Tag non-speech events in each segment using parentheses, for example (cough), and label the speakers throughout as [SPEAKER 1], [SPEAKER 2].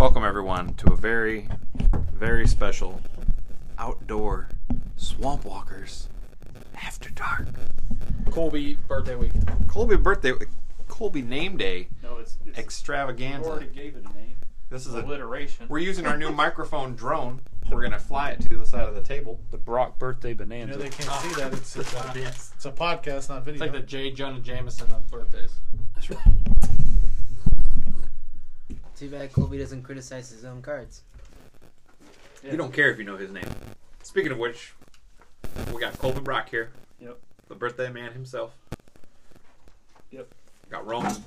[SPEAKER 1] everyone to a very, very special outdoor Swamp Walkers After Dark.
[SPEAKER 2] Colby birthday week.
[SPEAKER 1] Colby birthday, Colby name day
[SPEAKER 3] No, it's, it's you
[SPEAKER 1] extravaganza.
[SPEAKER 3] already gave it a name.
[SPEAKER 1] This is a.
[SPEAKER 3] Alliteration.
[SPEAKER 1] We're using our new microphone drone. We're gonna fly it to the side of the table.
[SPEAKER 3] the Brock birthday
[SPEAKER 4] You know
[SPEAKER 3] bonanza.
[SPEAKER 4] they can't see
[SPEAKER 3] (laughs)
[SPEAKER 4] that. It's, it's, uh, it's a podcast, not
[SPEAKER 2] It's
[SPEAKER 4] video.
[SPEAKER 2] like the J. Jonah Jameson of birthdays.
[SPEAKER 1] That's right.
[SPEAKER 5] Too bad Colby doesn't criticize his own cards.
[SPEAKER 1] You don't care if you know his name. Speaking of which, we got Colby Brock here.
[SPEAKER 3] Yep.
[SPEAKER 1] The birthday man himself.
[SPEAKER 3] Yep.
[SPEAKER 1] Got Roman.
[SPEAKER 4] (laughs)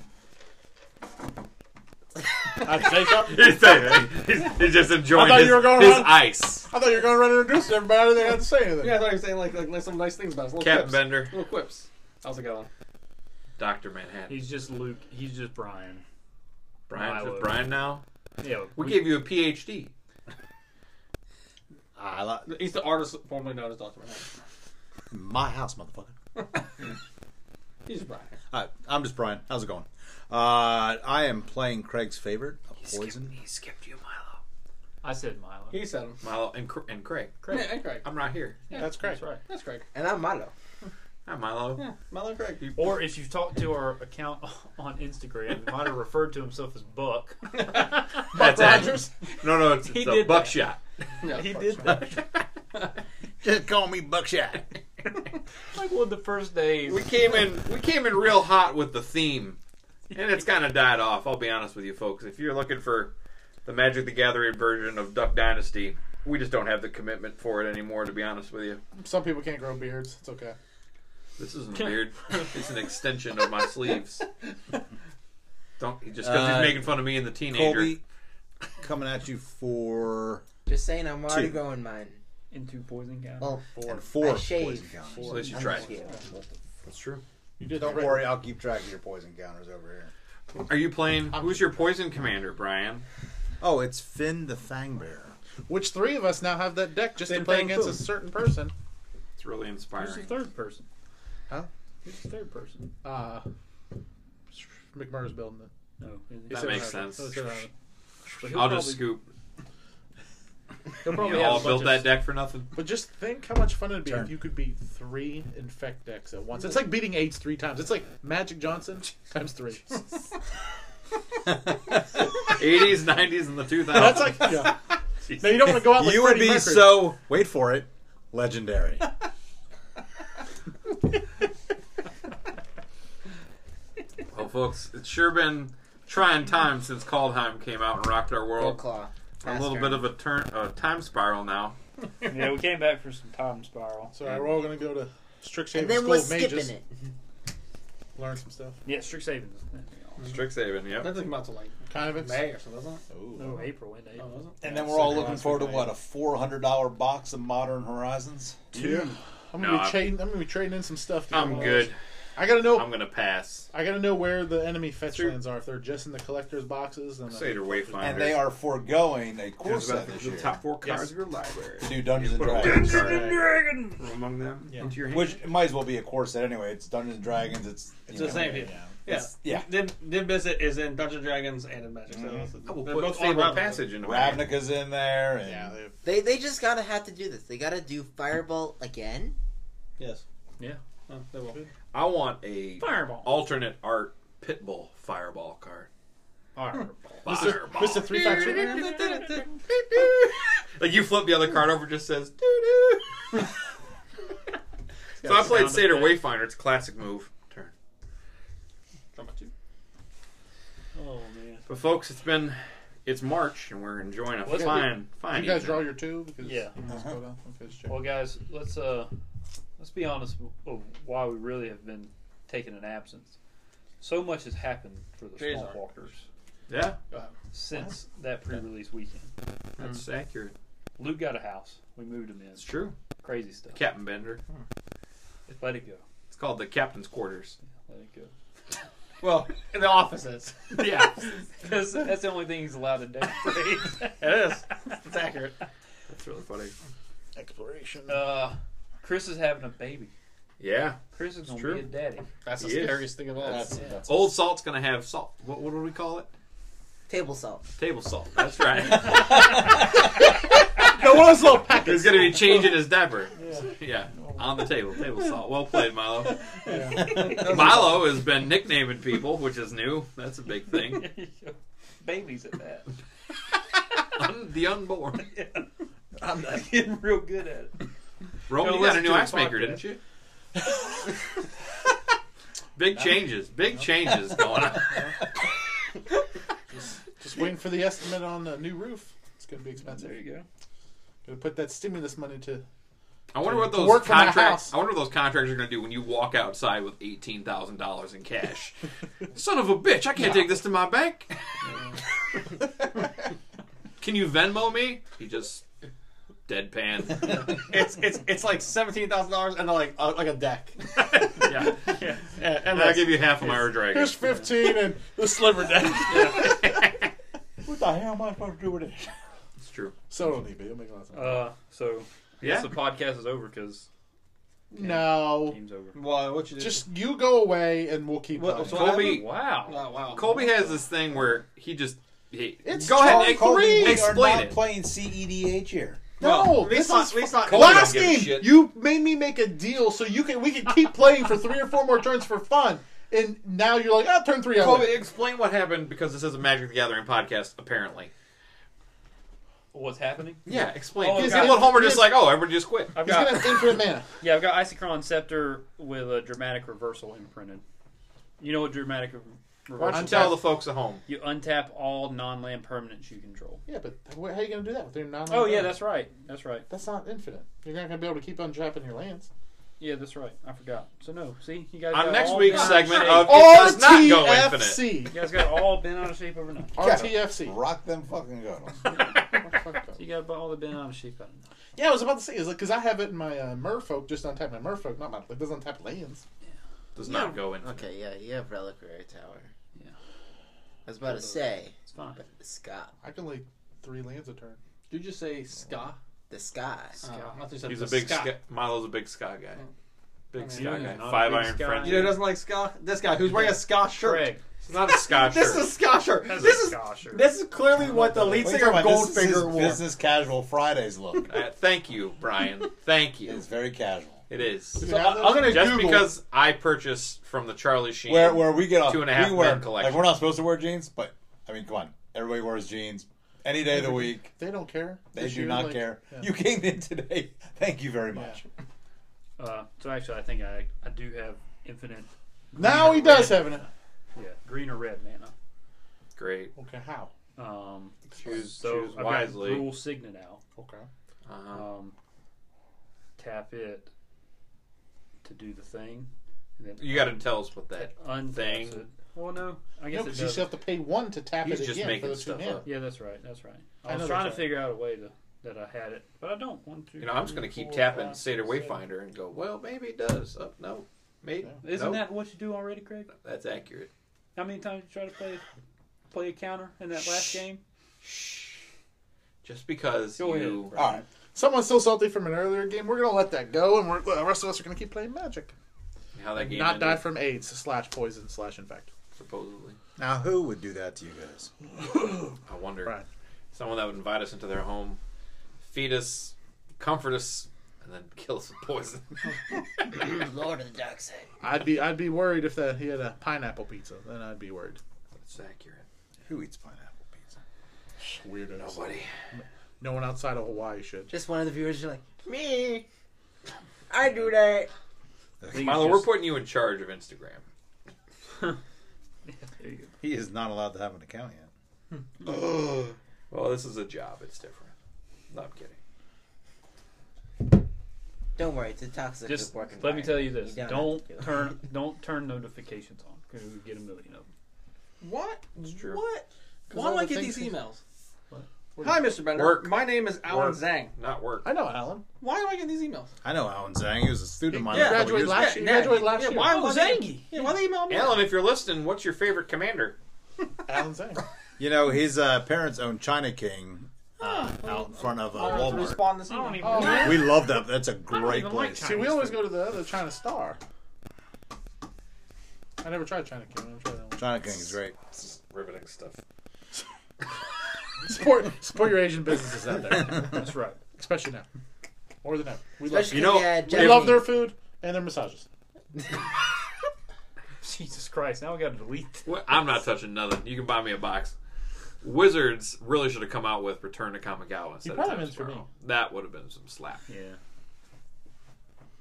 [SPEAKER 1] (laughs)
[SPEAKER 4] I take up.
[SPEAKER 1] he's, he's, he's just enjoying
[SPEAKER 4] I thought
[SPEAKER 1] his,
[SPEAKER 4] you were going
[SPEAKER 1] his
[SPEAKER 4] around-
[SPEAKER 1] ice.
[SPEAKER 4] I thought you were going to run and introduce everybody. I didn't have to say anything.
[SPEAKER 2] Yeah, I thought you were saying like like, like some nice things about us. Little
[SPEAKER 1] Captain
[SPEAKER 2] quips.
[SPEAKER 1] Bender,
[SPEAKER 2] Little quips. How's it going?
[SPEAKER 1] Doctor Manhattan,
[SPEAKER 3] He's just Luke. He's just Brian.
[SPEAKER 1] Brian.
[SPEAKER 3] Milo.
[SPEAKER 1] Is Brian now.
[SPEAKER 3] Yeah,
[SPEAKER 1] We gave you a PhD.
[SPEAKER 4] I like
[SPEAKER 2] He's the artist formerly known as Doctor Manhattan.
[SPEAKER 4] my house, motherfucker.
[SPEAKER 2] He's Brian.
[SPEAKER 4] Hi, I'm just Brian. How's it going? Uh, I am playing Craig's favorite, a poison.
[SPEAKER 1] He skipped you, Milo.
[SPEAKER 3] I said Milo.
[SPEAKER 2] He said him.
[SPEAKER 1] Milo and, Cr- and Craig.
[SPEAKER 2] Craig. Yeah, and Craig.
[SPEAKER 1] I'm right here.
[SPEAKER 4] That's Craig.
[SPEAKER 3] That's right.
[SPEAKER 2] That's Craig.
[SPEAKER 5] And I'm Milo.
[SPEAKER 1] Hi, Milo.
[SPEAKER 2] Yeah, my little Craig.
[SPEAKER 3] Or if you talk to our account (laughs) on Instagram, he might have referred to himself as Buck. (laughs)
[SPEAKER 1] That's
[SPEAKER 2] Rogers.
[SPEAKER 1] it. No, no, it's,
[SPEAKER 2] He
[SPEAKER 1] it's a
[SPEAKER 2] did that.
[SPEAKER 1] buckshot.
[SPEAKER 2] Yeah,
[SPEAKER 3] he
[SPEAKER 2] fuck
[SPEAKER 3] did
[SPEAKER 2] sure.
[SPEAKER 3] that.
[SPEAKER 4] Just call me Buckshot.
[SPEAKER 3] Like one of the first days.
[SPEAKER 1] We came in. We came in real hot with the theme, and it's kind of died off. I'll be honest with you, folks. If you're looking for the Magic the Gathering version of Duck Dynasty, we just don't have the commitment for it anymore. To be honest with you.
[SPEAKER 4] Some people can't grow beards. It's okay.
[SPEAKER 1] This isn't weird. it's an extension of my sleeves. Don't just because
[SPEAKER 4] Uh,
[SPEAKER 1] he's making fun of me and the teenager.
[SPEAKER 4] Colby, coming at you for
[SPEAKER 5] Just saying, I'm already
[SPEAKER 4] Two.
[SPEAKER 5] going mine.
[SPEAKER 3] Into Poison County.
[SPEAKER 5] Well,
[SPEAKER 4] four,
[SPEAKER 5] I
[SPEAKER 4] four
[SPEAKER 5] shaved.
[SPEAKER 1] At least you
[SPEAKER 5] I'm
[SPEAKER 1] tried.
[SPEAKER 5] just kidding.
[SPEAKER 1] That's true.
[SPEAKER 4] You did Don't worry, I'll keep track of your poison counters over here.
[SPEAKER 1] Are you playing? Who's your poison commander, Brian?
[SPEAKER 4] Oh, it's Finn the Fangbearer. Which three of us now have that deck just
[SPEAKER 1] Finn
[SPEAKER 4] to play
[SPEAKER 1] Fang
[SPEAKER 4] against
[SPEAKER 1] Foom.
[SPEAKER 4] a certain person.
[SPEAKER 1] It's really
[SPEAKER 3] Who's the
[SPEAKER 1] inspiring.
[SPEAKER 3] third person?
[SPEAKER 4] Huh?
[SPEAKER 3] Who's the third person?
[SPEAKER 4] Uh, McMurray's building it.
[SPEAKER 3] No. isn't
[SPEAKER 4] That
[SPEAKER 3] it?
[SPEAKER 1] makes
[SPEAKER 3] But
[SPEAKER 1] sense.
[SPEAKER 3] he'll
[SPEAKER 1] I'll
[SPEAKER 3] probably-
[SPEAKER 1] just scoop.
[SPEAKER 3] He'll probably
[SPEAKER 1] You
[SPEAKER 3] have
[SPEAKER 1] all
[SPEAKER 3] a
[SPEAKER 1] built
[SPEAKER 3] bunch
[SPEAKER 1] that
[SPEAKER 3] of-
[SPEAKER 1] deck for nothing.
[SPEAKER 4] But just think how much fun it'd be
[SPEAKER 1] Turn.
[SPEAKER 4] if you could beat three infect decks at once. It's like beating AIDS three times. It's like Magic Johnson
[SPEAKER 1] (laughs)
[SPEAKER 4] times three.
[SPEAKER 1] 80s,
[SPEAKER 3] (laughs)
[SPEAKER 1] 90s, and the 2000s.
[SPEAKER 4] That's like yeah. Now you don't want to go out like
[SPEAKER 6] (laughs) you would
[SPEAKER 4] Freddie
[SPEAKER 6] be
[SPEAKER 4] Mercury.
[SPEAKER 6] so wait for it (laughs) legendary
[SPEAKER 1] well, Oh, folks, it's sure been trying time since Kaldheim came out and rocked our
[SPEAKER 5] Full
[SPEAKER 1] world.
[SPEAKER 5] claw.
[SPEAKER 1] a little bit of a turn, a time spiral now.
[SPEAKER 3] Yeah, we came back for some time spiral.
[SPEAKER 4] So we're all gonna go to Strixhaven
[SPEAKER 5] And then
[SPEAKER 4] School
[SPEAKER 5] we're
[SPEAKER 4] of
[SPEAKER 5] skipping
[SPEAKER 4] Mages.
[SPEAKER 5] it.
[SPEAKER 4] Learn some stuff.
[SPEAKER 3] Yeah, Strixhaven's.
[SPEAKER 1] Strixhaven, yep.
[SPEAKER 2] That's like about to like
[SPEAKER 4] Kind of it's
[SPEAKER 2] May or something, isn't
[SPEAKER 3] No, April, isn't it?
[SPEAKER 2] it? Oh, isn't it?
[SPEAKER 6] and then we're all looking forward to what a four hundred dollar box of Modern Horizons.
[SPEAKER 4] two. I'm gonna
[SPEAKER 1] No,
[SPEAKER 4] be
[SPEAKER 1] I'm-
[SPEAKER 4] trading. I'm gonna be trading in some stuff. to get
[SPEAKER 1] I'm
[SPEAKER 4] one of
[SPEAKER 1] good.
[SPEAKER 4] those. I gotta know.
[SPEAKER 1] I'm gonna pass.
[SPEAKER 4] I gotta know where the enemy fetch
[SPEAKER 1] Sure.
[SPEAKER 4] lands are. If they're just in the collector's boxes, then
[SPEAKER 1] Seder Wayfinder.
[SPEAKER 6] And they are foregoing a core
[SPEAKER 1] Here's
[SPEAKER 6] set
[SPEAKER 1] about
[SPEAKER 6] this
[SPEAKER 1] the
[SPEAKER 6] year
[SPEAKER 1] top four cards
[SPEAKER 4] Yes.
[SPEAKER 1] of your library.
[SPEAKER 6] to do Dungeons and
[SPEAKER 1] Put a
[SPEAKER 6] Dragons,
[SPEAKER 1] Dungeons and
[SPEAKER 4] Right.
[SPEAKER 1] Dragons from among them
[SPEAKER 4] Yeah.
[SPEAKER 1] into your hand.
[SPEAKER 6] which it might as well be a core set anyway. It's Dungeons and Dragons. It's you
[SPEAKER 2] It's the
[SPEAKER 6] know,
[SPEAKER 2] same here.
[SPEAKER 6] yeah.
[SPEAKER 2] Yeah.
[SPEAKER 6] It's- yeah.
[SPEAKER 2] Dib, Dib Visit is in Dungeons and Dragons and in Magic. So it's-
[SPEAKER 1] I will
[SPEAKER 2] they're
[SPEAKER 1] put
[SPEAKER 2] both
[SPEAKER 1] Fable
[SPEAKER 2] on Ravnica.
[SPEAKER 1] Passage into my hand.
[SPEAKER 6] Ravnica's in there, and
[SPEAKER 4] Yeah, they-
[SPEAKER 5] They they just gotta have to do this. They gotta do Firebolt again.
[SPEAKER 2] Yes.
[SPEAKER 3] Yeah.
[SPEAKER 2] Oh, they will.
[SPEAKER 1] I want a
[SPEAKER 3] Fireball.
[SPEAKER 1] alternate art Pitbull Fireball card.
[SPEAKER 4] Mr.
[SPEAKER 1] Fireball.
[SPEAKER 4] Mr. Three Five Two.
[SPEAKER 1] (laughs) like you flip the other card over, it just says (laughs) doo doo. so I played
[SPEAKER 3] sound
[SPEAKER 1] Seder
[SPEAKER 3] effect.
[SPEAKER 1] Wayfinder. It's a classic move. Turn.
[SPEAKER 2] How about you?
[SPEAKER 3] Oh, man.
[SPEAKER 1] But folks, it's been it's March and we're enjoying a
[SPEAKER 3] Let's-
[SPEAKER 1] fine fine.
[SPEAKER 4] You guys
[SPEAKER 1] evening.
[SPEAKER 4] draw your two because
[SPEAKER 3] Yeah.
[SPEAKER 4] Let's go down. Okay, let's check.
[SPEAKER 3] Well, guys, let's uh, let's be honest of why we really have been taking an absence. So much has happened for the
[SPEAKER 2] Jeez.
[SPEAKER 3] Swamp Walkers
[SPEAKER 1] yeah,
[SPEAKER 3] since that pre-release weekend.
[SPEAKER 1] that's accurate.
[SPEAKER 3] Luke got a house. We moved him in.
[SPEAKER 1] It's true.
[SPEAKER 3] Crazy stuff.
[SPEAKER 1] Captain Bender.
[SPEAKER 3] Let it go.
[SPEAKER 1] It's called the Captain's Quarters.
[SPEAKER 3] Let it go. (laughs)
[SPEAKER 2] Well, in the offices.
[SPEAKER 1] Yeah,
[SPEAKER 3] Because (laughs) that's the only thing he's allowed (laughs) to do.
[SPEAKER 2] it is. It's accurate.
[SPEAKER 1] that's really funny.
[SPEAKER 4] Exploration.
[SPEAKER 3] uh, Chris is having a baby.
[SPEAKER 1] Yeah,
[SPEAKER 3] Chris is gonna
[SPEAKER 1] true.
[SPEAKER 3] be a daddy.
[SPEAKER 1] (laughs)
[SPEAKER 2] That's the
[SPEAKER 1] He is.
[SPEAKER 2] scariest thing of all.
[SPEAKER 4] (laughs)
[SPEAKER 6] that's, that's
[SPEAKER 1] old salt's gonna have salt. What what do we call it?
[SPEAKER 5] Table salt.
[SPEAKER 1] Table salt. That's
[SPEAKER 3] (laughs)
[SPEAKER 1] right.
[SPEAKER 4] No one was little packets.
[SPEAKER 1] He's going to be changing his diaper. Yeah. On the table. Table salt. Well played, Milo.
[SPEAKER 3] (laughs)
[SPEAKER 1] Milo has been nicknaming people, which is new. That's a big
[SPEAKER 3] (laughs)
[SPEAKER 1] thing.
[SPEAKER 3] Babies at that.
[SPEAKER 1] Un- the unborn.
[SPEAKER 6] I'm
[SPEAKER 3] (laughs)
[SPEAKER 6] not-
[SPEAKER 3] Getting real good at it.
[SPEAKER 1] Rome,
[SPEAKER 3] Gotta
[SPEAKER 1] you got a
[SPEAKER 3] listen
[SPEAKER 1] new
[SPEAKER 3] to the
[SPEAKER 1] ice maker,
[SPEAKER 3] podcast.
[SPEAKER 1] didn't you? (laughs) Big changes. Big changes going on.
[SPEAKER 3] (laughs)
[SPEAKER 4] Just waiting for the estimate on a new roof. It's going to be expensive.
[SPEAKER 3] There you go.
[SPEAKER 4] Gonna put that stimulus money to.
[SPEAKER 1] I wonder what
[SPEAKER 4] To
[SPEAKER 1] those
[SPEAKER 4] work from my
[SPEAKER 1] contracts.
[SPEAKER 4] house.
[SPEAKER 1] I wonder what those contractors are going to do when you walk outside with eighteen thousand dollars in cash.
[SPEAKER 4] uh,
[SPEAKER 1] Son of a bitch! I can't take this to my bank. (laughs) Can you Venmo me? He just deadpan.
[SPEAKER 2] It's it's it's like seventeen thousand dollars and like uh, like a deck.
[SPEAKER 1] yeah, (laughs)
[SPEAKER 2] And, and
[SPEAKER 1] and I'll give you half of my Ur Dragon.
[SPEAKER 4] Here's fifteen and the sliver down.
[SPEAKER 6] what the hell am I supposed to do with it?
[SPEAKER 1] It's true.
[SPEAKER 4] So don't need be. It'll make a lot of sense.
[SPEAKER 3] Uh, so I
[SPEAKER 1] Yeah.
[SPEAKER 3] guess the podcast is over because
[SPEAKER 4] no,
[SPEAKER 3] game's over.
[SPEAKER 2] Well, what you do?
[SPEAKER 4] just you go away and we'll keep.
[SPEAKER 2] What-
[SPEAKER 4] going.
[SPEAKER 2] so
[SPEAKER 1] Colby-
[SPEAKER 3] Wow.
[SPEAKER 2] Wow, wow.
[SPEAKER 1] Colby has this thing where he just. He,
[SPEAKER 4] It's
[SPEAKER 1] go ahead. and
[SPEAKER 6] Colby, we
[SPEAKER 1] explain
[SPEAKER 6] are not
[SPEAKER 1] it.
[SPEAKER 6] playing CEDH here.
[SPEAKER 4] no,
[SPEAKER 2] at
[SPEAKER 4] this
[SPEAKER 2] least not,
[SPEAKER 4] is
[SPEAKER 2] at least not.
[SPEAKER 1] Colby
[SPEAKER 4] last
[SPEAKER 1] don't give a
[SPEAKER 4] game.
[SPEAKER 1] shit.
[SPEAKER 4] You made me make a deal so you can we can keep playing for three or four more turns for fun, and now you're like, ah, turn three. I'll
[SPEAKER 1] Colby,
[SPEAKER 4] wait."
[SPEAKER 1] explain what happened because this is a Magic the Gathering podcast, apparently.
[SPEAKER 3] What's happening?
[SPEAKER 1] Yeah, explain.
[SPEAKER 3] Oh,
[SPEAKER 1] Because
[SPEAKER 3] okay.
[SPEAKER 1] you let Homer just like, oh, everybody just quit.
[SPEAKER 3] I've
[SPEAKER 4] He's
[SPEAKER 3] got
[SPEAKER 4] gonna have infinite mana.
[SPEAKER 3] yeah, I've got Isochron Scepter with a dramatic reversal imprinted. You know what dramatic re-
[SPEAKER 1] Why
[SPEAKER 3] reversal?
[SPEAKER 1] don't you
[SPEAKER 4] Untap-
[SPEAKER 1] tell the folks at home?
[SPEAKER 3] You untap all non-land permanents you control.
[SPEAKER 4] Yeah, but wh- how are you gonna do that with your non?
[SPEAKER 3] Oh yeah, that's right. That's right.
[SPEAKER 4] that's not infinite. You're not gonna be able to keep on trapping your lands.
[SPEAKER 3] Yeah, that's right. I forgot. So no, see, you guys.
[SPEAKER 1] On
[SPEAKER 3] got
[SPEAKER 1] next
[SPEAKER 3] all
[SPEAKER 1] week's
[SPEAKER 3] bent out
[SPEAKER 1] segment
[SPEAKER 3] shape.
[SPEAKER 1] of- It does not go
[SPEAKER 4] RTFC.
[SPEAKER 3] you guys got all bent out of shape overnight.
[SPEAKER 4] RTFC.
[SPEAKER 6] Rock them fucking gunnels.
[SPEAKER 3] So you got all the bent out of shape out of night.
[SPEAKER 4] Yeah, I was about to say is because I have it in my uh, Merfolk. Just untap my Merfolk, not my. It doesn't tap lands.
[SPEAKER 1] Does not go in.
[SPEAKER 5] Okay, yeah, you have Reliquary Tower.
[SPEAKER 3] Yeah.
[SPEAKER 5] I was about to say,
[SPEAKER 3] It's fine.
[SPEAKER 5] but the Scott.
[SPEAKER 4] I can like three lands a turn.
[SPEAKER 2] Did you say ska?
[SPEAKER 5] The Sky.
[SPEAKER 2] Uh, I thought you said
[SPEAKER 1] He's
[SPEAKER 2] the
[SPEAKER 1] a big
[SPEAKER 2] ska.
[SPEAKER 1] ska. Milo's a big ska guy.
[SPEAKER 3] Oh.
[SPEAKER 1] Big
[SPEAKER 2] I mean,
[SPEAKER 1] ska
[SPEAKER 3] he
[SPEAKER 1] guy.
[SPEAKER 3] is not a
[SPEAKER 1] Five
[SPEAKER 3] big
[SPEAKER 1] iron
[SPEAKER 3] ska
[SPEAKER 1] friend.
[SPEAKER 2] You know, who doesn't like ska. This guy who's wearing a ska shirt.
[SPEAKER 3] Craig,
[SPEAKER 1] It's not a ska shirt.
[SPEAKER 2] This is a ska shirt.
[SPEAKER 3] that's
[SPEAKER 2] this
[SPEAKER 3] a
[SPEAKER 2] is
[SPEAKER 3] scotcher.
[SPEAKER 2] this is clearly what the lead singer of
[SPEAKER 6] this is his
[SPEAKER 2] Goldfinger wore.
[SPEAKER 6] business casual Fridays look.
[SPEAKER 1] Uh, thank you, Brian. Thank you.
[SPEAKER 6] It's very casual.
[SPEAKER 1] It is.
[SPEAKER 3] uh,
[SPEAKER 2] So I, I'm gonna
[SPEAKER 1] Just
[SPEAKER 2] Google.
[SPEAKER 1] because I purchased from the Charlie Sheen.
[SPEAKER 6] Where where we get off
[SPEAKER 1] Two and a half
[SPEAKER 6] we wear,
[SPEAKER 1] men collection.
[SPEAKER 6] Like we're not supposed to wear jeans, but I mean, come on, everybody wears jeans any day of the week.
[SPEAKER 4] They don't care.
[SPEAKER 6] They
[SPEAKER 4] This
[SPEAKER 6] do
[SPEAKER 4] year,
[SPEAKER 6] not
[SPEAKER 4] like-
[SPEAKER 6] care.
[SPEAKER 4] yeah.
[SPEAKER 6] You came in today. (laughs) Thank you very much.
[SPEAKER 3] Uh, so actually, I think I I do have infinite.
[SPEAKER 4] Now he does have it.
[SPEAKER 3] Yeah, green or red mana.
[SPEAKER 1] Great.
[SPEAKER 4] Okay, how?
[SPEAKER 3] Um,
[SPEAKER 1] Choose,
[SPEAKER 3] so
[SPEAKER 1] choose
[SPEAKER 3] I've
[SPEAKER 1] wisely.
[SPEAKER 3] got rule signet out.
[SPEAKER 4] Okay.
[SPEAKER 1] Uh-huh.
[SPEAKER 3] Um, tap it to do the thing, and then
[SPEAKER 1] You got to tell us what that.
[SPEAKER 3] that untaps
[SPEAKER 1] thing.
[SPEAKER 3] it. Well, no, I
[SPEAKER 4] No,
[SPEAKER 3] guess it
[SPEAKER 4] because you
[SPEAKER 3] does.
[SPEAKER 4] still have to pay one to tap
[SPEAKER 1] He's
[SPEAKER 4] it
[SPEAKER 1] just
[SPEAKER 4] again for
[SPEAKER 1] making
[SPEAKER 4] the two
[SPEAKER 1] stuff
[SPEAKER 4] mana.
[SPEAKER 1] up.
[SPEAKER 3] Yeah, that's right. That's right.
[SPEAKER 4] I
[SPEAKER 3] I, was
[SPEAKER 4] know
[SPEAKER 3] trying to
[SPEAKER 4] that's right.
[SPEAKER 3] figure out a way to that I had it, but I don't want to.
[SPEAKER 1] You know, I'm just going to keep tapping Seder Wayfinder and go. Well, maybe it does. Oh, no, maybe.
[SPEAKER 3] Isn't
[SPEAKER 1] Nope.
[SPEAKER 3] that what you do already, Craig?
[SPEAKER 1] That's accurate.
[SPEAKER 3] How many times you try to play play a counter in that last game?
[SPEAKER 1] Shh. Just because
[SPEAKER 3] Go ahead,
[SPEAKER 1] you.
[SPEAKER 3] Brian.
[SPEAKER 6] All right,
[SPEAKER 4] Someone's so salty from an earlier game. We're gonna let that go, and we're, the rest of us are gonna keep playing Magic.
[SPEAKER 1] How that game
[SPEAKER 4] Not
[SPEAKER 1] ended,
[SPEAKER 4] die from AIDS slash poison slash infect.
[SPEAKER 1] supposedly.
[SPEAKER 6] now who would do that to you guys?
[SPEAKER 1] I wonder.
[SPEAKER 4] Right.
[SPEAKER 1] Someone that would invite us into their home, feed us, comfort us, and then kill us with poison.
[SPEAKER 5] (clears throat) Lord of the Dark Side.
[SPEAKER 4] I'd be I'd be worried if that he had a pineapple pizza. Then I'd be worried.
[SPEAKER 1] (laughs) That's accurate.
[SPEAKER 6] Who eats pineapple pizza?
[SPEAKER 4] Weirdos.
[SPEAKER 1] Nobody.
[SPEAKER 4] No one outside of Hawaii should.
[SPEAKER 5] Just one of the viewers are like, me. I do that.
[SPEAKER 3] I think it's
[SPEAKER 1] Milo, we're
[SPEAKER 3] just-
[SPEAKER 1] putting you in charge of Instagram.
[SPEAKER 3] There you go.
[SPEAKER 6] He is not allowed to have an account yet.
[SPEAKER 1] Well, this is a job. It's different. No, I'm kidding.
[SPEAKER 5] Don't worry, it's a toxic
[SPEAKER 3] Just
[SPEAKER 5] work
[SPEAKER 3] let me
[SPEAKER 5] environment.
[SPEAKER 3] tell you this:
[SPEAKER 5] You don't
[SPEAKER 3] don't
[SPEAKER 5] have to do it.
[SPEAKER 3] turn don't turn notifications on because we get a million of them.
[SPEAKER 2] What?
[SPEAKER 1] true.
[SPEAKER 2] What?
[SPEAKER 4] 'Cause
[SPEAKER 2] Why
[SPEAKER 4] all
[SPEAKER 2] do I
[SPEAKER 4] the
[SPEAKER 2] get
[SPEAKER 4] things
[SPEAKER 2] these
[SPEAKER 4] he-
[SPEAKER 2] emails?
[SPEAKER 3] What?
[SPEAKER 2] Hi, Mr. Bender.
[SPEAKER 1] Work.
[SPEAKER 2] My name is Alan
[SPEAKER 1] Work.
[SPEAKER 2] Zang.
[SPEAKER 1] Not work.
[SPEAKER 4] I know Alan.
[SPEAKER 2] Why do I get these emails?
[SPEAKER 6] I know Alan Zhang. He was a student of mine.
[SPEAKER 4] He
[SPEAKER 6] a couple
[SPEAKER 4] graduated
[SPEAKER 6] years
[SPEAKER 4] last
[SPEAKER 6] ago.
[SPEAKER 4] year. He graduated last
[SPEAKER 2] yeah,
[SPEAKER 4] year.
[SPEAKER 2] Why was
[SPEAKER 3] Zangy.
[SPEAKER 2] Oh, Yeah, why they email me?
[SPEAKER 1] Alan, if you're listening, what's your favorite commander?
[SPEAKER 4] Alan
[SPEAKER 6] (laughs)
[SPEAKER 4] Zang.
[SPEAKER 6] You know, his uh, parents owned China King uh, out in front of uh,
[SPEAKER 2] I have to
[SPEAKER 6] Walmart.
[SPEAKER 2] respond this email.
[SPEAKER 3] even.
[SPEAKER 6] We love that. That's a
[SPEAKER 3] don't
[SPEAKER 6] great
[SPEAKER 3] even like
[SPEAKER 6] place.
[SPEAKER 4] See, we always go to the other China Star. I never tried China King. I never tried that one.
[SPEAKER 6] (laughs) China King is great.
[SPEAKER 1] This is riveting stuff.
[SPEAKER 4] Support support your Asian businesses out there. That's right, especially now, more than ever. We love
[SPEAKER 5] Especially
[SPEAKER 1] You know,
[SPEAKER 5] yeah,
[SPEAKER 4] we love their food and their massages.
[SPEAKER 3] (laughs) Jesus Christ! Now we got to delete.
[SPEAKER 1] Wh- I'm not touching nothing. You can buy me a box. Wizards really should have come out with Return to Kamigawa instead of
[SPEAKER 4] probably
[SPEAKER 1] Times
[SPEAKER 4] meant for me.
[SPEAKER 1] Square. That would have been some slap.
[SPEAKER 3] Yeah.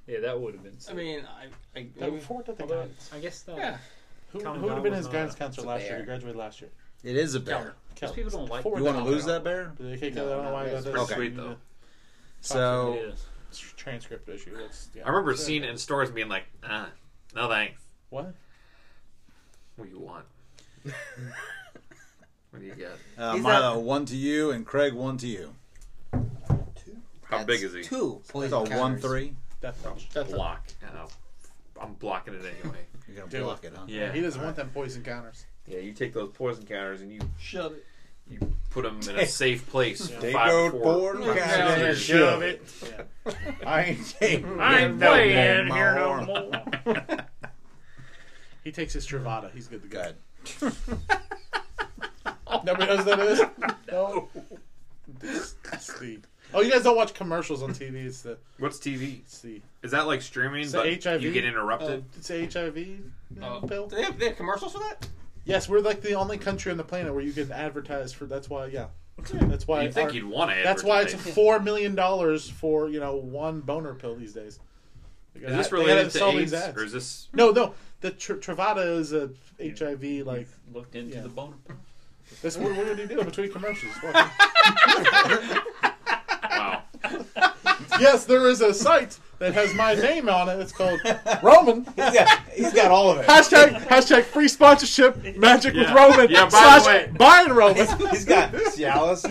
[SPEAKER 3] Yeah, that would have been.
[SPEAKER 2] I mean, I, I, I
[SPEAKER 4] Before that, the
[SPEAKER 3] Although,
[SPEAKER 4] guidance.
[SPEAKER 3] I guess that.
[SPEAKER 2] yeah.
[SPEAKER 4] Who,
[SPEAKER 3] Common
[SPEAKER 4] who would have
[SPEAKER 3] Goblin,
[SPEAKER 4] been his
[SPEAKER 3] uh,
[SPEAKER 4] guidance
[SPEAKER 5] it's
[SPEAKER 4] counselor
[SPEAKER 5] a
[SPEAKER 4] last year?
[SPEAKER 5] bear.
[SPEAKER 4] He graduated last year.
[SPEAKER 6] It is a bear.
[SPEAKER 3] Because people don't like.
[SPEAKER 4] Forward
[SPEAKER 6] You want to
[SPEAKER 4] Kelly.
[SPEAKER 6] lose that bear?
[SPEAKER 4] Did they kick
[SPEAKER 5] No,
[SPEAKER 4] it? I don't know
[SPEAKER 5] no,
[SPEAKER 4] why I
[SPEAKER 5] that's
[SPEAKER 4] got this.
[SPEAKER 1] pretty sweet, though.
[SPEAKER 6] So
[SPEAKER 3] It is.
[SPEAKER 4] It's a transcript issue. That's, yeah.
[SPEAKER 1] I remember
[SPEAKER 4] Sure.
[SPEAKER 1] seeing it in stores and being like, ah, no thanks.
[SPEAKER 4] What?
[SPEAKER 1] What do you (laughs) want? what do you get?
[SPEAKER 6] uh,
[SPEAKER 5] He's
[SPEAKER 6] Milo, one to you, and Craig, one to you.
[SPEAKER 1] How
[SPEAKER 5] That's
[SPEAKER 1] big is he?
[SPEAKER 5] Two. Poison
[SPEAKER 6] So one
[SPEAKER 5] counters.
[SPEAKER 6] three.
[SPEAKER 4] Death touch. Death touch.
[SPEAKER 1] Block. Oh, I'm blocking it anyway.
[SPEAKER 6] You're gonna
[SPEAKER 4] Do
[SPEAKER 6] block it, huh?
[SPEAKER 1] (laughs) Yeah.
[SPEAKER 4] He doesn't want them poison counters.
[SPEAKER 1] Yeah, you take those poison counters and you
[SPEAKER 2] Shove it.
[SPEAKER 1] put them in a safe place. for
[SPEAKER 6] Take
[SPEAKER 1] five
[SPEAKER 6] out
[SPEAKER 1] four-
[SPEAKER 6] four
[SPEAKER 1] five,
[SPEAKER 6] counters.
[SPEAKER 1] six
[SPEAKER 6] Yeah.
[SPEAKER 1] years.
[SPEAKER 6] Shove
[SPEAKER 4] it.
[SPEAKER 6] I ain't taking.
[SPEAKER 3] I ain't
[SPEAKER 6] no
[SPEAKER 3] playing
[SPEAKER 6] more.
[SPEAKER 3] here no more.
[SPEAKER 4] (laughs) He takes his Travada. He's good to go.
[SPEAKER 6] Good.
[SPEAKER 4] Nobody knows what that is? (laughs) no. Disgusting. Oh, you guys don't watch commercials on TV. It's the
[SPEAKER 1] What's TV?
[SPEAKER 4] it's the,
[SPEAKER 1] Is that like streaming?
[SPEAKER 4] it's
[SPEAKER 1] but
[SPEAKER 4] the HIV.
[SPEAKER 1] You get
[SPEAKER 4] Uh,
[SPEAKER 1] interrupted.
[SPEAKER 4] it's a HIV
[SPEAKER 2] Oh.
[SPEAKER 4] pill.
[SPEAKER 2] Do they have, they have commercials for that?
[SPEAKER 4] Yes, we're like the only country on the planet where you can advertise for. That's why, yeah. That's why.
[SPEAKER 1] you'd think
[SPEAKER 4] our-
[SPEAKER 1] you'd want to.
[SPEAKER 4] that's why it's
[SPEAKER 1] advertise.
[SPEAKER 4] four million dollars for you know one boner pill these days. They
[SPEAKER 1] Is this
[SPEAKER 4] gotta- they gotta
[SPEAKER 1] related to
[SPEAKER 4] sell these
[SPEAKER 1] AIDS,
[SPEAKER 4] ads.
[SPEAKER 1] or is (laughs) this?
[SPEAKER 4] No, no. The tr- Travada is a HIV like.
[SPEAKER 3] Looked into
[SPEAKER 4] Yeah.
[SPEAKER 3] the boner. pill.
[SPEAKER 4] That's what we're gonna do between commercials.
[SPEAKER 3] (laughs)
[SPEAKER 4] Watch.
[SPEAKER 1] Wow.
[SPEAKER 4] yes, there is a site that has
[SPEAKER 3] (laughs)
[SPEAKER 4] my name on it. It's called Roman.
[SPEAKER 6] Yeah, he's got all of it.
[SPEAKER 4] Hashtag hashtag free sponsorship magic with
[SPEAKER 1] Yeah.
[SPEAKER 4] Roman
[SPEAKER 1] Yeah, by the
[SPEAKER 4] slash
[SPEAKER 1] way.
[SPEAKER 4] buying Roman.
[SPEAKER 6] He's got Cialis.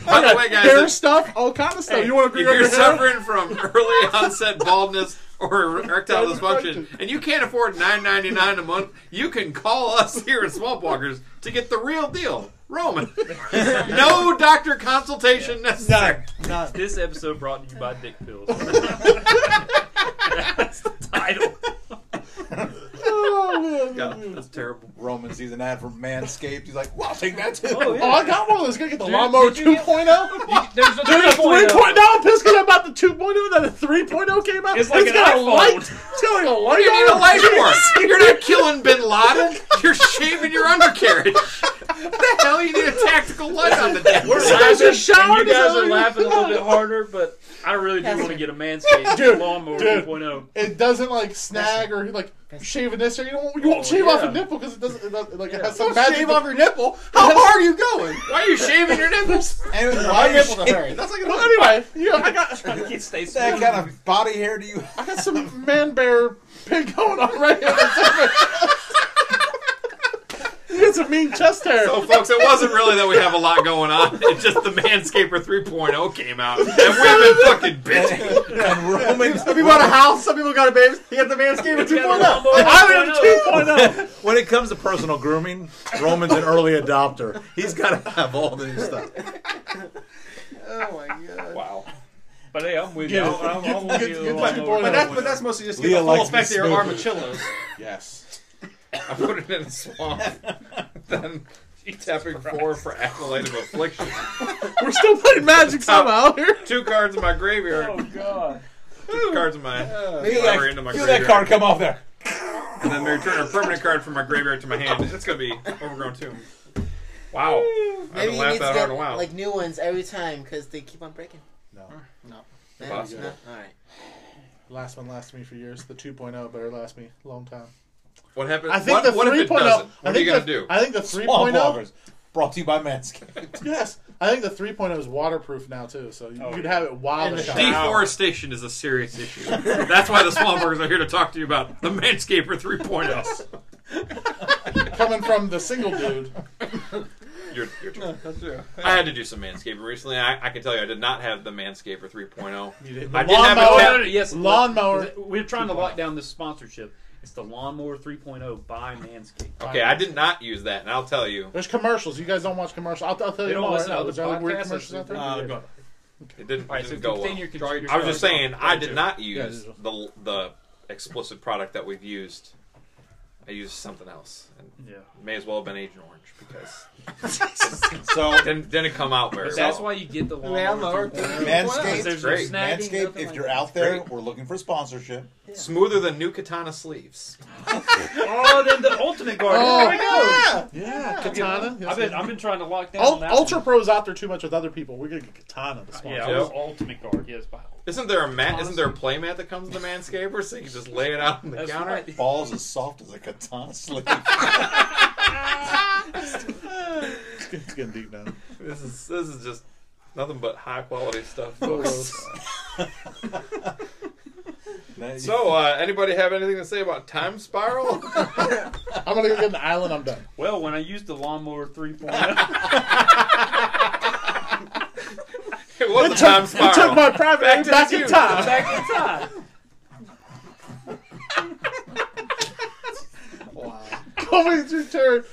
[SPEAKER 1] (laughs) By the way, guys,
[SPEAKER 4] hair
[SPEAKER 1] if,
[SPEAKER 4] stuff, all kind of stuff. you want to
[SPEAKER 1] if
[SPEAKER 4] grow (laughs) your
[SPEAKER 1] you're
[SPEAKER 4] hair?
[SPEAKER 1] suffering from early onset baldness or erectile dysfunction,
[SPEAKER 4] Dysfunction.
[SPEAKER 1] and you can't afford nine ninety nine a month, you can call us here at Swamp Walkers to get the real deal, Roman. no doctor consultation necessary.
[SPEAKER 6] None. None.
[SPEAKER 3] This episode brought to you by Dick Pills. (laughs) That's the title.
[SPEAKER 4] Oh, man.
[SPEAKER 1] God, that's terrible.
[SPEAKER 6] (laughs) Roman sees an ad for Manscaped. He's like, well,
[SPEAKER 4] (laughs)
[SPEAKER 6] I'll take that too.
[SPEAKER 3] Oh, yeah.
[SPEAKER 4] Oh, I got one of those. Gonna get the
[SPEAKER 3] Dude,
[SPEAKER 4] lawnmower oh?
[SPEAKER 3] did you get- (laughs)
[SPEAKER 4] 2.0.
[SPEAKER 3] There's a
[SPEAKER 4] Dude, a 3.0.
[SPEAKER 3] 3.0.
[SPEAKER 4] I'm pissed 'cause about the 2.0 that the 3.0 came out.
[SPEAKER 3] It's like an
[SPEAKER 4] got a
[SPEAKER 3] iPhone.
[SPEAKER 4] light. It's got like a light.
[SPEAKER 1] You need
[SPEAKER 4] on
[SPEAKER 1] a
[SPEAKER 4] it. (laughs)
[SPEAKER 1] life force. You're not killing Bin Laden. You're shaving your undercarriage. What the hell? You need a tactical light on the deck.
[SPEAKER 3] We're
[SPEAKER 4] So
[SPEAKER 3] (laughs) laughing,
[SPEAKER 4] it's just
[SPEAKER 3] and
[SPEAKER 4] shower
[SPEAKER 3] you guys are
[SPEAKER 4] design.
[SPEAKER 3] laughing a little bit harder, but I really do
[SPEAKER 5] That's
[SPEAKER 3] want to
[SPEAKER 5] it.
[SPEAKER 3] get a (laughs) Manscaped
[SPEAKER 4] Dude,
[SPEAKER 3] lawnmower oh.
[SPEAKER 4] dude.
[SPEAKER 3] 2.0
[SPEAKER 4] It doesn't like snag or like shave a this or you don't you won't
[SPEAKER 3] Oh,
[SPEAKER 4] shave off
[SPEAKER 3] yeah.
[SPEAKER 4] a nipple because it doesn't it doesn't- like it has some
[SPEAKER 6] Don't
[SPEAKER 4] magic.
[SPEAKER 6] shave off
[SPEAKER 4] (laughs)
[SPEAKER 6] your nipple. How far are you going?
[SPEAKER 1] Why are you shaving your nipples?
[SPEAKER 6] And
[SPEAKER 4] My
[SPEAKER 6] why
[SPEAKER 4] nipples are hairy.
[SPEAKER 6] That's like
[SPEAKER 4] Well, anyway, you, I got
[SPEAKER 3] It stays
[SPEAKER 6] that kind of body hair do (laughs) you
[SPEAKER 4] I got some man bear pig going on right here. (laughs) you got some mean chest hair.
[SPEAKER 1] So, folks, it wasn't really that we have a lot going on. It's just the Manscaper 3.0 came out, and we've been fucking bitching.
[SPEAKER 6] and Roman,
[SPEAKER 7] Some people got a house, some people got a baby. He got the Manscaped
[SPEAKER 4] oh.
[SPEAKER 7] 2.0.
[SPEAKER 4] I'm in 2.0.
[SPEAKER 6] when it comes to personal grooming, Roman's an early adopter. He's got to have all the new stuff.
[SPEAKER 7] Oh my god.
[SPEAKER 1] Wow.
[SPEAKER 3] But hey, I'm with you.
[SPEAKER 4] Yeah.
[SPEAKER 3] I'm, I'm, I'm with
[SPEAKER 4] Good-
[SPEAKER 3] you.
[SPEAKER 4] good
[SPEAKER 3] on
[SPEAKER 4] point.
[SPEAKER 3] the-
[SPEAKER 7] But that's, but that's mostly just to
[SPEAKER 6] Leah
[SPEAKER 7] get the full
[SPEAKER 6] likes to be
[SPEAKER 7] effect of your
[SPEAKER 6] smooth.
[SPEAKER 7] armachillos.
[SPEAKER 6] Yes.
[SPEAKER 1] I put it in a
[SPEAKER 6] (laughs)
[SPEAKER 1] swamp. Then tapping four for Acolyte of Affliction.
[SPEAKER 4] We're still playing magic somehow here.
[SPEAKER 1] Two cards in my graveyard.
[SPEAKER 3] Oh god.
[SPEAKER 1] Two cards in my.
[SPEAKER 4] Uh,
[SPEAKER 6] Feel
[SPEAKER 1] Whatever,
[SPEAKER 6] that,
[SPEAKER 1] into my
[SPEAKER 6] feel that
[SPEAKER 1] graveyard.
[SPEAKER 6] card come off there.
[SPEAKER 1] And then they return a permanent card from my graveyard to my hand. It's gonna be overgrown too. Wow. I
[SPEAKER 5] Maybe
[SPEAKER 1] haven't
[SPEAKER 5] you need
[SPEAKER 1] laughed
[SPEAKER 5] to
[SPEAKER 1] that hard in a
[SPEAKER 5] get
[SPEAKER 1] while.
[SPEAKER 5] like new ones every time because they keep on breaking.
[SPEAKER 6] No.
[SPEAKER 5] no,
[SPEAKER 1] Possible.
[SPEAKER 5] no. All right.
[SPEAKER 4] Last one lasts me for years. The 2.0 better last me a long time.
[SPEAKER 1] what happens?
[SPEAKER 4] I think
[SPEAKER 1] what,
[SPEAKER 4] the
[SPEAKER 1] what if
[SPEAKER 4] 3.0.
[SPEAKER 1] it doesn't?
[SPEAKER 4] I
[SPEAKER 1] What are
[SPEAKER 4] think
[SPEAKER 1] you gonna
[SPEAKER 4] the,
[SPEAKER 1] do?
[SPEAKER 4] I think the
[SPEAKER 6] Swamp
[SPEAKER 3] oh?
[SPEAKER 4] 3.0.
[SPEAKER 6] Walkers, brought to you by Manscaped.
[SPEAKER 4] Yes, I think the 3.0 is waterproof now too, so you
[SPEAKER 3] Oh,
[SPEAKER 4] could
[SPEAKER 3] yeah.
[SPEAKER 4] have it wild
[SPEAKER 5] And
[SPEAKER 4] as
[SPEAKER 5] the
[SPEAKER 4] shit.
[SPEAKER 1] Deforestation is a serious issue. That's why the Swampburgers are here to talk to you about the Manscaper oh. 3.0.
[SPEAKER 4] coming from the single dude.
[SPEAKER 1] Your, your turn. I had to do some manscaping recently. I, I can tell you, I did not have the Manscaper 3.0.
[SPEAKER 4] You didn't.
[SPEAKER 1] I didn't have a
[SPEAKER 3] Oh,
[SPEAKER 1] tap-
[SPEAKER 3] no, no, yes,
[SPEAKER 4] Lawnmower.
[SPEAKER 3] look, We're trying to lock down this sponsorship. It's the Lawnmower 3.0 by Manscaped.
[SPEAKER 1] Okay, I did not use that, and I'll tell you,
[SPEAKER 4] There's commercials. You guys don't watch commercials. I'll, I'll tell
[SPEAKER 3] They
[SPEAKER 4] you
[SPEAKER 3] don't
[SPEAKER 4] tomorrow.
[SPEAKER 3] listen to
[SPEAKER 4] Right now.
[SPEAKER 3] other
[SPEAKER 4] There's other weird
[SPEAKER 3] podcasts.
[SPEAKER 4] commercials out there.
[SPEAKER 3] Uh,
[SPEAKER 4] Yeah.
[SPEAKER 3] go.
[SPEAKER 1] it didn't,
[SPEAKER 3] All right,
[SPEAKER 1] it
[SPEAKER 3] so
[SPEAKER 1] didn't go well.
[SPEAKER 3] continue your, your
[SPEAKER 1] I was just saying, I did not
[SPEAKER 4] Yeah,
[SPEAKER 1] use
[SPEAKER 4] just-
[SPEAKER 1] the the explicit product that we've used I used something else. And
[SPEAKER 3] Yeah.
[SPEAKER 1] may as well have been Agent Orange because
[SPEAKER 3] (laughs)
[SPEAKER 8] So
[SPEAKER 1] didn't didn't come out very
[SPEAKER 3] But that's
[SPEAKER 1] well.
[SPEAKER 3] why you get the
[SPEAKER 2] lawnmower
[SPEAKER 3] lawnmower.
[SPEAKER 2] through
[SPEAKER 3] through-
[SPEAKER 8] Manscaped,
[SPEAKER 3] There's no
[SPEAKER 1] Great.
[SPEAKER 3] snagging,
[SPEAKER 8] Manscaped,
[SPEAKER 3] nothing
[SPEAKER 8] if
[SPEAKER 3] like
[SPEAKER 8] you're
[SPEAKER 3] that.
[SPEAKER 8] out there,
[SPEAKER 1] Great.
[SPEAKER 8] we're looking for sponsorship.
[SPEAKER 1] Smoother than new katana sleeves.
[SPEAKER 3] oh, then the ultimate guard.
[SPEAKER 4] Oh.
[SPEAKER 3] there we go.
[SPEAKER 4] Yeah, katana.
[SPEAKER 3] I've been I've been trying to lock down
[SPEAKER 4] Ul-
[SPEAKER 3] that
[SPEAKER 4] Ultra
[SPEAKER 3] one.
[SPEAKER 4] Pro's out there too much with other people. We're gonna get katana to sponsor.
[SPEAKER 3] Yeah,
[SPEAKER 1] Yep.
[SPEAKER 3] ul- ultimate guard. Yes, by
[SPEAKER 1] Isn't there a mat? Isn't there a play mat that comes with the manscaper so you can just lay it out on the
[SPEAKER 3] that's
[SPEAKER 1] counter?
[SPEAKER 3] right.
[SPEAKER 6] (laughs)
[SPEAKER 8] Balls as soft as a katana sleeve.
[SPEAKER 4] It's, getting, it's getting deep now.
[SPEAKER 1] This is this is just nothing but high quality stuff, folks.
[SPEAKER 4] Gross.
[SPEAKER 1] so, uh, anybody have anything to say about Time
[SPEAKER 4] (laughs)
[SPEAKER 1] Spiral?
[SPEAKER 4] I'm gonna go get an island. I'm done.
[SPEAKER 3] Well, when I used the lawnmower 3.0,
[SPEAKER 1] it was a Time Spiral.
[SPEAKER 4] (laughs) It took my
[SPEAKER 1] Back
[SPEAKER 4] private back,
[SPEAKER 1] to
[SPEAKER 4] back
[SPEAKER 1] the
[SPEAKER 4] in
[SPEAKER 1] Jews.
[SPEAKER 4] time. (laughs)
[SPEAKER 3] back in time.
[SPEAKER 4] Gomez return.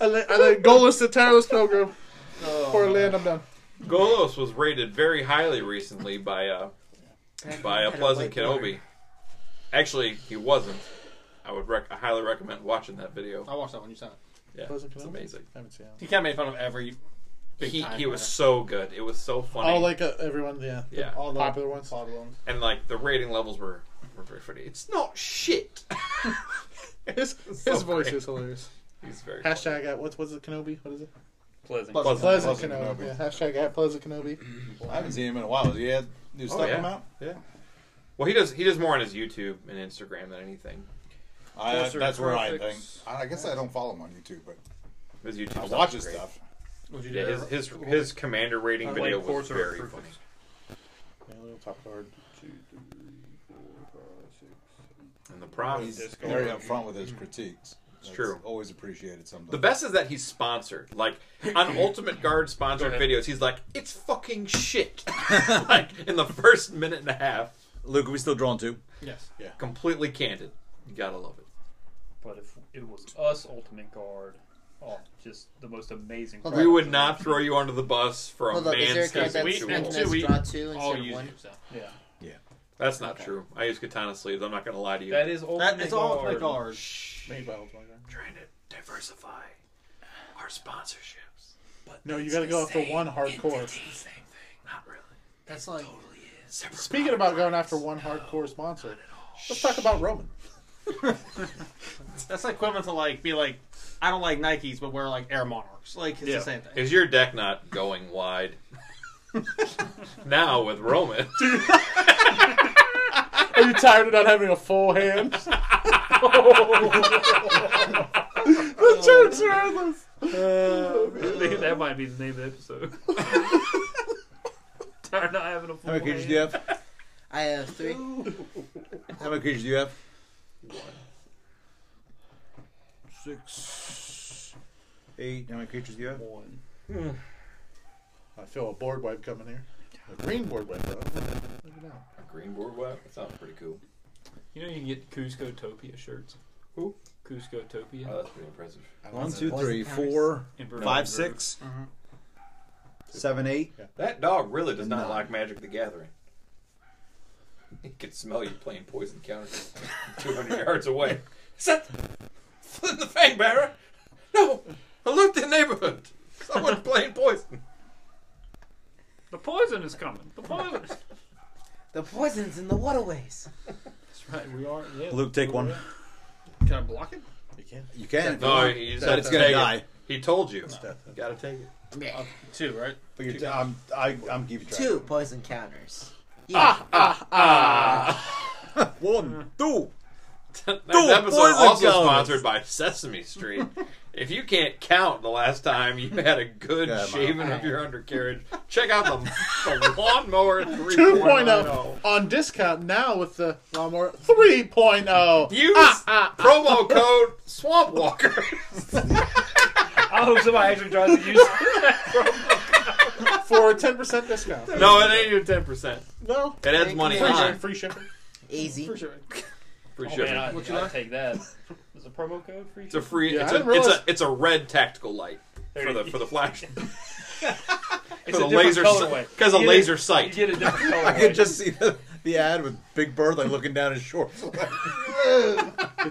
[SPEAKER 4] I let, I let Golis the tireless pilgrim. Poor land, I'm done.
[SPEAKER 1] Golos was rated very highly recently by uh, by a
[SPEAKER 5] Had a
[SPEAKER 1] Pleasant
[SPEAKER 5] white border.
[SPEAKER 1] Kenobi. Actually, he wasn't. I would rec- I highly recommend watching that video.
[SPEAKER 2] I watched that one. You saw it.
[SPEAKER 1] Yeah,
[SPEAKER 4] Pleasant
[SPEAKER 1] it's
[SPEAKER 4] Kenobi?
[SPEAKER 1] amazing.
[SPEAKER 4] I haven't seen it.
[SPEAKER 2] He kind of made fun of every. Big
[SPEAKER 1] He,
[SPEAKER 2] time
[SPEAKER 1] he was
[SPEAKER 2] guy.
[SPEAKER 1] so good. It was so funny.
[SPEAKER 4] Oh, like uh, everyone, yeah. The-
[SPEAKER 1] Yeah.
[SPEAKER 4] All the popular ones.
[SPEAKER 2] Popular ones.
[SPEAKER 1] and like the rating levels were were very funny. It's not
[SPEAKER 4] (laughs)
[SPEAKER 1] shit. (laughs)
[SPEAKER 4] His, his
[SPEAKER 1] So
[SPEAKER 4] voice
[SPEAKER 1] great.
[SPEAKER 4] is hilarious.
[SPEAKER 1] He's very funny.
[SPEAKER 4] Hashtag at, what's, what's it, Kenobi? What is it?
[SPEAKER 3] Pleasant.
[SPEAKER 8] Pleasant.
[SPEAKER 4] Pleasant,
[SPEAKER 8] Pleasant
[SPEAKER 4] Kenobi.
[SPEAKER 8] Kenobi.
[SPEAKER 4] Yeah, hashtag at Pleasant Kenobi.
[SPEAKER 8] I haven't seen him in a while. Has he had new
[SPEAKER 6] Oh,
[SPEAKER 8] stuff
[SPEAKER 1] yeah.
[SPEAKER 8] come out?
[SPEAKER 1] Well, he does he does more on his YouTube and Instagram than anything.
[SPEAKER 8] I,
[SPEAKER 2] Closer
[SPEAKER 8] that's where I think.
[SPEAKER 2] Perfects.
[SPEAKER 8] I guess I don't follow him on YouTube, but
[SPEAKER 1] His YouTube
[SPEAKER 8] I
[SPEAKER 1] stuff
[SPEAKER 8] watch
[SPEAKER 1] is
[SPEAKER 8] his
[SPEAKER 1] great.
[SPEAKER 8] stuff.
[SPEAKER 2] Would you
[SPEAKER 1] Yeah, his his his commander rating
[SPEAKER 3] Like
[SPEAKER 1] video was
[SPEAKER 3] Corsair
[SPEAKER 1] very
[SPEAKER 3] Perfect.
[SPEAKER 1] funny.
[SPEAKER 4] Yeah, little top card.
[SPEAKER 1] And the problem
[SPEAKER 8] He's very upfront with his critiques. It's
[SPEAKER 1] true.
[SPEAKER 8] Always appreciated sometimes.
[SPEAKER 1] The best is that he's sponsored. Like on Ultimate Guard sponsored
[SPEAKER 3] Go ahead.
[SPEAKER 1] videos, he's like, "It's fucking shit." (laughs) like in the first minute and a half,
[SPEAKER 6] Luke, are we still drawn two?
[SPEAKER 2] Yes.
[SPEAKER 1] completely candid. You gotta love it.
[SPEAKER 3] But if it was us, Ultimate Guard, oh, just the most amazing.
[SPEAKER 5] Hold
[SPEAKER 1] We
[SPEAKER 5] on.
[SPEAKER 1] would not throw you under the bus for a
[SPEAKER 5] Hold up, is there a
[SPEAKER 1] man's
[SPEAKER 5] card
[SPEAKER 2] that-
[SPEAKER 5] that's
[SPEAKER 2] we- and
[SPEAKER 5] written
[SPEAKER 2] two, we-
[SPEAKER 5] as draw two
[SPEAKER 2] All
[SPEAKER 5] instead of one?
[SPEAKER 2] YouTube stuff.
[SPEAKER 3] Yeah,
[SPEAKER 1] That's not true. I use katana sleeves. I'm not gonna lie to you.
[SPEAKER 3] that is Ultimate
[SPEAKER 2] That is all
[SPEAKER 3] Guard.
[SPEAKER 2] my guard.
[SPEAKER 4] Made by Old Wonder.
[SPEAKER 1] trying to diversify our sponsorships.
[SPEAKER 4] No, you gotta go after one hardcore.
[SPEAKER 1] Same thing. Not really.
[SPEAKER 2] That's like
[SPEAKER 4] Speaking about going after one hardcore sponsor, let's talk about Roman.
[SPEAKER 2] that's like equivalent to like be like I don't like Nikes, but wear like Air Monarchs. Like it's
[SPEAKER 3] Yeah.
[SPEAKER 2] the same thing.
[SPEAKER 1] Is your deck not going wide? now with Roman.
[SPEAKER 4] (laughs) Are you tired of not having a full (laughs) hand? the jokes are endless.
[SPEAKER 3] (laughs) that might be the name of the episode. (laughs) Tired of not having a full
[SPEAKER 6] How many cages do
[SPEAKER 8] (laughs)
[SPEAKER 6] you have?
[SPEAKER 5] I have three.
[SPEAKER 6] How many cages do you have?
[SPEAKER 3] Six.
[SPEAKER 6] Eight. How many creatures do you have?
[SPEAKER 3] One.
[SPEAKER 4] I feel a board wipe coming here. A green board wipe, though.
[SPEAKER 1] A green board web? That sounds pretty cool.
[SPEAKER 3] You know you can get Cusco Topia shirts.
[SPEAKER 1] Who?
[SPEAKER 3] Cusco
[SPEAKER 1] Oh,
[SPEAKER 3] Topia.
[SPEAKER 1] that's pretty impressive.
[SPEAKER 6] One, two,
[SPEAKER 5] Poison
[SPEAKER 6] three,
[SPEAKER 5] counters.
[SPEAKER 6] four,
[SPEAKER 3] Emperor
[SPEAKER 6] five,
[SPEAKER 3] Groove.
[SPEAKER 6] six, seven, eight.
[SPEAKER 1] That dog really does not
[SPEAKER 6] Nine.
[SPEAKER 1] like Magic the Gathering. He could smell you playing poison (laughs) counters 200 yards away. Is that Flynn the Fang Bearer? No! Alert the neighborhood! Someone's playing poison!
[SPEAKER 3] The poison is coming. The poison.
[SPEAKER 5] The poison's in the waterways.
[SPEAKER 3] That's right. We are. Yeah.
[SPEAKER 6] Luke, take one.
[SPEAKER 2] Can I block it?
[SPEAKER 6] You can.
[SPEAKER 1] No, you just
[SPEAKER 6] But
[SPEAKER 1] had
[SPEAKER 6] it's
[SPEAKER 1] to
[SPEAKER 6] gonna
[SPEAKER 1] take
[SPEAKER 6] die.
[SPEAKER 1] it. He told you.
[SPEAKER 6] death.
[SPEAKER 1] You gotta take it.
[SPEAKER 5] Meh.
[SPEAKER 2] Two, right?
[SPEAKER 6] But you're t- I'm, I, I'm keeping track.
[SPEAKER 5] Two poison counters.
[SPEAKER 6] One, two.
[SPEAKER 1] that
[SPEAKER 6] Dual
[SPEAKER 1] episode
[SPEAKER 6] poison
[SPEAKER 1] also
[SPEAKER 6] counters.
[SPEAKER 1] sponsored by Sesame Street. if you can't count the last time you had a good
[SPEAKER 6] Yeah,
[SPEAKER 1] shaving of your undercarriage, check out the, the (laughs) lawnmower oh. 3.0.
[SPEAKER 4] 2.0 on discount now with the lawnmower 3.0.
[SPEAKER 1] Use ah, promo code SwampWalker.
[SPEAKER 3] I hope somebody actually tries to use.
[SPEAKER 4] for a 10% discount.
[SPEAKER 1] (laughs) no, it ain't even ten percent.
[SPEAKER 4] No?
[SPEAKER 1] It adds money
[SPEAKER 4] Free,
[SPEAKER 1] on.
[SPEAKER 4] shipping, free shipping.
[SPEAKER 5] Easy.
[SPEAKER 2] sure.
[SPEAKER 1] Free
[SPEAKER 3] Oh,
[SPEAKER 1] shipping.
[SPEAKER 3] man, I,
[SPEAKER 2] What you
[SPEAKER 3] I
[SPEAKER 2] like?
[SPEAKER 3] take that. Is a promo code free?
[SPEAKER 1] It's a free.
[SPEAKER 4] Yeah,
[SPEAKER 1] it's,
[SPEAKER 4] I
[SPEAKER 1] a,
[SPEAKER 4] didn't
[SPEAKER 1] it's
[SPEAKER 4] realize-
[SPEAKER 1] a. It's a red tactical light
[SPEAKER 3] There
[SPEAKER 1] for
[SPEAKER 3] you
[SPEAKER 1] the
[SPEAKER 3] go.
[SPEAKER 1] for the flash.
[SPEAKER 3] (laughs) It's
[SPEAKER 1] for
[SPEAKER 3] a
[SPEAKER 1] the laser
[SPEAKER 3] colorway.
[SPEAKER 1] because a
[SPEAKER 3] You get
[SPEAKER 1] laser
[SPEAKER 3] it- You
[SPEAKER 1] sight.
[SPEAKER 2] (laughs)
[SPEAKER 3] get a different colorway.
[SPEAKER 6] I can just see the, the ad with Big Bird like looking down
[SPEAKER 8] (laughs)
[SPEAKER 6] his shorts.
[SPEAKER 4] Dude,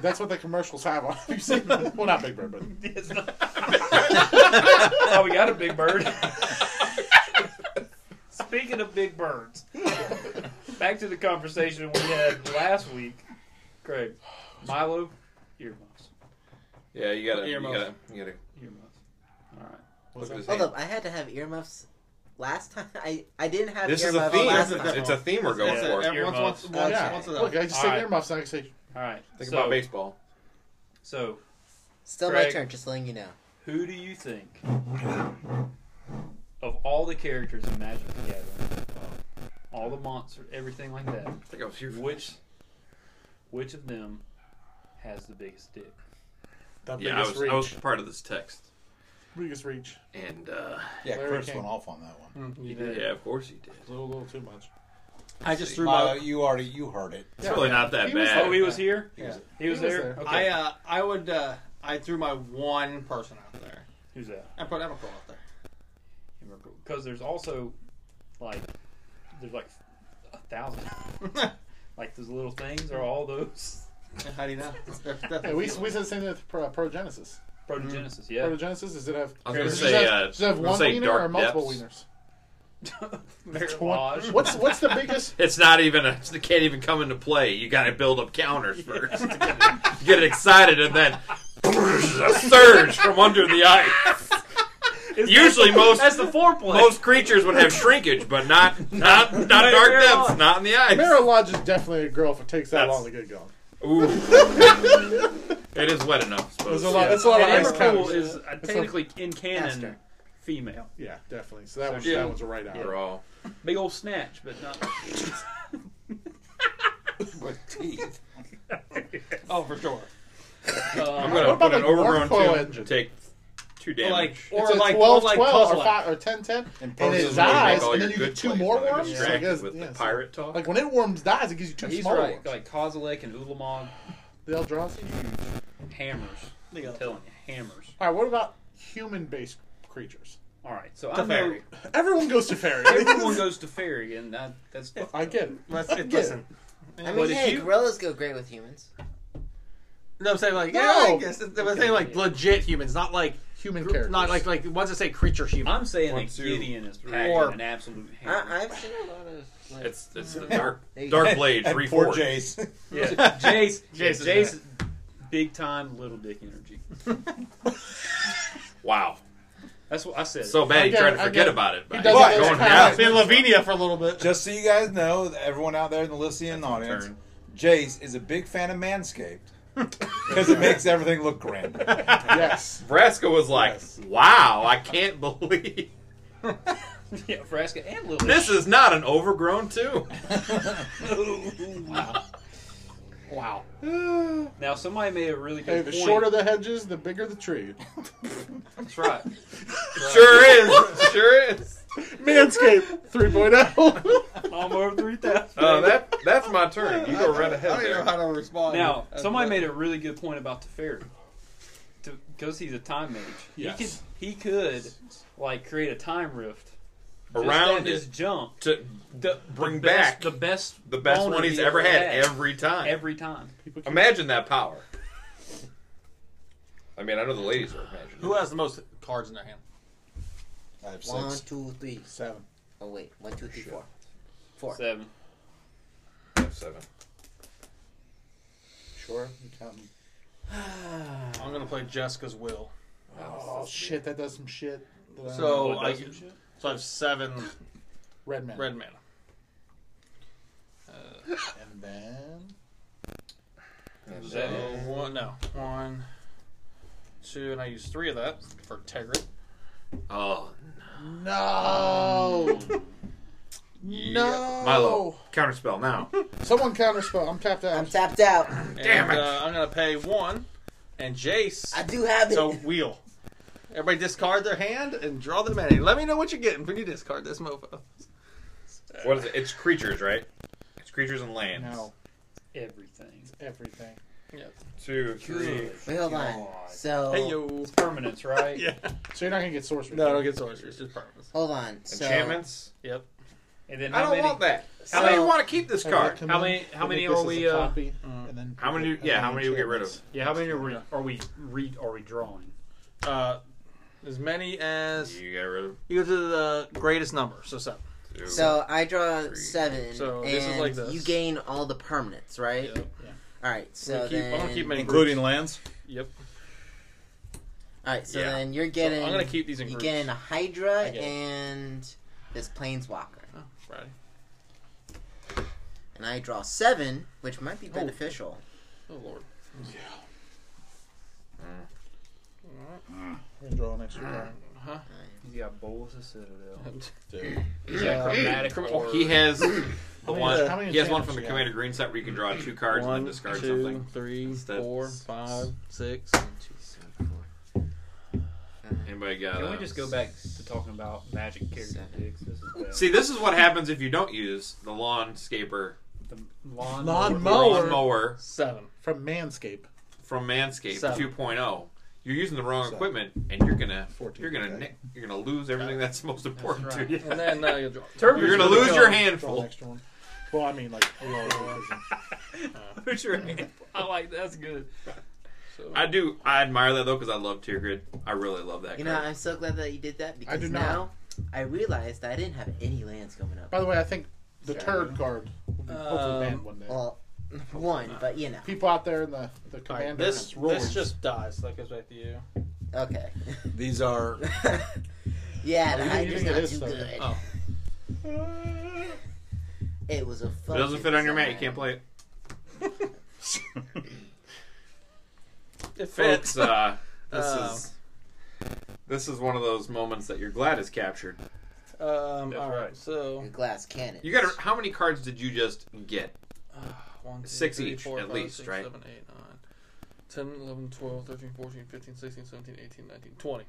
[SPEAKER 4] that's what the commercials have on. (laughs) Have you seen that? Well, not Big Bird, but
[SPEAKER 3] It's not- oh, we got a big bird. (laughs) Speaking of big birds, back to the conversation we had last week. Craig, Milo, earmuffs.
[SPEAKER 1] Yeah, you gotta, you
[SPEAKER 2] Earmuffs.
[SPEAKER 1] gotta, you gotta
[SPEAKER 3] Earmuffs. All right.
[SPEAKER 1] look at his
[SPEAKER 5] Hold
[SPEAKER 1] hand.
[SPEAKER 5] up, I had to have earmuffs last time. (laughs) I, I didn't have
[SPEAKER 1] This is a
[SPEAKER 5] earmuffs
[SPEAKER 1] theme.
[SPEAKER 5] last
[SPEAKER 1] It's
[SPEAKER 5] time.
[SPEAKER 1] a- It's a theme we're going
[SPEAKER 2] It's a-
[SPEAKER 1] for.
[SPEAKER 2] every once-
[SPEAKER 3] Earmuffs.
[SPEAKER 2] once- once-
[SPEAKER 4] Okay.
[SPEAKER 2] once a-
[SPEAKER 4] look, I just
[SPEAKER 3] All
[SPEAKER 4] say
[SPEAKER 3] right.
[SPEAKER 4] earmuffs. and I can say
[SPEAKER 3] All right.
[SPEAKER 1] Think
[SPEAKER 3] so,
[SPEAKER 1] about baseball.
[SPEAKER 3] so,
[SPEAKER 5] Still my
[SPEAKER 3] Craig.
[SPEAKER 5] turn, just letting you know.
[SPEAKER 3] who do you think of all the characters in Magic the Gathering, all the monsters, everything like that?
[SPEAKER 1] I think I was here for
[SPEAKER 3] Which, which of them has the biggest dick?
[SPEAKER 4] the
[SPEAKER 1] Yeah, I
[SPEAKER 4] biggest
[SPEAKER 1] was,
[SPEAKER 4] reach.
[SPEAKER 1] I was part of this text.
[SPEAKER 4] Biggest reach.
[SPEAKER 1] And, uh,
[SPEAKER 8] Yeah,
[SPEAKER 4] Larry
[SPEAKER 8] Chris
[SPEAKER 4] King.
[SPEAKER 8] went off on that one.
[SPEAKER 3] You
[SPEAKER 1] yeah, of course he did.
[SPEAKER 4] A little, little too much.
[SPEAKER 7] I just threw
[SPEAKER 8] Milo,
[SPEAKER 7] my.
[SPEAKER 8] Uh, you already you heard it.
[SPEAKER 1] It's really not that
[SPEAKER 4] He was
[SPEAKER 1] bad.
[SPEAKER 3] Oh, he was here.
[SPEAKER 8] He was-
[SPEAKER 3] He was
[SPEAKER 4] was
[SPEAKER 3] there.
[SPEAKER 4] there.
[SPEAKER 2] I uh, I would uh, I threw my one person out there.
[SPEAKER 3] Who's that?
[SPEAKER 2] I put Emrakul out there.
[SPEAKER 3] Because there's also like there's like a thousand. like those little things are all those
[SPEAKER 2] How do you know? That's- that's-
[SPEAKER 4] Hey, we, we said the same thing with Pro, uh, Progenesis.
[SPEAKER 3] protogenesis. Yeah,
[SPEAKER 4] Progenesis, does it have,
[SPEAKER 1] I was gonna
[SPEAKER 4] does
[SPEAKER 1] say,
[SPEAKER 4] it have,
[SPEAKER 1] uh,
[SPEAKER 4] does it have
[SPEAKER 1] I was gonna
[SPEAKER 4] one
[SPEAKER 1] say
[SPEAKER 4] wiener
[SPEAKER 1] Dark
[SPEAKER 4] or multiple
[SPEAKER 1] Depths. (laughs)
[SPEAKER 4] wieners?
[SPEAKER 3] Marilage.
[SPEAKER 4] What's what's the
[SPEAKER 1] (laughs)
[SPEAKER 4] biggest?
[SPEAKER 1] It's not even a, it can't even come into play. You got to build up counters first. Get it excited and then a surge from under the ice. Usually most
[SPEAKER 3] That's the foreplay.
[SPEAKER 1] most creatures would have shrinkage, but not not not dark
[SPEAKER 3] Marilodge.
[SPEAKER 1] depths, not in the ice.
[SPEAKER 4] Mara Lodge is definitely a girl if it takes that
[SPEAKER 1] That's-
[SPEAKER 4] long to get going.
[SPEAKER 1] Ooh. (laughs) it is wet enough, I suppose.
[SPEAKER 4] There's a lot. Oh, That's a lot of
[SPEAKER 3] and
[SPEAKER 4] ice
[SPEAKER 3] Emrakul
[SPEAKER 4] counters.
[SPEAKER 3] is uh, technically in canon
[SPEAKER 5] Master.
[SPEAKER 3] female.
[SPEAKER 4] yeah, definitely. So that one's
[SPEAKER 1] yeah.
[SPEAKER 4] that one's a right out.
[SPEAKER 1] They're all-
[SPEAKER 3] Big old snatch, but not.
[SPEAKER 8] With teeth.
[SPEAKER 2] oh, for sure.
[SPEAKER 3] Uh,
[SPEAKER 1] I'm
[SPEAKER 4] What
[SPEAKER 1] gonna
[SPEAKER 4] about
[SPEAKER 1] put an
[SPEAKER 4] like
[SPEAKER 1] overgrown
[SPEAKER 4] Marco
[SPEAKER 1] tomb
[SPEAKER 4] engine?
[SPEAKER 1] and take two
[SPEAKER 2] But
[SPEAKER 1] damage.
[SPEAKER 2] like
[SPEAKER 4] It's
[SPEAKER 2] or
[SPEAKER 4] a
[SPEAKER 2] like
[SPEAKER 4] 12,
[SPEAKER 2] or like
[SPEAKER 4] 12 or,
[SPEAKER 2] Puzzle Eye.
[SPEAKER 4] 5, or 10, 10.
[SPEAKER 8] And
[SPEAKER 4] And
[SPEAKER 8] Purple's
[SPEAKER 4] it
[SPEAKER 8] is
[SPEAKER 1] When you make
[SPEAKER 4] dies,
[SPEAKER 1] all
[SPEAKER 4] Ah,
[SPEAKER 1] your
[SPEAKER 4] and then you get
[SPEAKER 1] good
[SPEAKER 4] two
[SPEAKER 1] plays,
[SPEAKER 4] more
[SPEAKER 1] when they're
[SPEAKER 4] worms. Like,
[SPEAKER 1] distracted
[SPEAKER 4] that's-
[SPEAKER 1] with
[SPEAKER 4] yeah,
[SPEAKER 1] the
[SPEAKER 4] so-
[SPEAKER 1] pirate talk.
[SPEAKER 4] Like when it worms dies, it gives you two
[SPEAKER 3] He's
[SPEAKER 4] small
[SPEAKER 3] right.
[SPEAKER 4] ones.
[SPEAKER 3] Like Kozilek and Ulamog,
[SPEAKER 4] the Eldrazi.
[SPEAKER 3] hammers.
[SPEAKER 2] There you
[SPEAKER 3] I'm
[SPEAKER 2] go.
[SPEAKER 3] telling you, hammers.
[SPEAKER 4] All right, what about human-based creatures?
[SPEAKER 3] All right, so
[SPEAKER 2] The
[SPEAKER 3] I know
[SPEAKER 2] fairy.
[SPEAKER 4] Everyone goes to fairy.
[SPEAKER 3] (laughs) everyone goes to fairy, and that, that's fucked
[SPEAKER 4] (laughs) I
[SPEAKER 3] up.
[SPEAKER 4] get it.
[SPEAKER 2] Let's,
[SPEAKER 4] get
[SPEAKER 2] listen.
[SPEAKER 5] I
[SPEAKER 3] But
[SPEAKER 5] mean,
[SPEAKER 3] if
[SPEAKER 5] hey,
[SPEAKER 3] you-
[SPEAKER 5] gorillas go great with humans.
[SPEAKER 2] No, I'm saying like
[SPEAKER 4] No.
[SPEAKER 2] yeah, I guess. I'm saying like legit humans, not like
[SPEAKER 4] Human
[SPEAKER 2] gr-
[SPEAKER 4] characters.
[SPEAKER 2] not like like what's it say creature human.
[SPEAKER 3] I'm saying
[SPEAKER 8] One,
[SPEAKER 3] that
[SPEAKER 8] two,
[SPEAKER 3] Gideon is packing
[SPEAKER 2] Or-
[SPEAKER 3] an absolute hammer.
[SPEAKER 5] (laughs) I, I've seen a lot of. Like,
[SPEAKER 1] It's
[SPEAKER 2] (laughs)
[SPEAKER 1] it's the dark
[SPEAKER 5] There you
[SPEAKER 1] dark
[SPEAKER 5] go.
[SPEAKER 8] (laughs)
[SPEAKER 1] blade
[SPEAKER 8] And
[SPEAKER 1] three
[SPEAKER 8] poor
[SPEAKER 1] four
[SPEAKER 8] Jace.
[SPEAKER 3] yeah, Jace,
[SPEAKER 2] Jace is
[SPEAKER 3] Jace, Jace, big time little dick energy.
[SPEAKER 1] Wow,
[SPEAKER 3] That's what I said. (laughs)
[SPEAKER 1] so
[SPEAKER 4] I
[SPEAKER 1] bad he
[SPEAKER 4] get
[SPEAKER 1] tried
[SPEAKER 4] it,
[SPEAKER 1] to
[SPEAKER 4] I
[SPEAKER 1] forget
[SPEAKER 4] get it.
[SPEAKER 1] about it. by
[SPEAKER 4] He doesn't
[SPEAKER 8] get it.
[SPEAKER 1] going
[SPEAKER 4] It's
[SPEAKER 1] down. (laughs)
[SPEAKER 4] kinda
[SPEAKER 2] in Lavinia for a little bit. (laughs)
[SPEAKER 8] Just so you guys know, everyone out there in the listening audience,
[SPEAKER 1] turn.
[SPEAKER 8] Jace is a big fan of
[SPEAKER 6] (laughs)
[SPEAKER 8] Manscaped because it makes everything look grand.
[SPEAKER 4] yes.
[SPEAKER 1] Vraska was like,
[SPEAKER 8] Yes.
[SPEAKER 1] "Wow, I can't (laughs) believe
[SPEAKER 3] yeah, Vraska and Lily.
[SPEAKER 1] this is not an overgrown tomb."
[SPEAKER 2] Wow.
[SPEAKER 3] now somebody made a really
[SPEAKER 4] Hey,
[SPEAKER 3] good
[SPEAKER 4] the
[SPEAKER 3] point.
[SPEAKER 4] shorter the hedges, the bigger the tree.
[SPEAKER 3] That's right.
[SPEAKER 1] Sure is, sure is.
[SPEAKER 4] Manscaped oh. 3.0.
[SPEAKER 3] I'm over
[SPEAKER 1] (laughs)
[SPEAKER 3] three thousand.
[SPEAKER 1] Uh, that that's my turn. You go right
[SPEAKER 2] I
[SPEAKER 1] ahead
[SPEAKER 2] don't even know
[SPEAKER 1] there.
[SPEAKER 2] how to respond.
[SPEAKER 3] Now somebody made a really good point about the fairy. Because he's a time mage,
[SPEAKER 4] Yes.
[SPEAKER 3] he could he could like create a time rift just at
[SPEAKER 1] Around
[SPEAKER 3] his
[SPEAKER 1] it
[SPEAKER 3] jump.
[SPEAKER 1] to
[SPEAKER 3] The,
[SPEAKER 1] Bring
[SPEAKER 3] the best-
[SPEAKER 1] back
[SPEAKER 3] the best
[SPEAKER 1] the best
[SPEAKER 3] boner
[SPEAKER 1] one he's
[SPEAKER 3] he
[SPEAKER 1] ever had
[SPEAKER 3] had.
[SPEAKER 1] every time.
[SPEAKER 3] every time.
[SPEAKER 1] Imagine that power. I mean, I know the ladies are imagining.
[SPEAKER 2] who has the most cards in their hand?
[SPEAKER 8] I have
[SPEAKER 5] One,
[SPEAKER 8] six.
[SPEAKER 5] two, three.
[SPEAKER 4] Seven.
[SPEAKER 5] Oh wait, one, two, three, four. Four.
[SPEAKER 3] Seven.
[SPEAKER 1] I have seven.
[SPEAKER 4] Sure. you counting.
[SPEAKER 2] I'm gonna play Jessica's will.
[SPEAKER 4] Oh, shit. That does some shit. that I
[SPEAKER 2] So
[SPEAKER 4] don't know.
[SPEAKER 2] I so I have seven
[SPEAKER 4] Red man.
[SPEAKER 2] red mana.
[SPEAKER 4] And then.
[SPEAKER 2] So one no one, two, and I use three of that for Tegrit.
[SPEAKER 1] Oh,
[SPEAKER 4] (laughs) No! no!
[SPEAKER 1] Milo, counterspell now.
[SPEAKER 4] Someone counterspell. I'm tapped out.
[SPEAKER 5] I'm tapped out.
[SPEAKER 1] Damn it.
[SPEAKER 2] and, Uh, I'm gonna pay one, and Jace.
[SPEAKER 5] I do have it.
[SPEAKER 2] So wheel. Everybody discard their hand and draw the many. Let me know what you're getting when you discard this mofo.
[SPEAKER 1] (laughs) What is it? It's creatures, right? It's creatures and lands.
[SPEAKER 4] no.
[SPEAKER 3] Everything.
[SPEAKER 4] Everything.
[SPEAKER 1] Two, three.
[SPEAKER 5] (laughs) Wait, hold on. So
[SPEAKER 2] Hey yo.
[SPEAKER 3] It's permanence, right?
[SPEAKER 1] (laughs)
[SPEAKER 2] Yeah.
[SPEAKER 4] So you're not going to get sorcery.
[SPEAKER 2] No, I don't get sorcery. It's just permanence.
[SPEAKER 5] hold on. So
[SPEAKER 1] Enchantments.
[SPEAKER 2] Yep.
[SPEAKER 3] And then
[SPEAKER 1] I
[SPEAKER 3] how
[SPEAKER 1] don't
[SPEAKER 3] many,
[SPEAKER 1] want that. How many
[SPEAKER 4] So-
[SPEAKER 1] want to keep this card?
[SPEAKER 2] How many- how many are we, uh,
[SPEAKER 4] copy,
[SPEAKER 2] mm.
[SPEAKER 4] and then
[SPEAKER 1] How many?
[SPEAKER 4] and
[SPEAKER 1] Yeah,
[SPEAKER 4] then
[SPEAKER 1] how many you get rid of?
[SPEAKER 4] this.
[SPEAKER 7] Yeah, how many are we are we re, are we drawing?
[SPEAKER 2] Uh, as many as
[SPEAKER 1] You got rid of.
[SPEAKER 2] you go to the greatest number, so seven.
[SPEAKER 1] two.
[SPEAKER 5] So I draw seven,
[SPEAKER 2] So
[SPEAKER 5] and
[SPEAKER 2] this is like this.
[SPEAKER 5] you gain all the permanents, right?
[SPEAKER 2] Yeah.
[SPEAKER 5] All right, so
[SPEAKER 2] keep- I'm
[SPEAKER 5] then,
[SPEAKER 2] gonna keep my-
[SPEAKER 6] Including lands?
[SPEAKER 2] Yep.
[SPEAKER 5] all right, so
[SPEAKER 1] Yeah.
[SPEAKER 5] then you're
[SPEAKER 2] So
[SPEAKER 5] getting
[SPEAKER 2] I'm gonna keep these in
[SPEAKER 5] you
[SPEAKER 2] groups.
[SPEAKER 5] get a Hydra
[SPEAKER 2] I get it. Oh,
[SPEAKER 5] and this Planeswalker,
[SPEAKER 2] Friday.
[SPEAKER 5] and I draw seven, which might be beneficial.
[SPEAKER 2] Oh lord.
[SPEAKER 4] We're gonna draw an extra card.
[SPEAKER 2] Huh?
[SPEAKER 7] He's got bowls of Citadel.
[SPEAKER 2] Chromatic.
[SPEAKER 1] Oh, he has the
[SPEAKER 4] How many-
[SPEAKER 1] one.
[SPEAKER 4] how many
[SPEAKER 1] he has one
[SPEAKER 4] enchantments
[SPEAKER 1] from the
[SPEAKER 4] you got?
[SPEAKER 1] Commander Green set where you can draw two cards and then discard something. Instead- Anybody got?
[SPEAKER 3] Can we
[SPEAKER 1] uh,
[SPEAKER 3] just go back to talking about magic character
[SPEAKER 5] Seven.
[SPEAKER 3] dicks? This is bad.
[SPEAKER 1] See, this is what happens if you don't use the lawnscaper
[SPEAKER 3] the lawn,
[SPEAKER 4] Lawn
[SPEAKER 1] lawn
[SPEAKER 4] mower
[SPEAKER 1] mower
[SPEAKER 2] Seven.
[SPEAKER 4] from Manscape.
[SPEAKER 1] from Manscaped
[SPEAKER 2] Seven.
[SPEAKER 1] 2.0. You're using the wrong
[SPEAKER 4] Seven.
[SPEAKER 1] equipment, and you're gonna
[SPEAKER 4] 14,
[SPEAKER 1] you're gonna
[SPEAKER 4] okay.
[SPEAKER 1] nick, you're gonna lose everything that's most important
[SPEAKER 3] right.
[SPEAKER 1] to you.
[SPEAKER 2] And then uh, you'll draw.
[SPEAKER 1] (laughs) You're gonna lose your
[SPEAKER 4] Draw
[SPEAKER 1] (laughs)
[SPEAKER 4] an
[SPEAKER 1] handful.
[SPEAKER 4] extra one. Well, I mean, like, roll, roll, roll.
[SPEAKER 3] Put your hand. I like that's good.
[SPEAKER 2] So,
[SPEAKER 1] I do. I admire that though because I love Tier Grid. I really love that.
[SPEAKER 5] You know,
[SPEAKER 1] card.
[SPEAKER 5] I'm so glad that you did that because
[SPEAKER 4] do not.
[SPEAKER 5] now I realized that I didn't have any lands coming up.
[SPEAKER 4] By the way, I think the turd card will be hopefully banned
[SPEAKER 2] Um,
[SPEAKER 4] one day.
[SPEAKER 5] Well, one, but you know,
[SPEAKER 4] People out there in the the
[SPEAKER 2] all right,
[SPEAKER 4] commander.
[SPEAKER 2] this
[SPEAKER 4] rollers.
[SPEAKER 2] this just dies. That goes back to you.
[SPEAKER 5] okay. (laughs)
[SPEAKER 6] These (laughs) are
[SPEAKER 5] yeah,
[SPEAKER 4] Oh,
[SPEAKER 5] the
[SPEAKER 4] you didn't
[SPEAKER 5] Hydra's
[SPEAKER 4] get
[SPEAKER 5] not
[SPEAKER 4] his,
[SPEAKER 5] too
[SPEAKER 4] so-
[SPEAKER 5] good.
[SPEAKER 2] Oh.
[SPEAKER 5] (laughs) It was a.
[SPEAKER 1] If it doesn't fit on your mat. You can't play it.
[SPEAKER 2] It
[SPEAKER 1] Fits. Uh,
[SPEAKER 2] (laughs)
[SPEAKER 1] this
[SPEAKER 2] Um,
[SPEAKER 1] is this is one of those moments that you're glad is captured.
[SPEAKER 2] Um,
[SPEAKER 3] That's
[SPEAKER 2] all right.
[SPEAKER 3] right.
[SPEAKER 2] So
[SPEAKER 5] Your glass cannon.
[SPEAKER 1] You got to how many cards did you just get?
[SPEAKER 2] uh, one, two,
[SPEAKER 1] Six
[SPEAKER 2] three,
[SPEAKER 1] each,
[SPEAKER 2] four,
[SPEAKER 1] at
[SPEAKER 2] five,
[SPEAKER 1] least,
[SPEAKER 2] six,
[SPEAKER 1] right?
[SPEAKER 2] seven, eight, nine, 10, 11, 12, 13, 14, 15, 16, 17, 18, 19, 20.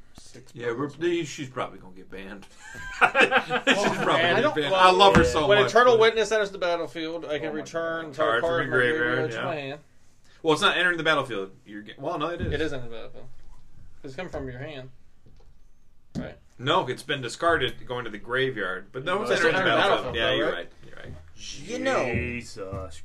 [SPEAKER 1] Yeah,
[SPEAKER 2] (laughs)
[SPEAKER 1] we're, she's probably gonna get banned. (laughs) she's probably
[SPEAKER 2] man,
[SPEAKER 1] gonna
[SPEAKER 2] I
[SPEAKER 1] get
[SPEAKER 2] don't-
[SPEAKER 1] banned. I love her so
[SPEAKER 2] when
[SPEAKER 1] much.
[SPEAKER 2] Eternal
[SPEAKER 1] but-
[SPEAKER 2] Witness enters the battlefield, I can
[SPEAKER 3] Oh my
[SPEAKER 2] return
[SPEAKER 3] God.
[SPEAKER 1] Card from
[SPEAKER 2] entire card
[SPEAKER 1] your
[SPEAKER 2] from my
[SPEAKER 1] graveyard,
[SPEAKER 2] graveyard
[SPEAKER 1] yeah.
[SPEAKER 2] to my hand.
[SPEAKER 1] Well, it's not entering the battlefield. You're get, well, no, it is.
[SPEAKER 2] It isn't the battlefield. It's coming from your hand.
[SPEAKER 1] No, it's been discarded going to the graveyard. But no, it's
[SPEAKER 2] it's
[SPEAKER 1] entering the
[SPEAKER 2] entering the
[SPEAKER 1] battlefield.
[SPEAKER 2] battlefield,
[SPEAKER 1] Yeah,
[SPEAKER 2] though,
[SPEAKER 1] you're
[SPEAKER 2] right?
[SPEAKER 1] right. You're right.
[SPEAKER 5] You know,
[SPEAKER 7] Jesus Christ.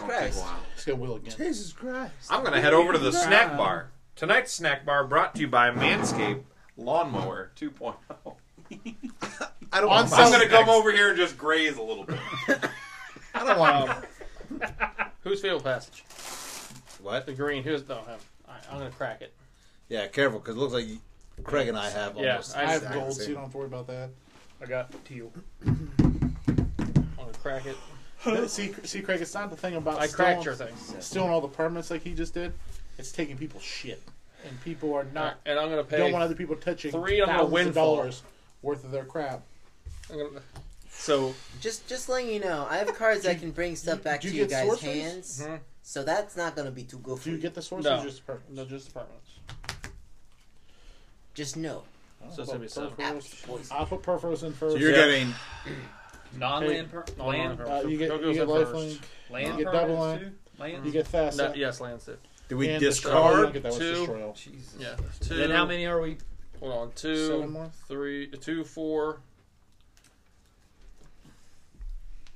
[SPEAKER 1] It's gonna take a
[SPEAKER 5] Christ.
[SPEAKER 1] while.
[SPEAKER 4] It's gonna will again.
[SPEAKER 7] Jesus Christ.
[SPEAKER 1] I'm gonna head over to the snack bar. Tonight's snack bar brought to you by Manscaped Lawnmower 2.0.
[SPEAKER 6] I don't
[SPEAKER 4] On
[SPEAKER 6] want
[SPEAKER 4] sale-
[SPEAKER 1] I'm
[SPEAKER 6] my,
[SPEAKER 1] gonna come over here and just graze a little bit.
[SPEAKER 6] I don't want
[SPEAKER 2] Who's Fatal Passage?
[SPEAKER 6] What?
[SPEAKER 2] The green. oh, Who's no him? I, I'm gonna crack it.
[SPEAKER 6] Yeah, careful because it looks like you- Craig and I have
[SPEAKER 2] Yeah,
[SPEAKER 6] almost.
[SPEAKER 2] I
[SPEAKER 4] I have
[SPEAKER 2] Exactly
[SPEAKER 4] gold, so you don't have to worry about that.
[SPEAKER 3] I got teal.
[SPEAKER 2] I'm gonna crack it.
[SPEAKER 4] (laughs) see, see, Craig, it's not the thing about
[SPEAKER 2] I
[SPEAKER 4] stealing,
[SPEAKER 2] cracked your thing,
[SPEAKER 4] stealing all the permits like he just did. It's taking people's shit, and people are not
[SPEAKER 2] and I'm gonna pay.
[SPEAKER 4] don't want other people touching
[SPEAKER 2] three on the
[SPEAKER 4] thousands of
[SPEAKER 2] windfall.
[SPEAKER 4] dollars worth of their crap.
[SPEAKER 2] I'm gonna, so
[SPEAKER 5] Just, just letting you know, I have cards that can bring stuff back
[SPEAKER 4] do
[SPEAKER 5] to
[SPEAKER 4] you
[SPEAKER 5] you
[SPEAKER 4] get
[SPEAKER 5] guys'
[SPEAKER 4] sorceries?
[SPEAKER 5] hands.
[SPEAKER 2] Mhm.
[SPEAKER 5] So that's not gonna be too good for
[SPEAKER 4] Do
[SPEAKER 5] you.
[SPEAKER 4] you get the sources?
[SPEAKER 2] No.
[SPEAKER 4] Or just permits?
[SPEAKER 2] no, just the permanents.
[SPEAKER 5] Just know.
[SPEAKER 4] Oh,
[SPEAKER 2] So it's gonna be seven.
[SPEAKER 5] Ouch, boys.
[SPEAKER 4] I'll put Perforos in first.
[SPEAKER 6] So you're
[SPEAKER 4] Yeah.
[SPEAKER 6] getting
[SPEAKER 3] Non-land, per- land,
[SPEAKER 2] Non-land
[SPEAKER 4] Uh, you get,
[SPEAKER 2] Gogo's
[SPEAKER 4] you get
[SPEAKER 2] in first.
[SPEAKER 4] lifelink,
[SPEAKER 3] land,
[SPEAKER 4] You get
[SPEAKER 3] permanents
[SPEAKER 4] double line.
[SPEAKER 3] too? Land.
[SPEAKER 4] you get fast.
[SPEAKER 2] No, yes, Lance did.
[SPEAKER 6] did we
[SPEAKER 4] and destroy. You don't
[SPEAKER 6] discard?
[SPEAKER 4] get that one, it's
[SPEAKER 2] two.
[SPEAKER 4] destroy all.
[SPEAKER 7] Jesus.
[SPEAKER 2] Yeah. Two.
[SPEAKER 3] Then how many are we?
[SPEAKER 2] Hold on.
[SPEAKER 4] Seven
[SPEAKER 2] Two,
[SPEAKER 4] more.
[SPEAKER 2] three, two, four.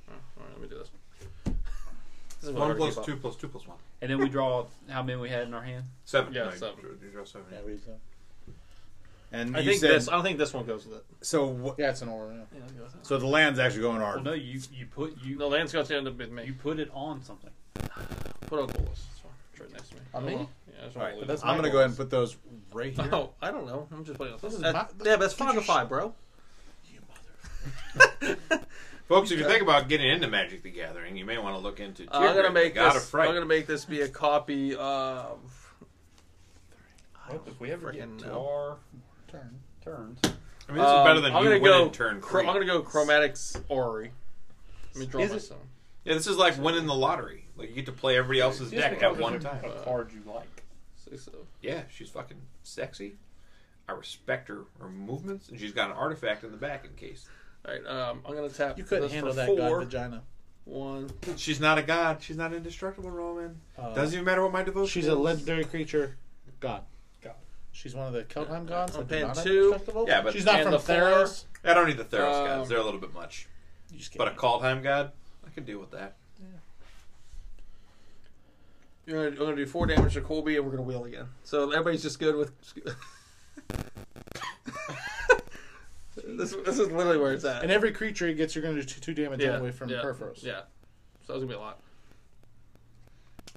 [SPEAKER 2] Oh, all right, let me do this. This is what I
[SPEAKER 1] One
[SPEAKER 2] keep
[SPEAKER 1] plus
[SPEAKER 2] up.
[SPEAKER 1] two plus two plus one.
[SPEAKER 3] And then we draw how many we had in our hand.
[SPEAKER 1] Seven.
[SPEAKER 2] Yeah,
[SPEAKER 1] No, you
[SPEAKER 2] seven.
[SPEAKER 1] draw- You draw seven.
[SPEAKER 4] Yeah, read them.
[SPEAKER 6] And
[SPEAKER 2] I
[SPEAKER 6] you
[SPEAKER 2] think
[SPEAKER 6] said
[SPEAKER 2] this. I think this one goes with it.
[SPEAKER 6] so. What,
[SPEAKER 4] Yeah, it's an aura. Yeah.
[SPEAKER 2] Yeah, I'll go with it.
[SPEAKER 6] so the land's actually going
[SPEAKER 3] Well,
[SPEAKER 6] hard.
[SPEAKER 3] no, you you put you
[SPEAKER 2] No, Lance got to end up with
[SPEAKER 3] you
[SPEAKER 2] me.
[SPEAKER 3] put it on something.
[SPEAKER 2] Put on Golas. It's fine. It's right next to me.
[SPEAKER 4] On me?
[SPEAKER 2] Yeah, I just
[SPEAKER 6] All
[SPEAKER 2] want
[SPEAKER 6] right,
[SPEAKER 2] to lose.
[SPEAKER 4] that's-
[SPEAKER 6] I'm gonna go ahead and put those right here.
[SPEAKER 2] No, Oh, I don't know. I'm just playing. on
[SPEAKER 4] This is
[SPEAKER 2] that,
[SPEAKER 4] my-
[SPEAKER 2] yeah, but it's
[SPEAKER 4] Get
[SPEAKER 2] five
[SPEAKER 4] your
[SPEAKER 2] to five, bro.
[SPEAKER 1] Folks, if you think about getting into Magic the Gathering, you may want to look into.
[SPEAKER 2] Uh, I'm gonna make
[SPEAKER 1] God
[SPEAKER 2] this.
[SPEAKER 1] of Fright.
[SPEAKER 2] I'm gonna make this be a copy of.
[SPEAKER 3] What if we ever
[SPEAKER 2] freaking
[SPEAKER 3] get to
[SPEAKER 2] know.
[SPEAKER 3] our
[SPEAKER 4] Turn.
[SPEAKER 3] turns?
[SPEAKER 1] I mean, this is better than
[SPEAKER 2] Um, I'm
[SPEAKER 1] you
[SPEAKER 2] gonna
[SPEAKER 1] win
[SPEAKER 2] go
[SPEAKER 1] in turn
[SPEAKER 2] Chro-
[SPEAKER 1] three.
[SPEAKER 2] I'm gonna go Chromatics Ori. Let me draw
[SPEAKER 3] Is
[SPEAKER 2] my
[SPEAKER 3] it-
[SPEAKER 2] son.
[SPEAKER 1] Yeah, this is like winning the lottery. Like you get to play everybody else's
[SPEAKER 3] Just
[SPEAKER 1] deck
[SPEAKER 3] because
[SPEAKER 1] at
[SPEAKER 3] there's
[SPEAKER 1] one
[SPEAKER 3] a-
[SPEAKER 1] time.
[SPEAKER 3] A card you like.
[SPEAKER 2] Six, seven.
[SPEAKER 1] Yeah, she's fucking sexy. I respect her her movements, and she's got an artifact in the back in case.
[SPEAKER 2] All right, um, I'm gonna tap.
[SPEAKER 4] You couldn't
[SPEAKER 2] this
[SPEAKER 4] handle
[SPEAKER 2] for
[SPEAKER 4] that god
[SPEAKER 2] four.
[SPEAKER 4] vagina.
[SPEAKER 2] One.
[SPEAKER 1] She's not a god. She's not
[SPEAKER 2] Uh,
[SPEAKER 1] indestructible, Roman. Doesn't even matter what my devotion.
[SPEAKER 4] She's a legendary creature. God.
[SPEAKER 3] God.
[SPEAKER 4] She's one of the Keldheim gods.
[SPEAKER 2] I'm
[SPEAKER 4] that do
[SPEAKER 2] paying
[SPEAKER 4] not have
[SPEAKER 2] two.
[SPEAKER 4] indestructible.
[SPEAKER 1] Yeah, but-
[SPEAKER 4] she's not
[SPEAKER 2] and
[SPEAKER 4] from
[SPEAKER 2] the four.
[SPEAKER 4] Theros.
[SPEAKER 1] I don't need the Theros
[SPEAKER 2] Um,
[SPEAKER 1] gods; they're a little bit much.
[SPEAKER 4] You just
[SPEAKER 1] But a
[SPEAKER 4] can't.
[SPEAKER 1] Kaldheim god, I can deal with that.
[SPEAKER 2] You're gonna, you're gonna do four damage to Colby, and we're gonna wheel again. So everybody's just good with. (laughs) this, this is literally where it's at.
[SPEAKER 4] and every creature it gets, you're going to do two, two damage
[SPEAKER 2] yeah,
[SPEAKER 4] away from
[SPEAKER 2] yeah,
[SPEAKER 4] Perforos.
[SPEAKER 2] Yeah, so that's gonna be a lot.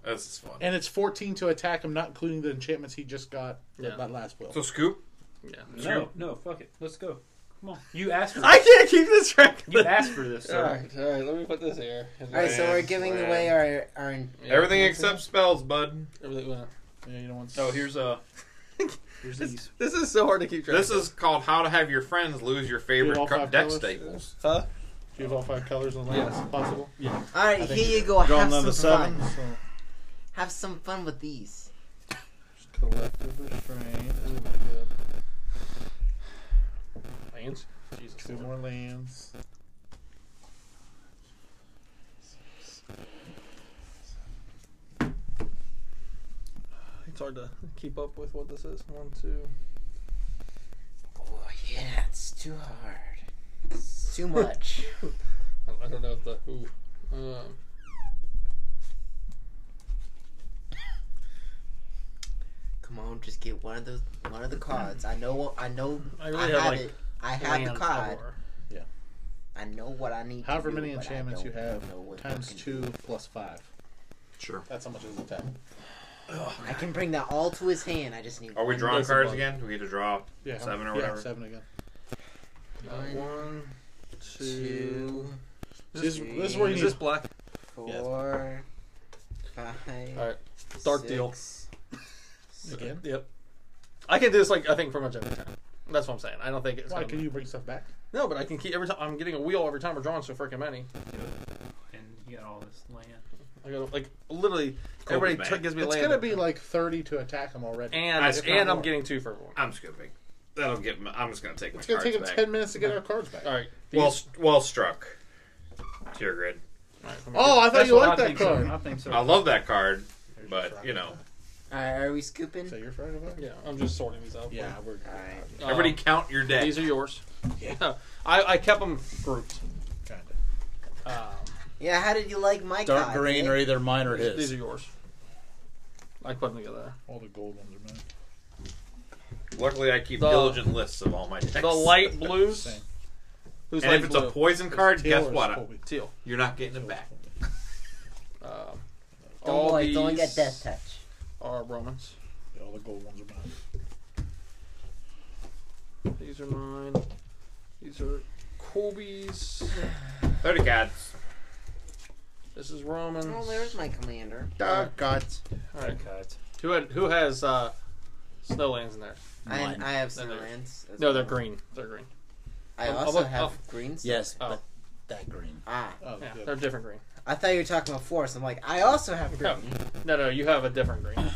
[SPEAKER 1] This is fun.
[SPEAKER 4] And it's 14 to attack him, not including the enchantments he just got
[SPEAKER 2] Yeah.
[SPEAKER 4] that last will.
[SPEAKER 1] So scoop.
[SPEAKER 2] Yeah,
[SPEAKER 3] No, no, fuck it. Let's go. Come on. You asked for
[SPEAKER 2] I
[SPEAKER 3] this.
[SPEAKER 2] can't keep this track.
[SPEAKER 3] You asked for this,
[SPEAKER 2] All
[SPEAKER 3] sir.
[SPEAKER 2] right, all right. Let me put this here.
[SPEAKER 5] All right, so we're giving
[SPEAKER 1] Slam.
[SPEAKER 5] away our our.
[SPEAKER 2] Yeah.
[SPEAKER 1] Everything except spells, bud.
[SPEAKER 2] Everything- well,
[SPEAKER 4] yeah, you don't want
[SPEAKER 3] Oh, here's uh, here's
[SPEAKER 2] This,
[SPEAKER 3] these.
[SPEAKER 2] this is so hard to keep track.
[SPEAKER 1] This
[SPEAKER 2] of.
[SPEAKER 1] is called How to Have Your Friends Lose Your
[SPEAKER 4] Dude,
[SPEAKER 1] Favorite
[SPEAKER 4] all
[SPEAKER 1] cu-
[SPEAKER 4] five
[SPEAKER 1] Deck
[SPEAKER 4] colors?
[SPEAKER 1] Staples.
[SPEAKER 2] Huh?
[SPEAKER 4] Do you have all five colors on land
[SPEAKER 2] Yes.
[SPEAKER 4] if possible?
[SPEAKER 5] All right,
[SPEAKER 4] think
[SPEAKER 5] here you go. Have some
[SPEAKER 6] number
[SPEAKER 5] fun. Have some fun with these.
[SPEAKER 4] Collective restraint.
[SPEAKER 2] Lands. Jesus.
[SPEAKER 4] Two more lands.
[SPEAKER 2] It's hard to keep up with what this is. One, two.
[SPEAKER 5] Oh yeah, it's too hard. It's too much.
[SPEAKER 2] I don't- I don't know if the ooh. Um,
[SPEAKER 5] Come on, just get one of those one of the cards. I know. I know.
[SPEAKER 2] I
[SPEAKER 5] I,
[SPEAKER 2] really have,
[SPEAKER 5] have
[SPEAKER 2] like,
[SPEAKER 5] it. I have the
[SPEAKER 2] lands
[SPEAKER 5] card.
[SPEAKER 2] or-
[SPEAKER 5] I know what I need.
[SPEAKER 4] However
[SPEAKER 5] to do,
[SPEAKER 4] many
[SPEAKER 5] but I
[SPEAKER 4] enchantments you
[SPEAKER 5] don't
[SPEAKER 4] have
[SPEAKER 5] know what
[SPEAKER 4] times
[SPEAKER 5] I can
[SPEAKER 4] two plus five.
[SPEAKER 6] Sure.
[SPEAKER 4] That's how much is attack.
[SPEAKER 5] do. I can bring that all to his hand. I just need.
[SPEAKER 1] Are we
[SPEAKER 5] one
[SPEAKER 1] drawing
[SPEAKER 5] basic
[SPEAKER 1] cards
[SPEAKER 5] one.
[SPEAKER 1] again? Do we get to draw
[SPEAKER 4] Yeah,
[SPEAKER 1] Seven or
[SPEAKER 4] yeah,
[SPEAKER 1] whatever.
[SPEAKER 4] Seven again.
[SPEAKER 2] Uh, one, two.
[SPEAKER 5] Two,
[SPEAKER 4] This, this is where you
[SPEAKER 2] Is
[SPEAKER 4] need.
[SPEAKER 2] this black?
[SPEAKER 4] Yes.
[SPEAKER 5] four, five.
[SPEAKER 2] Alright, dark deal.
[SPEAKER 5] six.
[SPEAKER 4] Again?
[SPEAKER 2] Yep. I can do this like I think pretty much every time. That's what I'm saying. I don't think it's.
[SPEAKER 4] Why
[SPEAKER 2] gonna-
[SPEAKER 4] can you bring stuff back?
[SPEAKER 2] No, but I can keep every time. I'm getting a wheel every time we're drawing so freaking many.
[SPEAKER 3] And you got all this land.
[SPEAKER 2] I got like literally
[SPEAKER 1] Kobe,
[SPEAKER 2] everybody
[SPEAKER 1] man.
[SPEAKER 2] t- gives me.
[SPEAKER 4] It's
[SPEAKER 2] land.
[SPEAKER 4] gonna be like thirty to attack him already.
[SPEAKER 2] and
[SPEAKER 1] Nice, if
[SPEAKER 2] and
[SPEAKER 1] not
[SPEAKER 2] I'm
[SPEAKER 1] more.
[SPEAKER 2] getting two for everyone.
[SPEAKER 1] I'm scooping. That'll get. My, I'm just gonna take
[SPEAKER 4] it's
[SPEAKER 1] my
[SPEAKER 4] gonna take
[SPEAKER 1] cards
[SPEAKER 4] him
[SPEAKER 1] back.
[SPEAKER 4] ten minutes to get our cards back.
[SPEAKER 2] All right.
[SPEAKER 1] well, s- well struck. Tier grid.
[SPEAKER 4] Oh, I thought you liked
[SPEAKER 3] I
[SPEAKER 4] that
[SPEAKER 3] think so.
[SPEAKER 4] card.
[SPEAKER 3] I think so.
[SPEAKER 1] I love that card, but you know,
[SPEAKER 5] Alright, are we scooping?
[SPEAKER 4] So you're afraid of it?
[SPEAKER 2] Yeah, I'm just sorting these out.
[SPEAKER 4] Yeah, we're.
[SPEAKER 5] Alright.
[SPEAKER 2] Um,
[SPEAKER 1] everybody count your deck.
[SPEAKER 2] These are yours.
[SPEAKER 4] Yeah.
[SPEAKER 2] (laughs) I, I kept them grouped.
[SPEAKER 4] Kinda.
[SPEAKER 2] Um,
[SPEAKER 5] Yeah, how did you like my
[SPEAKER 6] Dark
[SPEAKER 5] card,
[SPEAKER 6] green
[SPEAKER 5] eh?
[SPEAKER 6] are either mine or
[SPEAKER 2] these,
[SPEAKER 6] his.
[SPEAKER 2] these are yours. I put them together.
[SPEAKER 4] All the gold ones are mine.
[SPEAKER 1] Luckily, I keep
[SPEAKER 2] The-
[SPEAKER 1] diligent lists of all my decks.
[SPEAKER 4] (laughs)
[SPEAKER 2] The light blues.
[SPEAKER 4] Same.
[SPEAKER 2] Who's
[SPEAKER 1] And
[SPEAKER 2] light
[SPEAKER 1] if it's
[SPEAKER 2] blue?
[SPEAKER 1] a poison card,
[SPEAKER 4] Taylor's
[SPEAKER 1] guess what?
[SPEAKER 4] probably-
[SPEAKER 2] teal?
[SPEAKER 1] You're not getting it back.
[SPEAKER 2] Um,
[SPEAKER 5] Don't
[SPEAKER 2] all
[SPEAKER 5] worry,
[SPEAKER 2] these
[SPEAKER 5] don't get death touch.
[SPEAKER 2] are Romans.
[SPEAKER 4] yeah, All the gold ones are mine.
[SPEAKER 2] These are mine. These are Colby's.
[SPEAKER 1] Thirty cards.
[SPEAKER 2] This is Romans.
[SPEAKER 5] Oh, there's my commander.
[SPEAKER 2] Dark
[SPEAKER 6] gods.
[SPEAKER 2] All right. Who had, who has uh, snowlands in there?
[SPEAKER 5] I,
[SPEAKER 6] Mine.
[SPEAKER 5] I have
[SPEAKER 2] No,
[SPEAKER 5] some
[SPEAKER 2] they're-
[SPEAKER 5] lands. as
[SPEAKER 2] No, they're
[SPEAKER 5] well.
[SPEAKER 2] green. They're green.
[SPEAKER 5] I
[SPEAKER 2] Um, I'll
[SPEAKER 5] also
[SPEAKER 2] look-
[SPEAKER 5] have
[SPEAKER 2] I'll-
[SPEAKER 5] green. stuff.
[SPEAKER 6] Yes,
[SPEAKER 2] Oh.
[SPEAKER 6] but that green.
[SPEAKER 5] Ah,
[SPEAKER 4] Oh,
[SPEAKER 2] Yeah,
[SPEAKER 4] yeah.
[SPEAKER 2] they're different green.
[SPEAKER 5] I thought you were talking about forest. I'm like, I also have green.
[SPEAKER 2] No. no, no, you have a different green.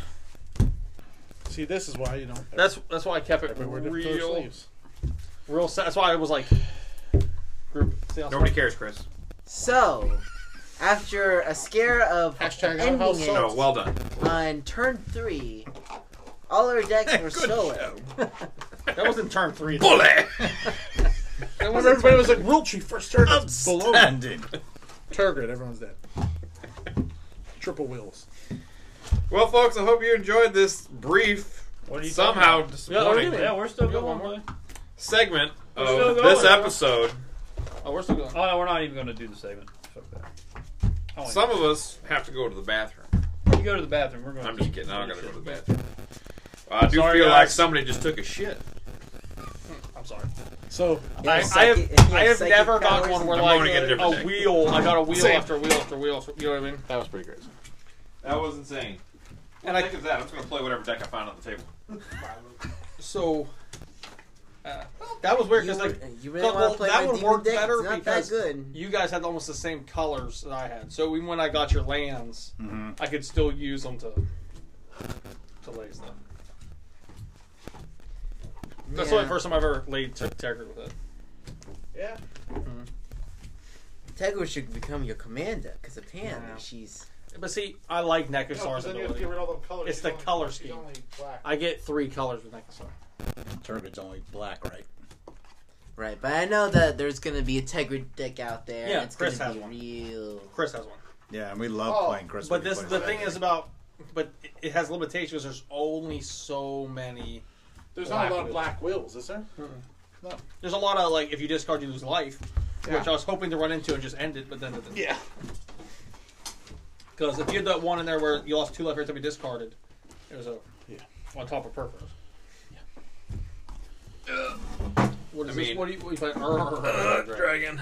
[SPEAKER 4] See, this is why you don't.
[SPEAKER 2] That's that's why I kept it
[SPEAKER 4] everywhere different color
[SPEAKER 2] real,
[SPEAKER 4] sleeves.
[SPEAKER 2] real. se- That's why I was like, group. See how
[SPEAKER 1] Nobody cares, Chris.
[SPEAKER 5] So, after a scare of
[SPEAKER 4] Hashtag
[SPEAKER 5] ending
[SPEAKER 4] household.
[SPEAKER 5] it
[SPEAKER 1] No, well done.
[SPEAKER 5] on turn three, all our decks were stolen.
[SPEAKER 2] that wasn't turn three. though.
[SPEAKER 1] Bully.
[SPEAKER 2] That wasn't
[SPEAKER 4] Everybody was like, Wiltshire first turn. is Below
[SPEAKER 6] Outstanding.
[SPEAKER 4] Turgid, everyone's
[SPEAKER 1] (laughs)
[SPEAKER 4] dead. Triple wheels.
[SPEAKER 1] well, folks, I hope you enjoyed this brief,
[SPEAKER 3] What are you talking
[SPEAKER 1] somehow
[SPEAKER 2] Yeah, what do you
[SPEAKER 1] disappointing
[SPEAKER 2] mean?
[SPEAKER 3] Yeah, we're still
[SPEAKER 2] We got
[SPEAKER 3] going.
[SPEAKER 2] one
[SPEAKER 3] One
[SPEAKER 2] more?
[SPEAKER 1] segment
[SPEAKER 3] still
[SPEAKER 1] of
[SPEAKER 3] going,
[SPEAKER 1] this
[SPEAKER 3] huh?
[SPEAKER 1] episode.
[SPEAKER 2] turn- Oh, we're still going.
[SPEAKER 3] Oh no, we're not even going to do the segment. Fuck that. I don't
[SPEAKER 1] Some of us have to go to the bathroom.
[SPEAKER 3] even- Oh, you go to the bathroom. We're going.
[SPEAKER 1] I'm
[SPEAKER 3] to
[SPEAKER 1] just kidding. I don't gotta go to the bathroom. I do
[SPEAKER 3] Sorry,
[SPEAKER 1] feel
[SPEAKER 3] guys.
[SPEAKER 1] like somebody just took a shit.
[SPEAKER 2] I'm sorry.
[SPEAKER 4] So,
[SPEAKER 2] I,
[SPEAKER 5] If
[SPEAKER 2] I
[SPEAKER 5] psychic-
[SPEAKER 2] have,
[SPEAKER 5] if you
[SPEAKER 2] I have
[SPEAKER 5] psychic
[SPEAKER 2] never
[SPEAKER 5] powers
[SPEAKER 2] gotten one
[SPEAKER 5] and-
[SPEAKER 2] where
[SPEAKER 1] I'm
[SPEAKER 2] like
[SPEAKER 1] gonna get a
[SPEAKER 2] a,
[SPEAKER 1] different deck.
[SPEAKER 2] wheel. I got a wheel
[SPEAKER 1] Same.
[SPEAKER 2] after wheel after wheel. After, you know what I mean?
[SPEAKER 6] That was pretty crazy.
[SPEAKER 1] That was insane. And I think of that. I'm just gonna play whatever deck I find on the table.
[SPEAKER 2] So uh, that was weird
[SPEAKER 5] You,
[SPEAKER 2] because like
[SPEAKER 5] you really
[SPEAKER 2] well,
[SPEAKER 5] want to play
[SPEAKER 2] that
[SPEAKER 5] my
[SPEAKER 2] one
[SPEAKER 5] demon
[SPEAKER 2] worked
[SPEAKER 5] deck?
[SPEAKER 2] better
[SPEAKER 5] It's not
[SPEAKER 2] because-
[SPEAKER 5] that good.
[SPEAKER 2] you guys had almost the same colors that I had. So even when I got your lands,
[SPEAKER 6] Mhm.
[SPEAKER 2] I could still use them to to lay stuff. That's the
[SPEAKER 5] Yeah.
[SPEAKER 2] only first time I've ever laid t- Tiger with it.
[SPEAKER 4] yeah.
[SPEAKER 5] Tegor should become your commander because apparently
[SPEAKER 2] Yeah.
[SPEAKER 5] she's
[SPEAKER 2] But see, I like Necrosar's
[SPEAKER 4] Oh, then you have to
[SPEAKER 2] ability.
[SPEAKER 4] get rid of all the colors.
[SPEAKER 2] It's
[SPEAKER 4] She's
[SPEAKER 2] the
[SPEAKER 4] only-
[SPEAKER 2] color
[SPEAKER 4] she's
[SPEAKER 2] scheme.
[SPEAKER 4] only black.
[SPEAKER 2] I get three colors with Necrosar.
[SPEAKER 6] Turgid's only black, right?
[SPEAKER 5] Right, but I know that there's gonna be a Tegra deck out there.
[SPEAKER 2] Yeah,
[SPEAKER 5] and it's
[SPEAKER 2] Chris
[SPEAKER 5] gonna
[SPEAKER 2] has
[SPEAKER 5] be
[SPEAKER 2] one.
[SPEAKER 5] real.
[SPEAKER 2] Chris has one.
[SPEAKER 6] Yeah, and we love
[SPEAKER 4] Oh,
[SPEAKER 6] playing Chris.
[SPEAKER 2] But
[SPEAKER 6] when he
[SPEAKER 2] this
[SPEAKER 6] plays
[SPEAKER 2] the
[SPEAKER 6] that
[SPEAKER 2] thing
[SPEAKER 6] game.
[SPEAKER 2] is about but it- it has limitations. There's only so many.
[SPEAKER 4] There's not
[SPEAKER 2] Black
[SPEAKER 4] a lot of
[SPEAKER 2] wheels.
[SPEAKER 4] black wheels, is there?
[SPEAKER 2] There's a lot of like if you discard you lose life, which I was hoping to run into and just end it, but then it didn't.
[SPEAKER 4] Yeah.
[SPEAKER 2] Because if you had that one in there where you lost two life every time you discarded, it was over.
[SPEAKER 4] Yeah.
[SPEAKER 2] On top of purpose. What is
[SPEAKER 1] I
[SPEAKER 2] this?
[SPEAKER 1] mean-
[SPEAKER 2] What do you, what do you find? Uh,
[SPEAKER 9] Dragon.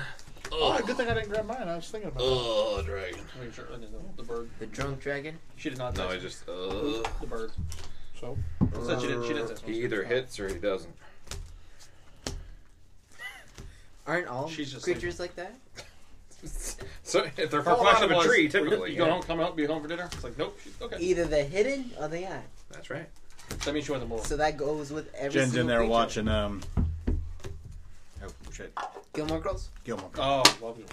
[SPEAKER 4] Oh, good thing I didn't grab mine. I was thinking about that.
[SPEAKER 1] Oh, dragon.
[SPEAKER 2] Sure, I didn't know. the bird.
[SPEAKER 5] The drunk dragon.
[SPEAKER 2] She did not.
[SPEAKER 1] No,
[SPEAKER 2] text
[SPEAKER 1] I
[SPEAKER 2] me.
[SPEAKER 1] just. Uh,
[SPEAKER 2] the bird.
[SPEAKER 4] So
[SPEAKER 2] Said she did. She did text me.
[SPEAKER 1] he either hits or he doesn't.
[SPEAKER 5] Aren't all
[SPEAKER 2] She's just
[SPEAKER 5] creatures like that?
[SPEAKER 1] So if they're
[SPEAKER 2] Her
[SPEAKER 1] falling out
[SPEAKER 2] question
[SPEAKER 1] of a
[SPEAKER 2] was,
[SPEAKER 1] tree,
[SPEAKER 2] You
[SPEAKER 1] typically.
[SPEAKER 2] go
[SPEAKER 1] yeah.
[SPEAKER 2] home, come home, be home for dinner. It's like nope. She's, okay.
[SPEAKER 5] Either the hidden or the eye.
[SPEAKER 1] That's right.
[SPEAKER 2] That means she wasn't mortal.
[SPEAKER 5] So that goes with every.
[SPEAKER 6] Jen's
[SPEAKER 5] single
[SPEAKER 6] in there
[SPEAKER 5] creature.
[SPEAKER 6] watching um. Oh shit,
[SPEAKER 5] Gilmore Girls.
[SPEAKER 6] Gilmore. Girls.
[SPEAKER 2] Oh, love you.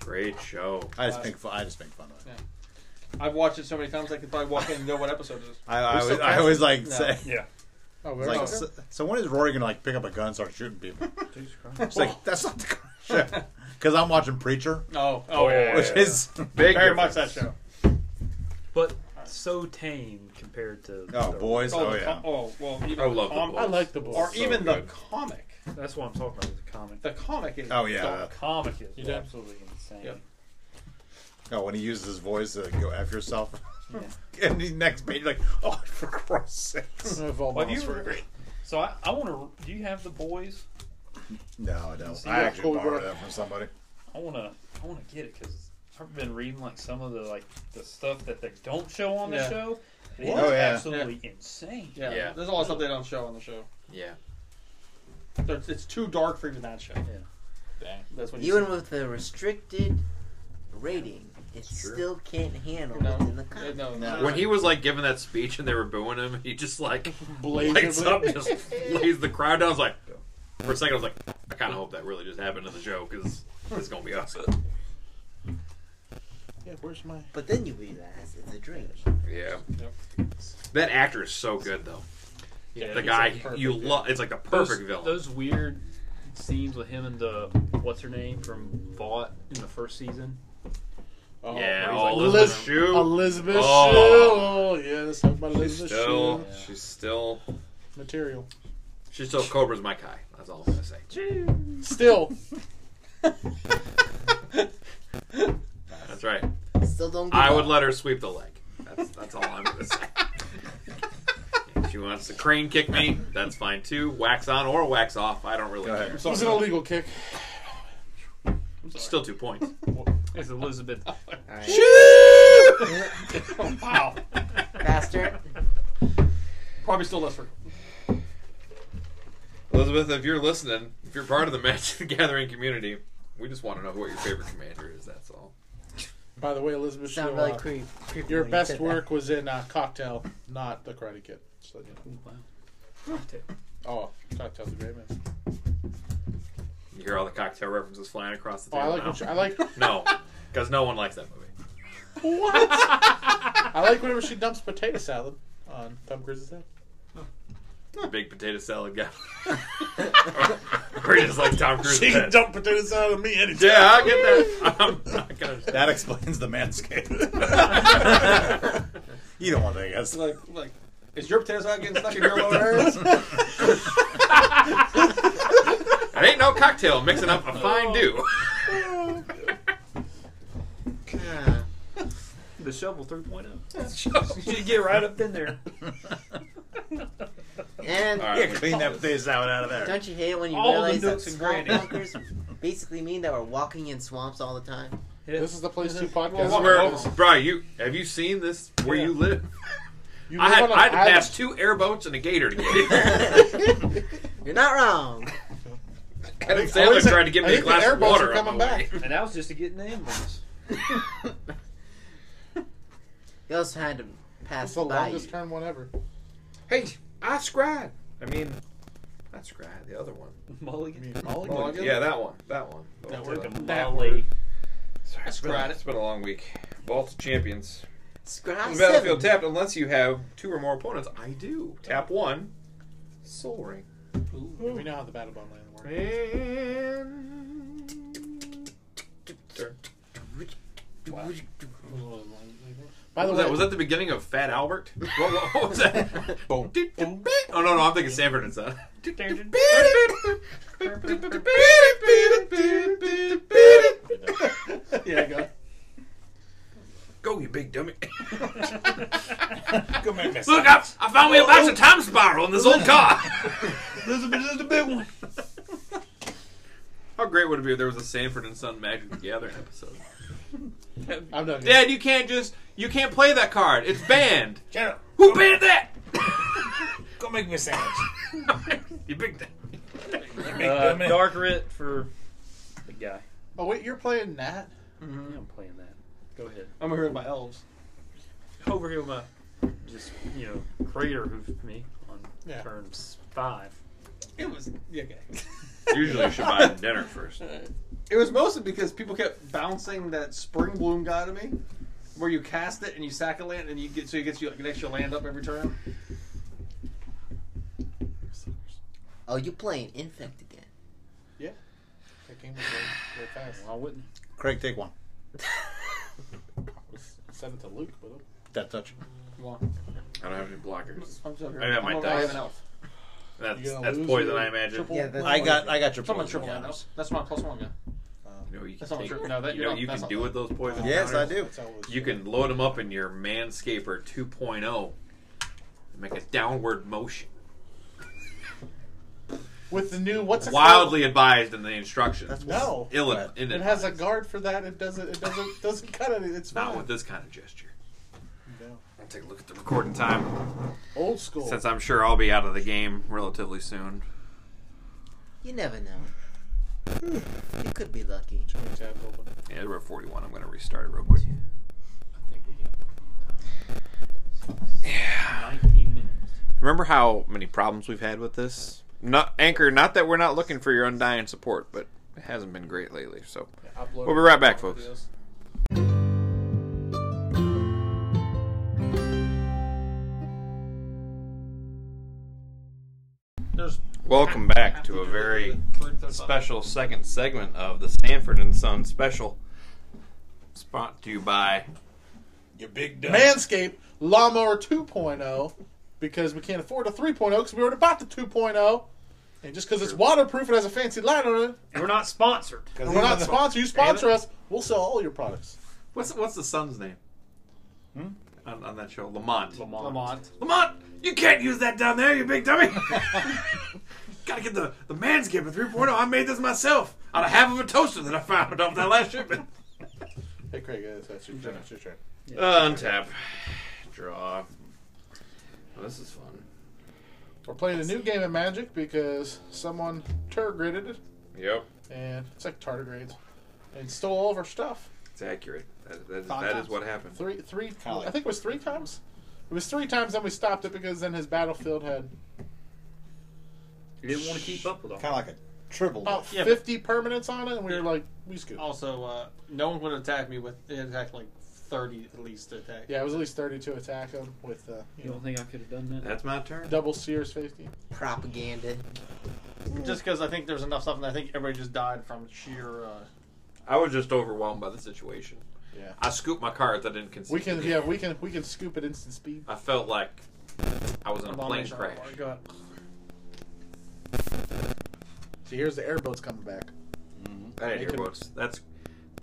[SPEAKER 1] Great show.
[SPEAKER 6] I just make fun, I just make fun of it.
[SPEAKER 2] I've watched it so many times I could probably walk in and know what episode it is.
[SPEAKER 6] I, I,
[SPEAKER 1] so
[SPEAKER 6] always, I
[SPEAKER 1] fast.
[SPEAKER 6] always like
[SPEAKER 2] No.
[SPEAKER 6] say
[SPEAKER 9] Yeah.
[SPEAKER 4] oh, we're
[SPEAKER 6] it's (laughs) like
[SPEAKER 4] not-
[SPEAKER 6] so, so when is Rory gonna like pick up a gun and start shooting people? It's like that's not the correct because I'm watching Preacher,
[SPEAKER 2] Oh, oh, yeah, yeah,
[SPEAKER 6] which
[SPEAKER 2] yeah.
[SPEAKER 6] is
[SPEAKER 1] Big
[SPEAKER 2] very much that
[SPEAKER 1] difference.
[SPEAKER 2] show.
[SPEAKER 3] But so tame compared to.
[SPEAKER 6] oh
[SPEAKER 3] the-
[SPEAKER 6] boys,
[SPEAKER 2] Oh,
[SPEAKER 6] oh
[SPEAKER 2] the
[SPEAKER 6] yeah,
[SPEAKER 2] com- oh well, even
[SPEAKER 1] I love the
[SPEAKER 2] com-
[SPEAKER 1] book.
[SPEAKER 4] Um, I like the boys.
[SPEAKER 2] or
[SPEAKER 1] So
[SPEAKER 2] even
[SPEAKER 1] good.
[SPEAKER 2] the comic.
[SPEAKER 3] That's what I'm talking about. The comic.
[SPEAKER 2] The comic is
[SPEAKER 6] oh yeah,
[SPEAKER 3] The comic is
[SPEAKER 2] You did?
[SPEAKER 3] absolutely insane.
[SPEAKER 2] Yep.
[SPEAKER 6] oh when he uses his voice to go f yourself, (laughs) and the next page like oh for Christ's sakes,
[SPEAKER 4] I've all
[SPEAKER 3] Well, have
[SPEAKER 4] lost
[SPEAKER 3] you-
[SPEAKER 4] for-
[SPEAKER 3] So I, I want to. Do you have the boys?
[SPEAKER 6] no I don't.
[SPEAKER 3] See,
[SPEAKER 6] I
[SPEAKER 4] yeah,
[SPEAKER 6] actually
[SPEAKER 4] Cobra.
[SPEAKER 6] borrowed that from somebody.
[SPEAKER 3] I want to. I want to get it because I've been reading like some of the like the stuff that they don't show on the
[SPEAKER 2] Yeah.
[SPEAKER 3] show. It's
[SPEAKER 6] Oh, yeah.
[SPEAKER 3] absolutely insane.
[SPEAKER 2] Yeah,
[SPEAKER 1] Yeah.
[SPEAKER 2] there's a lot of stuff they don't show on the show.
[SPEAKER 1] Yeah.
[SPEAKER 2] They're- It's too dark for even that show.
[SPEAKER 3] Yeah.
[SPEAKER 2] Dang. That's what you.
[SPEAKER 5] Even with the restricted rating, it
[SPEAKER 1] true.
[SPEAKER 5] still can't handle
[SPEAKER 2] No.
[SPEAKER 5] what's in the
[SPEAKER 2] see.
[SPEAKER 5] comic.
[SPEAKER 2] No, no.
[SPEAKER 1] When he was like giving that speech and they were booing him, he just like
[SPEAKER 4] Blaze
[SPEAKER 1] lights
[SPEAKER 4] of-
[SPEAKER 1] up, just lays the crowd down. I was like, for a second, I was like, I kind of hope that really just happened in the show because it's gonna be awesome.
[SPEAKER 4] Yeah, where's my?
[SPEAKER 5] But then you realize it's a dream.
[SPEAKER 1] Yeah.
[SPEAKER 2] Yep.
[SPEAKER 1] That actor is so good though.
[SPEAKER 3] Yeah,
[SPEAKER 1] the
[SPEAKER 3] he's,
[SPEAKER 1] guy
[SPEAKER 3] like, perfect.
[SPEAKER 1] you love, it's like the
[SPEAKER 3] Those-
[SPEAKER 1] perfect villain.
[SPEAKER 3] Those weird scenes with him and the what's her name from Vought in the first season.
[SPEAKER 4] Oh,
[SPEAKER 1] yeah,
[SPEAKER 3] he's
[SPEAKER 1] all
[SPEAKER 3] like-
[SPEAKER 1] Elizabeth
[SPEAKER 4] Liz-
[SPEAKER 1] Shue.
[SPEAKER 4] Elizabeth
[SPEAKER 1] Oh.
[SPEAKER 4] Shue. Oh, yeah, let's talk about
[SPEAKER 1] she's
[SPEAKER 4] Elizabeth
[SPEAKER 1] still,
[SPEAKER 4] Shue.
[SPEAKER 1] she's still,
[SPEAKER 4] Material.
[SPEAKER 1] she's still Cobra's my Kai. That's all I'm gonna say.
[SPEAKER 4] Still.
[SPEAKER 1] That's right.
[SPEAKER 5] Still don't. Give
[SPEAKER 1] I
[SPEAKER 5] up.
[SPEAKER 1] would let her sweep the leg. That's that's all I'm
[SPEAKER 3] (laughs)
[SPEAKER 1] gonna say. if she wants to crane kick me, that's fine too. Wax on or wax off, I don't really
[SPEAKER 6] Go
[SPEAKER 1] care.
[SPEAKER 6] ahead.
[SPEAKER 4] It was an illegal kick.
[SPEAKER 1] Still two points.
[SPEAKER 7] (laughs)
[SPEAKER 3] It's Elizabeth.
[SPEAKER 5] All right.
[SPEAKER 2] Wow.
[SPEAKER 4] (laughs)
[SPEAKER 5] Faster.
[SPEAKER 2] Probably still less for.
[SPEAKER 1] Elizabeth, if you're listening, if you're part of the (laughs) Magic the Gathering community, we just want to know what your favorite commander is. That's all.
[SPEAKER 4] By the way, Elizabeth Shue.
[SPEAKER 5] Sound really
[SPEAKER 4] uh,
[SPEAKER 5] creep, creepy.
[SPEAKER 4] Your
[SPEAKER 5] when you
[SPEAKER 4] best
[SPEAKER 5] said
[SPEAKER 4] work was in uh, Cocktail, not The Karate Kid. Just letting you know. Oh, Cocktail's a great man.
[SPEAKER 1] You hear all the cocktail references flying across the
[SPEAKER 4] Oh, I
[SPEAKER 1] table.
[SPEAKER 4] like
[SPEAKER 1] now?
[SPEAKER 4] when she, I like
[SPEAKER 1] (laughs)
[SPEAKER 4] (laughs)
[SPEAKER 1] no, because no one likes that movie.
[SPEAKER 4] I like whenever she dumps potato salad on Tom Cruise's head.
[SPEAKER 1] Big potato salad guy. (laughs) or just like Tom
[SPEAKER 6] (laughs)
[SPEAKER 1] Cruise. said.
[SPEAKER 4] dump potato salad on me any
[SPEAKER 1] Yeah, I get that. I'm not gonna. (laughs)
[SPEAKER 6] That explains the (laughs) manscaped. you don't want to take us.
[SPEAKER 2] Like, like, is your potato salad getting stuck in your lower hers?
[SPEAKER 1] It ain't no cocktail mixing up a fine
[SPEAKER 4] (laughs)
[SPEAKER 1] dew.
[SPEAKER 5] that.
[SPEAKER 3] the shovel
[SPEAKER 7] (laughs)
[SPEAKER 3] 3.0.
[SPEAKER 1] All
[SPEAKER 3] (laughs) You get right up in there.
[SPEAKER 5] Ah. And
[SPEAKER 1] right,
[SPEAKER 6] Yeah, (laughs) clean that potato salad out of there.
[SPEAKER 5] don't you hate it when you
[SPEAKER 3] All the
[SPEAKER 5] realize that
[SPEAKER 3] nooks and
[SPEAKER 6] (laughs)
[SPEAKER 5] swamp
[SPEAKER 3] crannies.
[SPEAKER 5] bunkers
[SPEAKER 4] (laughs)
[SPEAKER 5] basically mean that we're walking in swamps all the time? (laughs)
[SPEAKER 4] This is the place to podcast.
[SPEAKER 1] This is where, bro, you have you seen this where you live?
[SPEAKER 4] You
[SPEAKER 1] I
[SPEAKER 4] live
[SPEAKER 1] had
[SPEAKER 4] on an
[SPEAKER 1] I had to
[SPEAKER 4] island.
[SPEAKER 1] pass two airboats and a gator to get
[SPEAKER 4] (laughs)
[SPEAKER 1] in.
[SPEAKER 5] You're not wrong.
[SPEAKER 1] Adam
[SPEAKER 4] I
[SPEAKER 1] Sandler
[SPEAKER 4] think-
[SPEAKER 1] tried to give
[SPEAKER 4] I
[SPEAKER 1] me a
[SPEAKER 4] think the
[SPEAKER 1] glass of
[SPEAKER 4] airboats
[SPEAKER 1] water.
[SPEAKER 4] are
[SPEAKER 1] on
[SPEAKER 4] coming
[SPEAKER 1] my way.
[SPEAKER 4] back.
[SPEAKER 3] And that was just to get an ambulance.
[SPEAKER 5] You also had to pass
[SPEAKER 4] (laughs) It's the
[SPEAKER 5] by.
[SPEAKER 4] longest
[SPEAKER 5] you.
[SPEAKER 4] term one ever.
[SPEAKER 1] Hey, I scried. I mean, I scried the other one.
[SPEAKER 4] I
[SPEAKER 3] Mulligan.
[SPEAKER 4] mean, Mulligan.
[SPEAKER 1] Yeah, that one. That one.
[SPEAKER 3] Took a
[SPEAKER 1] That
[SPEAKER 3] molly.
[SPEAKER 1] Sorry, it's been,
[SPEAKER 2] Scried it.
[SPEAKER 1] it's been a long week. Vaults of Champions.
[SPEAKER 5] Scrap
[SPEAKER 1] On the
[SPEAKER 5] seven.
[SPEAKER 1] battlefield tapped unless you have two or more opponents. I do. Tap one. Soul Ring.
[SPEAKER 4] We know how the battle bond land works.
[SPEAKER 1] And... Turn.
[SPEAKER 4] By the
[SPEAKER 1] Was
[SPEAKER 4] way,
[SPEAKER 1] that, was that the beginning of Fat Albert? What, what, what was that? (laughs) Boom. Oh, no, no, I'm thinking Sanford and (laughs) Son.
[SPEAKER 4] (laughs) yeah, go.
[SPEAKER 1] Go, you big dummy.
[SPEAKER 8] Come here, miss.
[SPEAKER 1] Look, I, I found me a box of Time Spiral in this old car. How great would it be if there was a Sanford and Son Magic the Gathering episode?
[SPEAKER 4] I'm done.
[SPEAKER 1] Dad, you can't just you can't play that card. It's banned. Who banned that?
[SPEAKER 8] Go make me a sandwich.
[SPEAKER 1] you big dummy.
[SPEAKER 8] Make
[SPEAKER 7] Uh,
[SPEAKER 8] me-
[SPEAKER 7] dark writ for the guy.
[SPEAKER 4] Oh wait, you're playing that?
[SPEAKER 7] I'm playing that. Go ahead.
[SPEAKER 10] I'm over here with my elves.
[SPEAKER 7] Over here with my just you know crater hoofed me on
[SPEAKER 4] Yeah.
[SPEAKER 7] turn five.
[SPEAKER 10] It was yeah,
[SPEAKER 2] (laughs)
[SPEAKER 10] okay.
[SPEAKER 1] Usually, you should buy them dinner first.
[SPEAKER 10] It was mostly because people kept bouncing that spring bloom guy to me, where you cast it and you sack a land and you get so you get you like an extra land up every turn.
[SPEAKER 5] Oh, you playing Infect again?
[SPEAKER 4] That game was very, very fast.
[SPEAKER 7] Well, I wouldn't.
[SPEAKER 6] Craig, take one.
[SPEAKER 4] Send it to Luke oh, with him.
[SPEAKER 6] That touch.
[SPEAKER 1] I don't have any blockers.
[SPEAKER 10] I'm sorry.
[SPEAKER 1] I have my
[SPEAKER 10] I'm over- I
[SPEAKER 1] dice.
[SPEAKER 10] have an elf.
[SPEAKER 1] That's
[SPEAKER 4] You gonna
[SPEAKER 1] that's
[SPEAKER 4] lose
[SPEAKER 1] poison,
[SPEAKER 4] your
[SPEAKER 1] I imagine.
[SPEAKER 4] triple-
[SPEAKER 5] Yeah, that's
[SPEAKER 6] I got, I got your.
[SPEAKER 10] Someone
[SPEAKER 6] poison.
[SPEAKER 10] triple
[SPEAKER 6] Yeah.
[SPEAKER 10] land. That's, that's my plus one guy.
[SPEAKER 1] You know, you can
[SPEAKER 10] That's not
[SPEAKER 1] take-
[SPEAKER 10] true. No, that-
[SPEAKER 1] you
[SPEAKER 10] you're
[SPEAKER 1] know,
[SPEAKER 10] not-
[SPEAKER 1] you
[SPEAKER 10] that's
[SPEAKER 1] can
[SPEAKER 10] not
[SPEAKER 1] do with those poison.
[SPEAKER 6] Yes, I
[SPEAKER 1] counters?
[SPEAKER 6] do.
[SPEAKER 4] That's how it was.
[SPEAKER 1] You can load them up in your Manscaper 2.0 and make a downward motion.
[SPEAKER 4] with the new what's it
[SPEAKER 1] Wildly advised in the instructions.
[SPEAKER 4] Called? No,
[SPEAKER 1] Ill in,
[SPEAKER 6] Right.
[SPEAKER 1] in
[SPEAKER 4] it has a guard for that. It doesn't. It doesn't. Doesn't cut it. It's
[SPEAKER 1] not
[SPEAKER 4] fine.
[SPEAKER 1] with this kind of gesture.
[SPEAKER 4] No.
[SPEAKER 1] I'll take a look at the recording time
[SPEAKER 4] Old school.
[SPEAKER 1] since I'm sure I'll be out of the game relatively soon.
[SPEAKER 5] You never know. you could be lucky.
[SPEAKER 4] Tab open.
[SPEAKER 1] Yeah, we're at 41. I'm going to restart it real quick.
[SPEAKER 7] Nineteen minutes.
[SPEAKER 1] Remember how many problems we've had with this? Not Anchor, not that we're not looking for your undying support, but it hasn't been great lately. So
[SPEAKER 4] Upload
[SPEAKER 1] we'll be right back, folks.
[SPEAKER 4] videos.
[SPEAKER 10] There's
[SPEAKER 1] Welcome back to a very special second segment of the Sanford and Son special, brought to you by
[SPEAKER 8] You big dumb.
[SPEAKER 4] Manscaped Lawnmower 2.0 because we can't afford a 3.0 because we already bought the 2.0. And just because it's waterproof and has a fancy light on it,
[SPEAKER 7] We're not sponsored.
[SPEAKER 4] and we're not sponsored. You sponsor us, we'll sell all your products.
[SPEAKER 1] what's what's the son's name on, on that show? Lamont. Lamont.
[SPEAKER 7] Hmm? Lamont.
[SPEAKER 1] you can't use that down there, you big
[SPEAKER 7] (laughs)
[SPEAKER 1] dummy. Gotta get the the Manscaped 3.0. I made this myself out of half of a toaster that I found off that last shipment.
[SPEAKER 4] Hey, Craig, that's, that's your turn. That's your turn.
[SPEAKER 1] Uh, untap, draw. Oh, this is fun.
[SPEAKER 4] We're playing a new game of Magic because someone turgrided it,
[SPEAKER 1] Yep,
[SPEAKER 4] and it's like tardigrades, and stole all of our stuff.
[SPEAKER 1] it's accurate. That, that, is,
[SPEAKER 4] Five
[SPEAKER 1] that
[SPEAKER 4] times.
[SPEAKER 1] is what happened.
[SPEAKER 4] Three, three.
[SPEAKER 6] Colin.
[SPEAKER 4] I think it was three times. It was three times. Then we stopped it because then his battlefield had
[SPEAKER 7] You didn't want to keep up with all.
[SPEAKER 6] Kind of like a triple.
[SPEAKER 4] about
[SPEAKER 10] Yeah, but-
[SPEAKER 4] 50 permanents on it, and we were like, we scooped.
[SPEAKER 6] Oh.
[SPEAKER 10] also uh, no one would attack me with it attacked like thirty at least to attack.
[SPEAKER 4] Yeah, it was at least 30 to attack him with uh,
[SPEAKER 7] You don't think I could have done that?
[SPEAKER 1] That's my turn.
[SPEAKER 4] double Sears safety.
[SPEAKER 5] Propaganda.
[SPEAKER 10] Just because I think there's enough stuff, and I think everybody just died from sheer. Uh,
[SPEAKER 1] I was just overwhelmed by the situation.
[SPEAKER 4] Yeah.
[SPEAKER 1] I scooped my cards. I didn't consider.
[SPEAKER 4] We can, yeah, we can, we can scoop at instant speed.
[SPEAKER 1] I felt like I was in a plane
[SPEAKER 10] abomination.
[SPEAKER 1] crash.
[SPEAKER 10] Go ahead.
[SPEAKER 4] See, here's the airboats coming back.
[SPEAKER 1] I had earbuds. That's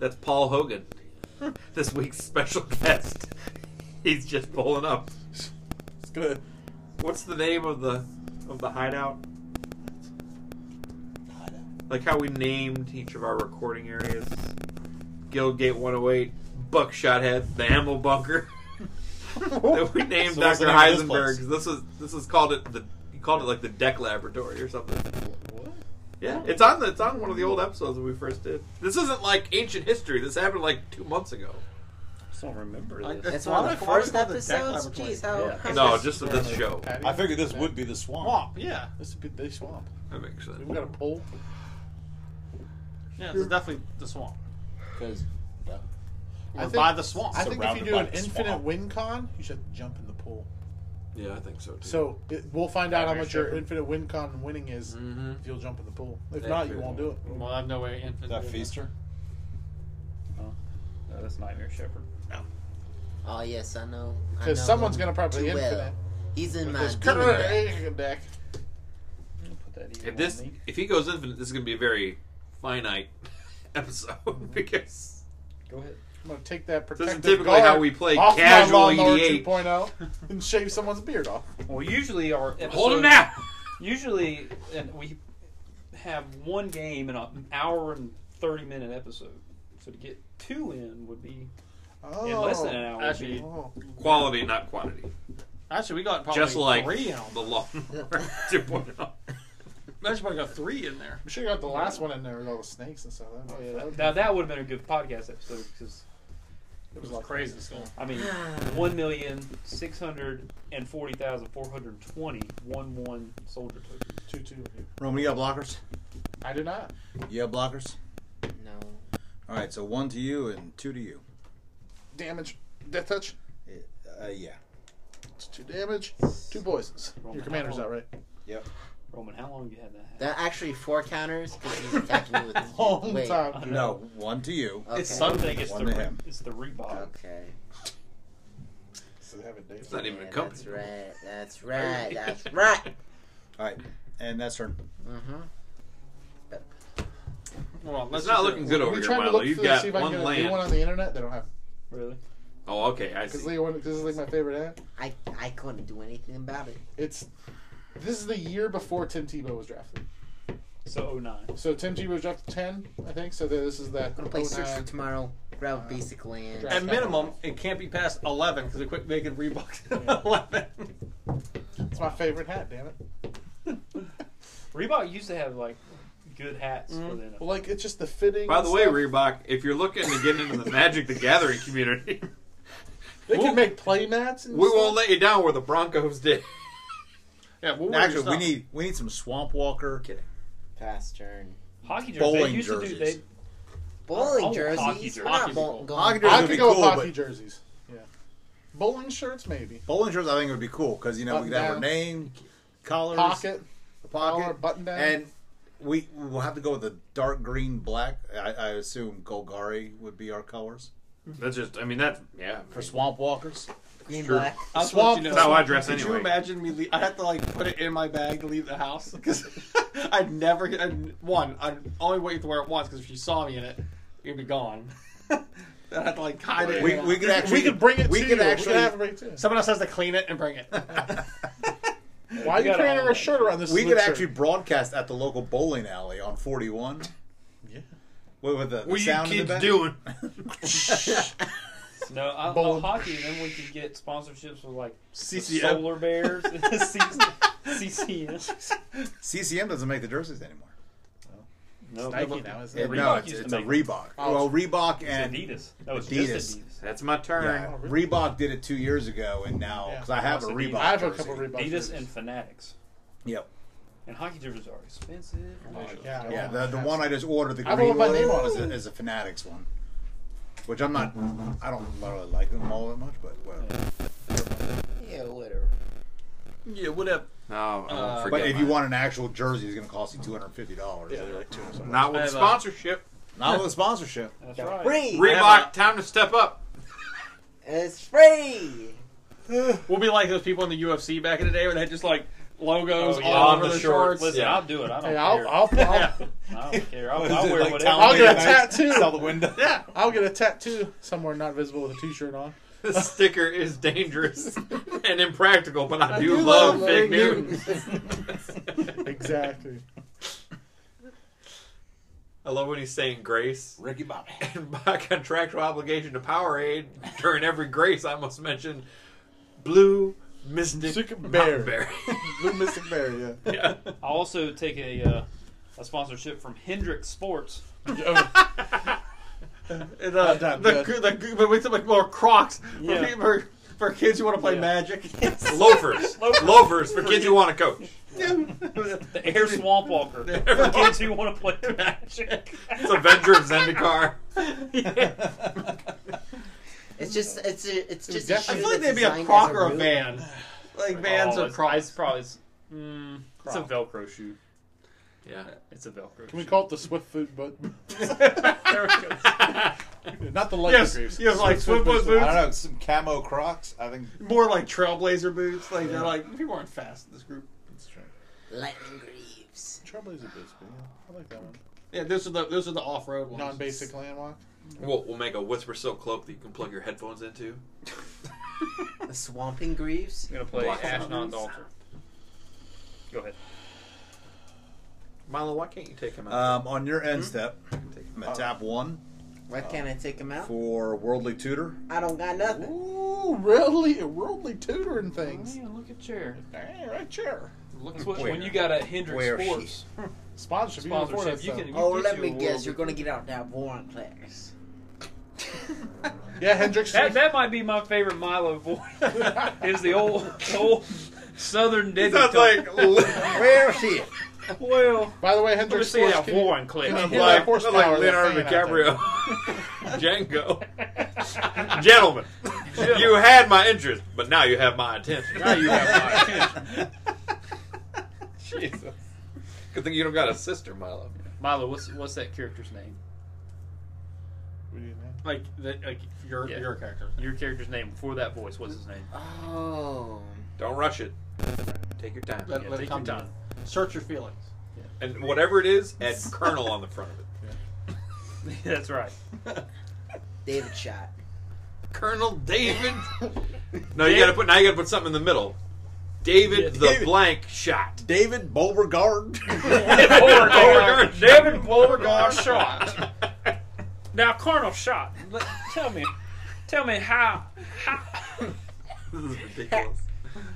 [SPEAKER 1] that's Paul Hogan, (laughs) this week's special (laughs) guest. He's just pulling up.
[SPEAKER 4] It's (laughs) gonna
[SPEAKER 1] What's the name of the of the hideout? Like how we named each of our recording areas: Guildgate 108, Buckshot Head, the Ammo Bunker. (laughs) that (laughs) we named
[SPEAKER 6] So what's
[SPEAKER 1] Dr.
[SPEAKER 6] the name of this
[SPEAKER 1] Heisenberg.
[SPEAKER 6] place?
[SPEAKER 1] This was this is called it the he called it like the Deck Laboratory or something. Yeah, it's on the, it's on one of the old episodes that we first did. This isn't like ancient history. This happened like two months ago.
[SPEAKER 7] I just don't remember
[SPEAKER 10] I-
[SPEAKER 7] this.
[SPEAKER 5] That's
[SPEAKER 10] why
[SPEAKER 5] one of
[SPEAKER 10] the-
[SPEAKER 5] the
[SPEAKER 10] why
[SPEAKER 5] first
[SPEAKER 10] they call it the deck
[SPEAKER 5] episodes.
[SPEAKER 10] laboratory.
[SPEAKER 5] Jeez, how,
[SPEAKER 7] Yeah.
[SPEAKER 5] how
[SPEAKER 1] No,
[SPEAKER 5] much-
[SPEAKER 1] just of this show.
[SPEAKER 4] patio.
[SPEAKER 6] I figured this would be the swamp.
[SPEAKER 10] Swamp, yeah,
[SPEAKER 4] This would be the swamp.
[SPEAKER 1] That makes sense.
[SPEAKER 4] We've got a pole.
[SPEAKER 10] yeah, it's definitely the swamp.
[SPEAKER 6] Because
[SPEAKER 4] I
[SPEAKER 11] Or
[SPEAKER 4] think-
[SPEAKER 11] by the swamp.
[SPEAKER 4] I think if you
[SPEAKER 6] Surrounded
[SPEAKER 4] do
[SPEAKER 6] by
[SPEAKER 4] an
[SPEAKER 6] the
[SPEAKER 4] infinite
[SPEAKER 6] swamp.
[SPEAKER 4] win con, you should jump in the pool.
[SPEAKER 1] Yeah, I think so too.
[SPEAKER 4] So it, we'll find out how
[SPEAKER 11] Battery
[SPEAKER 4] much your
[SPEAKER 11] shepherd.
[SPEAKER 4] infinite win con winning is
[SPEAKER 1] Mhm.
[SPEAKER 4] if you'll jump in the pool. If
[SPEAKER 1] Yeah,
[SPEAKER 4] not,
[SPEAKER 1] fair
[SPEAKER 4] you won't do
[SPEAKER 1] enough.
[SPEAKER 4] it.
[SPEAKER 11] Well, I have no way.
[SPEAKER 12] Is that Feaster?
[SPEAKER 3] No, that's Nightmare Shepherd.
[SPEAKER 5] Oh yes, I know. I
[SPEAKER 4] Because
[SPEAKER 5] know
[SPEAKER 4] someone's
[SPEAKER 5] him
[SPEAKER 4] gonna probably
[SPEAKER 5] too
[SPEAKER 4] infinite.
[SPEAKER 5] well. He's in my
[SPEAKER 4] Because (laughs)
[SPEAKER 5] demon deck.
[SPEAKER 4] Kurt deck.
[SPEAKER 3] I'm gonna Put that evil
[SPEAKER 1] If this
[SPEAKER 3] on me.
[SPEAKER 1] if he goes infinite, this is gonna be a very finite (laughs) episode (laughs) because
[SPEAKER 3] Go ahead.
[SPEAKER 4] I'm gonna take that
[SPEAKER 1] this
[SPEAKER 4] protective
[SPEAKER 1] is typically
[SPEAKER 4] guard
[SPEAKER 1] how we play
[SPEAKER 4] off my
[SPEAKER 1] casual E
[SPEAKER 4] lawnmower
[SPEAKER 1] EDH. (laughs)
[SPEAKER 4] 2.0 and shave someone's beard off.
[SPEAKER 3] Well, usually our
[SPEAKER 1] Hold him
[SPEAKER 3] episodes-
[SPEAKER 1] now.
[SPEAKER 3] Usually, and we have one game in an hour and thirty minute episode. So to get two in would be
[SPEAKER 4] Oh,
[SPEAKER 3] in less than an hour. would be-
[SPEAKER 11] actually-
[SPEAKER 4] Oh.
[SPEAKER 1] Quality, not quantity.
[SPEAKER 11] Actually, we got probably
[SPEAKER 1] Just like
[SPEAKER 11] three in them.
[SPEAKER 1] the (laughs) lawnmower 2.0.
[SPEAKER 11] Imagine if I got three in there.
[SPEAKER 4] I'm sure you got the last one in there with all the snakes and stuff. Oh yeah, that would
[SPEAKER 3] now that would have been a good podcast episode because
[SPEAKER 4] it was like
[SPEAKER 11] Crazy storm.
[SPEAKER 3] I mean, one million six hundred and forty thousand four hundred twenty one one soldier tokens.
[SPEAKER 4] two two.
[SPEAKER 6] Roman, you got blockers?
[SPEAKER 4] I do not.
[SPEAKER 6] You have blockers?
[SPEAKER 5] No.
[SPEAKER 6] All right, so one to you and two to you.
[SPEAKER 4] Damage, death touch.
[SPEAKER 6] Uh, yeah.
[SPEAKER 4] It's two damage, two poisons. Your commander's out, right?
[SPEAKER 3] Roman, how long have you had that?
[SPEAKER 5] That actually four counters because he's attacking me with his
[SPEAKER 4] Long
[SPEAKER 5] wait,
[SPEAKER 4] time.
[SPEAKER 6] No, one to you.
[SPEAKER 5] Okay.
[SPEAKER 3] It's something. It's
[SPEAKER 6] One
[SPEAKER 3] the
[SPEAKER 6] to him.
[SPEAKER 3] it's the reebok.
[SPEAKER 5] Okay.
[SPEAKER 1] It's not even a
[SPEAKER 5] Yeah,
[SPEAKER 1] company.
[SPEAKER 5] That's right. That's right.
[SPEAKER 1] (laughs)
[SPEAKER 5] That's right.
[SPEAKER 6] All right, and that's her.
[SPEAKER 5] Mm-hmm.
[SPEAKER 11] Well, let's
[SPEAKER 1] It's not
[SPEAKER 11] just-
[SPEAKER 1] looking good
[SPEAKER 4] We
[SPEAKER 1] over here,
[SPEAKER 4] tried to
[SPEAKER 1] Milo.
[SPEAKER 4] look
[SPEAKER 1] You've
[SPEAKER 4] for this,
[SPEAKER 1] got
[SPEAKER 4] see if I can
[SPEAKER 1] one
[SPEAKER 4] get a new one on
[SPEAKER 1] land.
[SPEAKER 4] the internet. They don't have
[SPEAKER 3] Really?
[SPEAKER 1] Oh, okay, (laughs) I
[SPEAKER 4] because
[SPEAKER 1] see.
[SPEAKER 4] this is like my favorite ad.
[SPEAKER 5] I I couldn't do anything about it.
[SPEAKER 4] It's this is the year before Tim Tebow was drafted.
[SPEAKER 3] So oh nine.
[SPEAKER 4] So Tim Tebow was drafted ten, I think. So this is that.
[SPEAKER 5] I'm gonna play search for
[SPEAKER 4] 09.
[SPEAKER 5] tomorrow. Grab basic land.
[SPEAKER 4] Draft
[SPEAKER 2] At minimum, it can't be past 11 because they quit making (laughs) Reeboks at 11.
[SPEAKER 4] It's my favorite hat. Damn it.
[SPEAKER 3] Reebok used to have like good hats
[SPEAKER 4] Mm-hmm.
[SPEAKER 3] for the NFL.
[SPEAKER 4] Well, like it's just the fitting.
[SPEAKER 1] By
[SPEAKER 4] and
[SPEAKER 1] the way,
[SPEAKER 4] stuff.
[SPEAKER 1] Reebok, if you're looking to get into the Magic the Gathering community,
[SPEAKER 4] they can make play mats. And
[SPEAKER 1] we
[SPEAKER 4] stuff.
[SPEAKER 1] won't let you down where the Broncos did.
[SPEAKER 2] Yeah, we'll wear your
[SPEAKER 6] Actually, we
[SPEAKER 2] stuff.
[SPEAKER 6] need we need some Swamp Walker.
[SPEAKER 5] Pass turn.
[SPEAKER 3] Hockey jerseys.
[SPEAKER 6] Bowling
[SPEAKER 3] they used
[SPEAKER 6] jerseys.
[SPEAKER 3] to do. They
[SPEAKER 5] Bowling
[SPEAKER 3] Oh,
[SPEAKER 5] jerseys.
[SPEAKER 3] hockey
[SPEAKER 5] We're
[SPEAKER 3] jerseys.
[SPEAKER 5] not
[SPEAKER 3] Hockey
[SPEAKER 5] bo-
[SPEAKER 3] jerseys.
[SPEAKER 5] going-
[SPEAKER 6] Hockey jerseys
[SPEAKER 4] I
[SPEAKER 6] would
[SPEAKER 4] could
[SPEAKER 6] be
[SPEAKER 4] go
[SPEAKER 6] cool,
[SPEAKER 4] with hockey
[SPEAKER 6] but
[SPEAKER 4] jerseys. Yeah. Bowling shirts, maybe.
[SPEAKER 6] bowling shirts I think would be cool because you know
[SPEAKER 4] Button
[SPEAKER 6] we could have our
[SPEAKER 4] down.
[SPEAKER 6] name, collars,
[SPEAKER 4] Pocket,
[SPEAKER 6] pocket,
[SPEAKER 4] collar, button down.
[SPEAKER 6] and we we'll have to go with the dark green black. I, I assume Golgari would be our colors
[SPEAKER 1] That's just, I mean, that's, yeah.
[SPEAKER 6] for Swamp Walkers.
[SPEAKER 5] green
[SPEAKER 1] Sure.
[SPEAKER 5] black.
[SPEAKER 2] I'll just
[SPEAKER 4] Swamp-
[SPEAKER 2] let you know.
[SPEAKER 1] That's how I dress
[SPEAKER 2] Could you
[SPEAKER 1] anyway.
[SPEAKER 2] imagine me? Le- I have to like put it in my bag to leave the house (laughs) because I'd never. I'd, one, I'd only wait to wear it once because if you saw me in it, you'd be gone. (laughs) then I'd have to like hide it.
[SPEAKER 6] We, we could actually
[SPEAKER 4] we could bring it.
[SPEAKER 6] we
[SPEAKER 4] to
[SPEAKER 6] could
[SPEAKER 4] you.
[SPEAKER 6] actually
[SPEAKER 4] We could have it right too.
[SPEAKER 2] (laughs) Someone else has to clean it and
[SPEAKER 1] (laughs)
[SPEAKER 2] bring it.
[SPEAKER 6] (laughs)
[SPEAKER 4] Why are you
[SPEAKER 3] got
[SPEAKER 4] carrying
[SPEAKER 3] all
[SPEAKER 4] a
[SPEAKER 3] that.
[SPEAKER 4] shirt around this?
[SPEAKER 6] we
[SPEAKER 4] sleeve
[SPEAKER 6] could
[SPEAKER 4] shirt?
[SPEAKER 6] actually broadcast at the local bowling alley on forty one.
[SPEAKER 4] Yeah.
[SPEAKER 6] With, with the, the
[SPEAKER 1] What are you
[SPEAKER 6] sound in the
[SPEAKER 1] kids
[SPEAKER 6] back.
[SPEAKER 1] doing?
[SPEAKER 6] (laughs)
[SPEAKER 1] (laughs)
[SPEAKER 3] No, I, I
[SPEAKER 4] Bowling.
[SPEAKER 3] hockey. Then we could get sponsorships with like the
[SPEAKER 2] CCM.
[SPEAKER 3] Solar
[SPEAKER 6] (laughs)
[SPEAKER 3] Bears, (laughs) CCN.
[SPEAKER 6] CCM doesn't make the jerseys anymore.
[SPEAKER 3] No,
[SPEAKER 4] Nike now, isn't
[SPEAKER 6] Yeah,
[SPEAKER 4] it?
[SPEAKER 3] Reebok
[SPEAKER 6] no, it's,
[SPEAKER 3] used to
[SPEAKER 6] it's a
[SPEAKER 3] make
[SPEAKER 6] Reebok.
[SPEAKER 4] Oh,
[SPEAKER 6] well, Reebok
[SPEAKER 3] it's
[SPEAKER 6] and
[SPEAKER 3] Adidas. That was just
[SPEAKER 6] Adidas.
[SPEAKER 3] Adidas.
[SPEAKER 1] That's my turn.
[SPEAKER 6] yeah, Reebok did it two years ago, and now
[SPEAKER 4] Yeah.
[SPEAKER 6] because I have a
[SPEAKER 3] Also
[SPEAKER 6] Reebok.
[SPEAKER 3] Adidas.
[SPEAKER 4] I have a
[SPEAKER 6] jersey.
[SPEAKER 4] couple Reebok.
[SPEAKER 3] Adidas
[SPEAKER 4] jerseys.
[SPEAKER 3] and Fanatics.
[SPEAKER 6] Yep.
[SPEAKER 3] And hockey jerseys are expensive.
[SPEAKER 4] Oh, yeah,
[SPEAKER 6] Yeah,
[SPEAKER 4] I
[SPEAKER 6] the, the
[SPEAKER 4] have
[SPEAKER 6] one I just ordered, the
[SPEAKER 4] I have
[SPEAKER 6] green
[SPEAKER 4] one with my name
[SPEAKER 6] one,
[SPEAKER 4] on it.
[SPEAKER 6] is a, is a Fanatics one, which I'm not. I don't really like them all that much, but whatever.
[SPEAKER 5] Yeah, whatever.
[SPEAKER 2] Yeah, whatever.
[SPEAKER 1] No, Oh, I won't
[SPEAKER 2] Uh,
[SPEAKER 1] forget.
[SPEAKER 6] But if you
[SPEAKER 1] mine.
[SPEAKER 6] want an actual jersey, it's going to cost you two hundred fifty dollars. Yeah, like two or something.
[SPEAKER 1] not with
[SPEAKER 2] I
[SPEAKER 1] the
[SPEAKER 2] have a-
[SPEAKER 1] sponsorship,
[SPEAKER 6] Not with a sponsorship.
[SPEAKER 3] That's
[SPEAKER 6] Yeah.
[SPEAKER 3] right.
[SPEAKER 5] Free.
[SPEAKER 1] Reebok, time to step up.
[SPEAKER 5] It's free.
[SPEAKER 2] We'll be like those people in the UFC back in the day where they had just like logos
[SPEAKER 3] Oh, yeah.
[SPEAKER 2] all
[SPEAKER 3] On
[SPEAKER 2] over
[SPEAKER 1] the
[SPEAKER 2] their
[SPEAKER 1] shorts.
[SPEAKER 2] shorts.
[SPEAKER 3] Listen,
[SPEAKER 1] Yeah.
[SPEAKER 3] I'll do it. I don't
[SPEAKER 4] Hey,
[SPEAKER 3] care.
[SPEAKER 4] I'll, I'll, I'll,
[SPEAKER 3] I don't care. I'll,
[SPEAKER 6] What (laughs) is
[SPEAKER 3] I'll
[SPEAKER 6] it,
[SPEAKER 3] wear
[SPEAKER 6] like
[SPEAKER 3] whatever.
[SPEAKER 4] I'll get a
[SPEAKER 6] Nice.
[SPEAKER 4] tattoo.
[SPEAKER 6] Sell the window.
[SPEAKER 4] yeah, I'll get a tattoo somewhere not visible with a T-shirt on.
[SPEAKER 1] This sticker is dangerous and impractical, but I, do, love, Fig Newton.
[SPEAKER 4] (laughs) Exactly.
[SPEAKER 1] (laughs) I love when he's saying grace.
[SPEAKER 12] Ricky Bobby.
[SPEAKER 1] (laughs) And by contractual obligation to Powerade, during every grace, I must mention Blue Mystic
[SPEAKER 4] Mystic
[SPEAKER 1] Bear.
[SPEAKER 4] Bear. Blue Mystic Bear, yeah.
[SPEAKER 1] (laughs)
[SPEAKER 4] (laughs)
[SPEAKER 1] yeah.
[SPEAKER 3] I'll also take a uh, a sponsorship from Hendrick Sports.
[SPEAKER 2] And, uh, the,
[SPEAKER 4] done,
[SPEAKER 2] the,
[SPEAKER 4] yeah.
[SPEAKER 2] the, but with some like more Crocs for,
[SPEAKER 3] Yeah.
[SPEAKER 2] people, for, for kids who want to play
[SPEAKER 3] Yeah.
[SPEAKER 2] Magic. (laughs)
[SPEAKER 1] Loafers. Loafers for kids who want to coach.
[SPEAKER 3] The Air Swamp Walker. (laughs) For kids who want to play magic.
[SPEAKER 1] It's Avenger of Zendikar.
[SPEAKER 5] It's just it's a, it's
[SPEAKER 4] It was
[SPEAKER 5] just. a
[SPEAKER 4] definitely-
[SPEAKER 2] I
[SPEAKER 5] shoe
[SPEAKER 2] feel like
[SPEAKER 5] that's
[SPEAKER 2] they'd be a
[SPEAKER 5] designed
[SPEAKER 2] croc
[SPEAKER 5] as
[SPEAKER 2] or a
[SPEAKER 5] root.
[SPEAKER 2] van. Like vans
[SPEAKER 3] Oh,
[SPEAKER 2] or
[SPEAKER 3] it's-
[SPEAKER 2] crocs.
[SPEAKER 3] It's probably it's, mm, it's a Velcro shoe.
[SPEAKER 1] Yeah.
[SPEAKER 3] It's a Velcro.
[SPEAKER 4] Can we
[SPEAKER 3] shoe.
[SPEAKER 4] call it the Swift Food Boot?
[SPEAKER 3] There we go.
[SPEAKER 4] (laughs) Not the light
[SPEAKER 2] Yes,
[SPEAKER 4] greaves. (laughs)
[SPEAKER 2] yes, like Swift Foot
[SPEAKER 6] I
[SPEAKER 2] boots.
[SPEAKER 6] don't know. Some camo Crocs. I think
[SPEAKER 2] More like Trailblazer boots. Like they're like people aren't fast in this group.
[SPEAKER 6] that's true.
[SPEAKER 5] Lightning Greaves.
[SPEAKER 4] Trailblazer boots, but yeah, I like that one.
[SPEAKER 2] Yeah, those are the those are the off road ones.
[SPEAKER 4] Non-basic landmark.
[SPEAKER 1] We'll, we'll make a whisper silk cloak that you can plug your headphones into.
[SPEAKER 5] The Swamping Greaves.
[SPEAKER 3] I'm gonna play
[SPEAKER 1] Black
[SPEAKER 3] Ash
[SPEAKER 1] Mountain.
[SPEAKER 3] Dalter. Go ahead.
[SPEAKER 1] Milo, why can't you take him out?
[SPEAKER 6] Um, on your end step, I'm gonna tap one
[SPEAKER 5] Why can't I take him out?
[SPEAKER 6] for worldly tutor.
[SPEAKER 5] I don't got nothing.
[SPEAKER 4] Ooh, worldly, worldly tutoring things.
[SPEAKER 3] Man, look at chair.
[SPEAKER 4] Hey, right chair.
[SPEAKER 3] Look at what,
[SPEAKER 6] Where?
[SPEAKER 3] when you got a Hendrix
[SPEAKER 6] Where she-
[SPEAKER 3] Sports
[SPEAKER 4] Sponsorship. You can afford
[SPEAKER 3] sponsorship,
[SPEAKER 4] that
[SPEAKER 3] you
[SPEAKER 4] stuff.
[SPEAKER 3] can. You
[SPEAKER 5] Oh,
[SPEAKER 3] get
[SPEAKER 5] let
[SPEAKER 3] you
[SPEAKER 5] me
[SPEAKER 3] a world-
[SPEAKER 5] guess. You're gonna get out that Warren Class.
[SPEAKER 4] Yeah, Hendrix.
[SPEAKER 3] That, that might be my favorite Milo boy. (laughs) is the old old Southern Diddy.
[SPEAKER 1] Sounds like (laughs)
[SPEAKER 6] Where is she?
[SPEAKER 3] well.
[SPEAKER 4] By the way,
[SPEAKER 3] Let me
[SPEAKER 4] Hendrix.
[SPEAKER 3] see that
[SPEAKER 4] Sports, can you-
[SPEAKER 3] Warren clip.
[SPEAKER 4] can you hear that
[SPEAKER 1] like,
[SPEAKER 4] horsepower
[SPEAKER 1] like
[SPEAKER 4] of that
[SPEAKER 1] Leonardo
[SPEAKER 4] fan out there?
[SPEAKER 1] DiCaprio, (laughs) Django. (laughs) Gentlemen, you had my interest, but now you have my attention.
[SPEAKER 3] Now you (laughs) have my attention.
[SPEAKER 1] Jesus. Good thing you don't got a sister, Milo.
[SPEAKER 3] Milo, what's what's that character's name?
[SPEAKER 4] We didn't have-
[SPEAKER 2] Like the, like your
[SPEAKER 3] Yeah.
[SPEAKER 2] your character.
[SPEAKER 3] Your character's name before that voice. What's his name?
[SPEAKER 5] Oh.
[SPEAKER 1] Don't rush it. Take your time.
[SPEAKER 2] Let,
[SPEAKER 3] Yeah,
[SPEAKER 2] let
[SPEAKER 3] take your
[SPEAKER 2] it come to
[SPEAKER 3] time.
[SPEAKER 2] you. Search your feelings.
[SPEAKER 1] And whatever it is, add Colonel on the front of it.
[SPEAKER 3] (laughs) That's right. (laughs)
[SPEAKER 5] David shot.
[SPEAKER 1] Colonel David. (laughs) no, you gotta put. Now you gotta put something in the middle. David the
[SPEAKER 6] David.
[SPEAKER 1] blank shot.
[SPEAKER 6] David Beauregard.
[SPEAKER 1] Beauregard.
[SPEAKER 3] David Beauregard shot. Now, Colonel shot. let- Tell me, tell me how how,
[SPEAKER 1] This is ridiculous.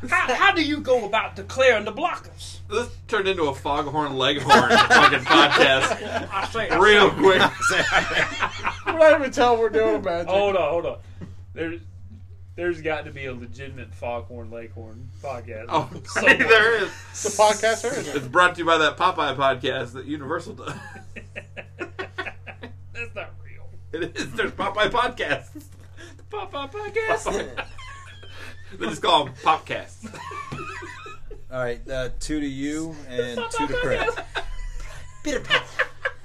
[SPEAKER 3] how how do you go about declaring the blockers?
[SPEAKER 1] (laughs) This turned into a foghorn leghorn (laughs) fucking podcast
[SPEAKER 3] I say, I
[SPEAKER 1] real (laughs) quick.
[SPEAKER 4] We're not even telling we're doing a magic.
[SPEAKER 3] Hold on, hold on. There's there's got to be a legitimate Foghorn Leghorn podcast.
[SPEAKER 1] Oh, see,
[SPEAKER 3] Somewhere.
[SPEAKER 1] there is.
[SPEAKER 4] the podcast area.
[SPEAKER 1] It's brought to you by that Popeye podcast that Universal does. (laughs)
[SPEAKER 3] That's not real.
[SPEAKER 1] It is. There's Popeye podcasts.
[SPEAKER 3] Pop up, I guess.
[SPEAKER 1] They just call them (laughs) podcasts.
[SPEAKER 6] All right, uh, two to you and two to Craig.
[SPEAKER 5] Bitter pat.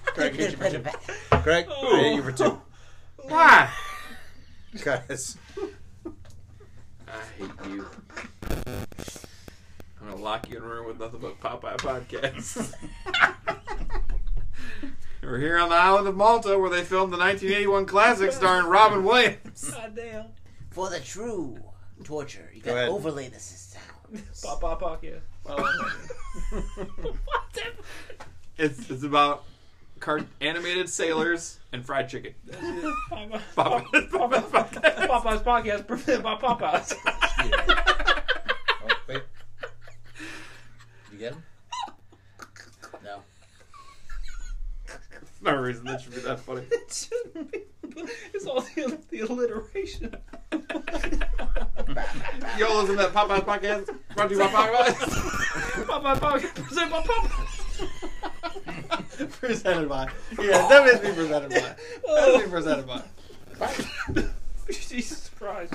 [SPEAKER 6] Craig,
[SPEAKER 5] (laughs) Bitter pat. bitter pat.
[SPEAKER 6] Craig, thank you for two.
[SPEAKER 1] Why?
[SPEAKER 6] Guys,
[SPEAKER 1] I hate you. I'm gonna lock you in a room with nothing but Popeye podcasts. (laughs) We're here on the island of Malta where they filmed the 1981 classic starring Robin Williams.
[SPEAKER 3] Goddamn.
[SPEAKER 5] For the true torture, you gotta
[SPEAKER 6] ahead.
[SPEAKER 5] overlay this sound.
[SPEAKER 3] Pop up, podcast. What the?
[SPEAKER 1] It's, it's about cart- animated sailors and fried chicken.
[SPEAKER 3] Popeye-
[SPEAKER 1] (laughs) Popeye, Popeye podcast.
[SPEAKER 3] Popeye's podcast presented by Popeyes.
[SPEAKER 6] oh, wait. You get him? No.
[SPEAKER 1] no reason that should be that funny.
[SPEAKER 3] (laughs) it's all the, the alliteration.
[SPEAKER 1] Y'all listen to that Popeye podcast brought to you by Popeye. (laughs)
[SPEAKER 3] Popeye podcast presented by Popeyes.
[SPEAKER 2] (laughs) presented by. Yeah, that must be presented by. That must be presented by.
[SPEAKER 3] Oh. (laughs) Jesus Christ.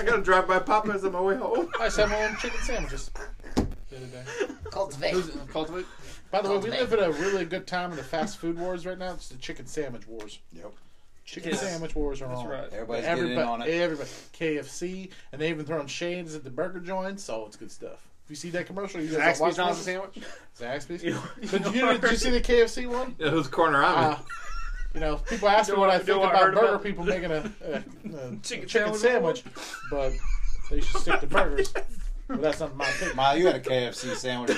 [SPEAKER 1] I gotta drive by Popeyes on my way home.
[SPEAKER 4] I just had my own chicken sandwiches the other day.
[SPEAKER 5] Cultivate.
[SPEAKER 2] Cultivate.
[SPEAKER 4] By the way, we live in a really good time in the fast food wars right now. It's the chicken sandwich wars.
[SPEAKER 6] Yep.
[SPEAKER 4] Chicken
[SPEAKER 3] Yes.
[SPEAKER 4] sandwich wars are on.
[SPEAKER 3] right.
[SPEAKER 6] Everybody's
[SPEAKER 4] everybody,
[SPEAKER 6] getting in on it.
[SPEAKER 4] everybody, KFC, and they even throwing shades at the burger joints. Oh, it's good stuff. If you see that commercial, you guys
[SPEAKER 2] Zaxby's
[SPEAKER 4] watch
[SPEAKER 2] not
[SPEAKER 4] it.
[SPEAKER 2] a sandwich.
[SPEAKER 4] Zaxby's. Did you, did you see the KFC one?
[SPEAKER 1] Yeah, whose corner I'm in.
[SPEAKER 4] Uh, you know, people ask me
[SPEAKER 3] Do
[SPEAKER 4] what
[SPEAKER 3] I-
[SPEAKER 4] I
[SPEAKER 3] do
[SPEAKER 4] think
[SPEAKER 3] I
[SPEAKER 4] about
[SPEAKER 3] heard
[SPEAKER 4] burger
[SPEAKER 3] about-
[SPEAKER 4] people making a,
[SPEAKER 3] (laughs)
[SPEAKER 4] a, a chicken,
[SPEAKER 3] sandwich
[SPEAKER 4] sandwich, but they should stick
[SPEAKER 3] (laughs)
[SPEAKER 4] to burgers. but that's not my opinion.
[SPEAKER 6] Mile, you had a KFC sandwich.